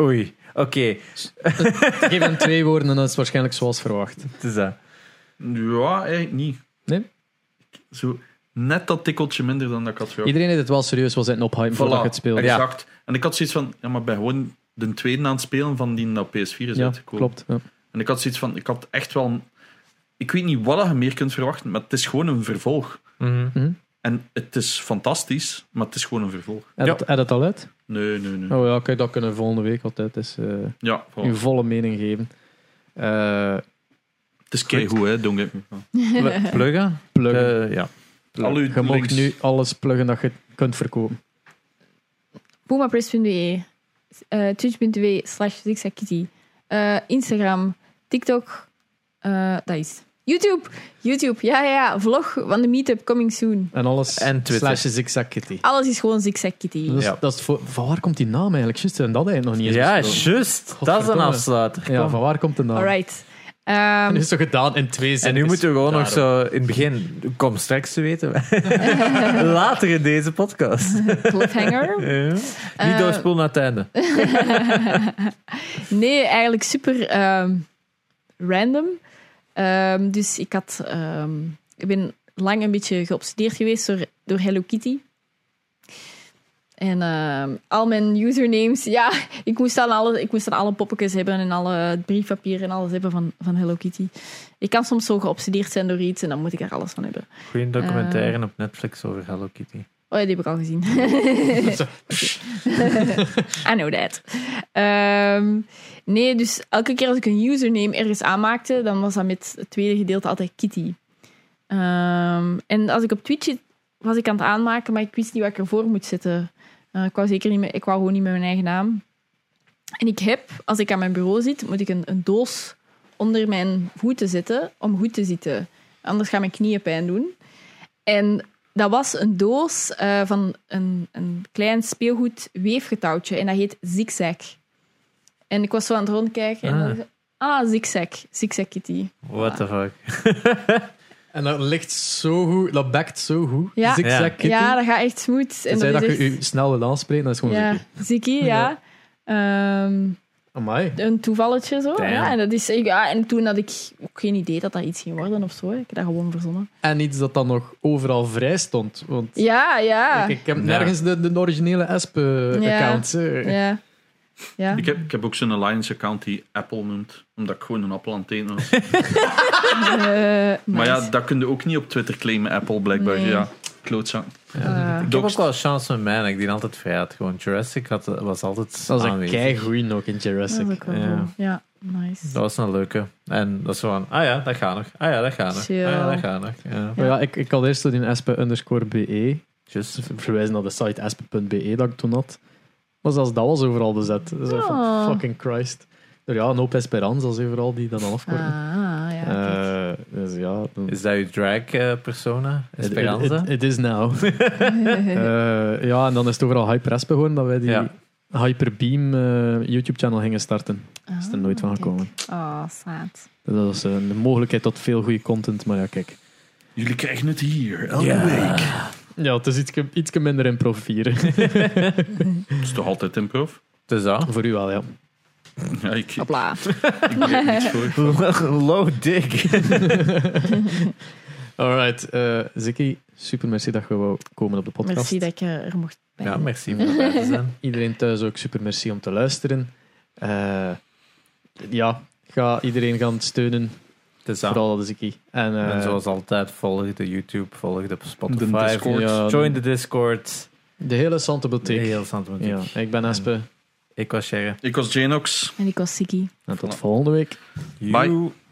S2: Oei. Oké,
S1: Geef hem twee woorden en dat is het waarschijnlijk zoals verwacht.
S2: het is dat.
S3: Ja, eigenlijk niet.
S1: Nee?
S3: Ik- Zo, net dat tikkeltje minder dan dat ik had verwacht.
S1: Iedereen heeft het wel serieus wil zitten ophypen voordat je het speelt.
S2: Ja.
S3: Exact. En ik had zoiets van, ja, maar ik ben gewoon de tweede aan het spelen van die op PS4 is
S1: Ja,
S3: uitgekomen.
S1: klopt. Ja.
S3: En ik had zoiets van, ik had echt wel... Ik weet niet wat je meer kunt verwachten, maar het is gewoon een vervolg.
S2: Mhm.
S3: En het is fantastisch, maar het is gewoon een vervolg.
S1: Heb
S2: Ja.
S1: het- heb het al uit?
S3: Nee, nee, nee.
S1: Oh ja, kijk, dat kunnen we volgende week altijd eens eh,
S3: Ja, voilà.
S1: uw volle mening geven. Eh
S3: het is keigoed, hè, don't get me wrong.
S2: Pl- Pluggen?
S1: pluggen.
S2: Eh, ja.
S3: Al uw
S1: je mag
S3: links.
S1: nu alles pluggen dat je kunt verkopen.
S4: Boomapress.be, E eh, twitch.tv slash zigzagkitty, Eh, Instagram, TikTok, eh, dat is het. YouTube, YouTube, ja, ja, ja, vlog van de meetup coming soon.
S1: En alles
S2: En Twitter.
S1: slash Zigzag Kitty.
S4: Alles is gewoon Zigzag Kitty.
S1: Dat is,
S2: Ja.
S1: dat is voor- van waar komt die naam eigenlijk? Just, en dat eigenlijk nog niet eens
S2: Ja,
S1: besproken.
S2: juist. Dat is een
S1: Godverdomme.
S2: afsluiter.
S1: ja,
S2: Kom.
S1: van waar komt de naam?
S4: Alright.
S1: En
S4: Ehm,
S1: is toch gedaan in twee zinnen.
S2: En nu moeten we gewoon nog zo in het begin, kom straks te weten. Later in deze podcast.
S4: cliffhanger.
S2: Ja. Niet
S4: Eh,
S2: doorspoelen naar het einde.
S4: Nee, eigenlijk super ehm, random. Ehm, dus ik had... ehm, ik ben lang een beetje geobsedeerd geweest door, door Hello Kitty. En ehm, al mijn usernames... Ja, ik moest dan alle, ik moest dan alle poppetjes hebben en alle briefpapier en alles hebben van, van Hello Kitty. Ik kan soms zo geobsedeerd zijn door iets en dan moet ik er alles van hebben.
S2: Goeie documentaire op Netflix over Hello Kitty.
S4: Oh ja, die heb ik al gezien. I know that. Ehm, nee, dus elke keer als ik een username ergens aanmaakte, dan was dat met het tweede gedeelte altijd Kitty. Ehm, en als ik op Twitch zit, was ik aan het aanmaken, maar ik wist niet wat ik ervoor moet zetten. Ehm, Eh, ik, wou zeker niet met, ik wou gewoon niet met mijn eigen naam. En ik heb, als ik aan mijn bureau zit, moet ik een, een doos onder mijn voeten zetten om goed te zitten. Anders gaan mijn knieën pijn doen. En dat was een doos eh, van een, een klein speelgoed weefgetouwtje. En dat heet Zigzag. En ik was zo aan het rondkijken. En
S2: Ah.
S4: dan dacht ik, ah, Zigzag. Zigzag Kitty.
S2: What the fuck.
S1: En dat ligt zo goed, dat backt zo goed.
S4: Ja.
S1: Zigzag
S2: Ja.
S1: Kitty.
S4: Ja, dat gaat echt smooth. En
S1: Zij
S4: dat
S1: dat
S4: is dus-
S1: je
S4: echt-
S1: je snel wil aanspreken, dat is gewoon
S4: Ja,
S1: zo.
S4: Ziggy, ja. Ehm,
S1: Amai.
S4: een toevalletje zo.
S2: Damn.
S4: Ja, en, dat is, ja, en toen had ik ook geen idee dat dat iets ging worden of zo. hè. Ik heb dat gewoon verzonnen.
S1: En iets dat dan nog overal vrij stond. Want
S4: Ja, ja.
S1: ik, ik heb
S2: Ja.
S1: nergens de, de originele Eh, Asp-account.
S4: Ja. ja.
S3: Ik heb, ik heb ook zo'n Alliance-account die Apple noemt, omdat ik gewoon een appel aan het eten was.
S4: Eh,
S3: Maar
S4: nice.
S3: ja, dat kun je ook niet op Twitter claimen, Apple, blijkbaar.
S4: Nee.
S3: Ja, klootzak.
S4: Eh,
S2: Ik heb ook wel chance met mij, dat ik die altijd vrij had. Gewoon Jurassic had, was altijd
S1: Dat was een
S2: aanwezig.
S1: keigoeie nog in
S4: dat
S1: Jurassic.
S4: is ook wel
S2: ja.
S4: cool. Ja, nice.
S2: Dat was een leuke. En dat is gewoon, ah ja, dat gaat nog. Ah ja, dat gaat nog. Ah ja, dat gaat nog. Ja.
S1: Maar ja, ik, ik had eerst zo die aspen underscore E. be.
S2: Just.
S1: Ze ver- verwijzen naar de site aspen.be dat ik toen had. Maar zelfs dat was overal bezet. Dus dat van
S4: Oh.
S1: fucking Christ. Er ja, een hoop Esperanza was overal die dat dan
S4: Ah,
S1: afkorten.
S4: ja. kijk.
S1: Eh, dus ja... dan-
S2: Is dat je drag eh, persona?
S1: It- it-
S2: Esperanza?
S1: It, it is now. Eh, ja, en dan is het overal Hyper Aspen geworden dat wij die
S2: Ja.
S1: Hyperbeam eh, YouTube-channel gingen starten.
S4: Ah,
S1: is er nooit van
S4: kijk.
S1: gekomen.
S4: Oh, saad.
S1: Dus dat was een mogelijkheid tot veel goede content, maar ja, kijk.
S3: Jullie krijgen het hier, elke
S2: Ja.
S3: week.
S1: Ja, het is iets, iets minder improv hier.
S3: Dat is toch altijd improv?
S2: Dus dat.
S1: Voor u wel, ja.
S3: Ja, ik, ik
S4: Hopla.
S3: begrijp niks voor.
S2: Low dick.
S1: Alright, eh Ziki, super merci dat je wou komen op de podcast.
S4: Merci dat ik eh, er mocht bij.
S2: Ja, merci voor erbij te zijn.
S1: Iedereen thuis ook super merci om te luisteren. Eh, ja, ga iedereen gaan steunen,
S2: Dus dat.
S1: vooral de Ziki. En, eh,
S2: En zoals altijd, volg de YouTube, volg de Spotify.
S1: De Discord. Ja,
S2: Join
S1: de-
S2: de Discord.
S1: de hele Santa
S2: Heel
S1: Boutique.
S2: interessant.
S1: Ja, ik ben Aspe.
S2: Ik was Sharon.
S3: Ik was Janox.
S4: En ik was Ziggy.
S1: En tot
S3: Voilà.
S1: volgende week.
S3: Bye.
S2: You-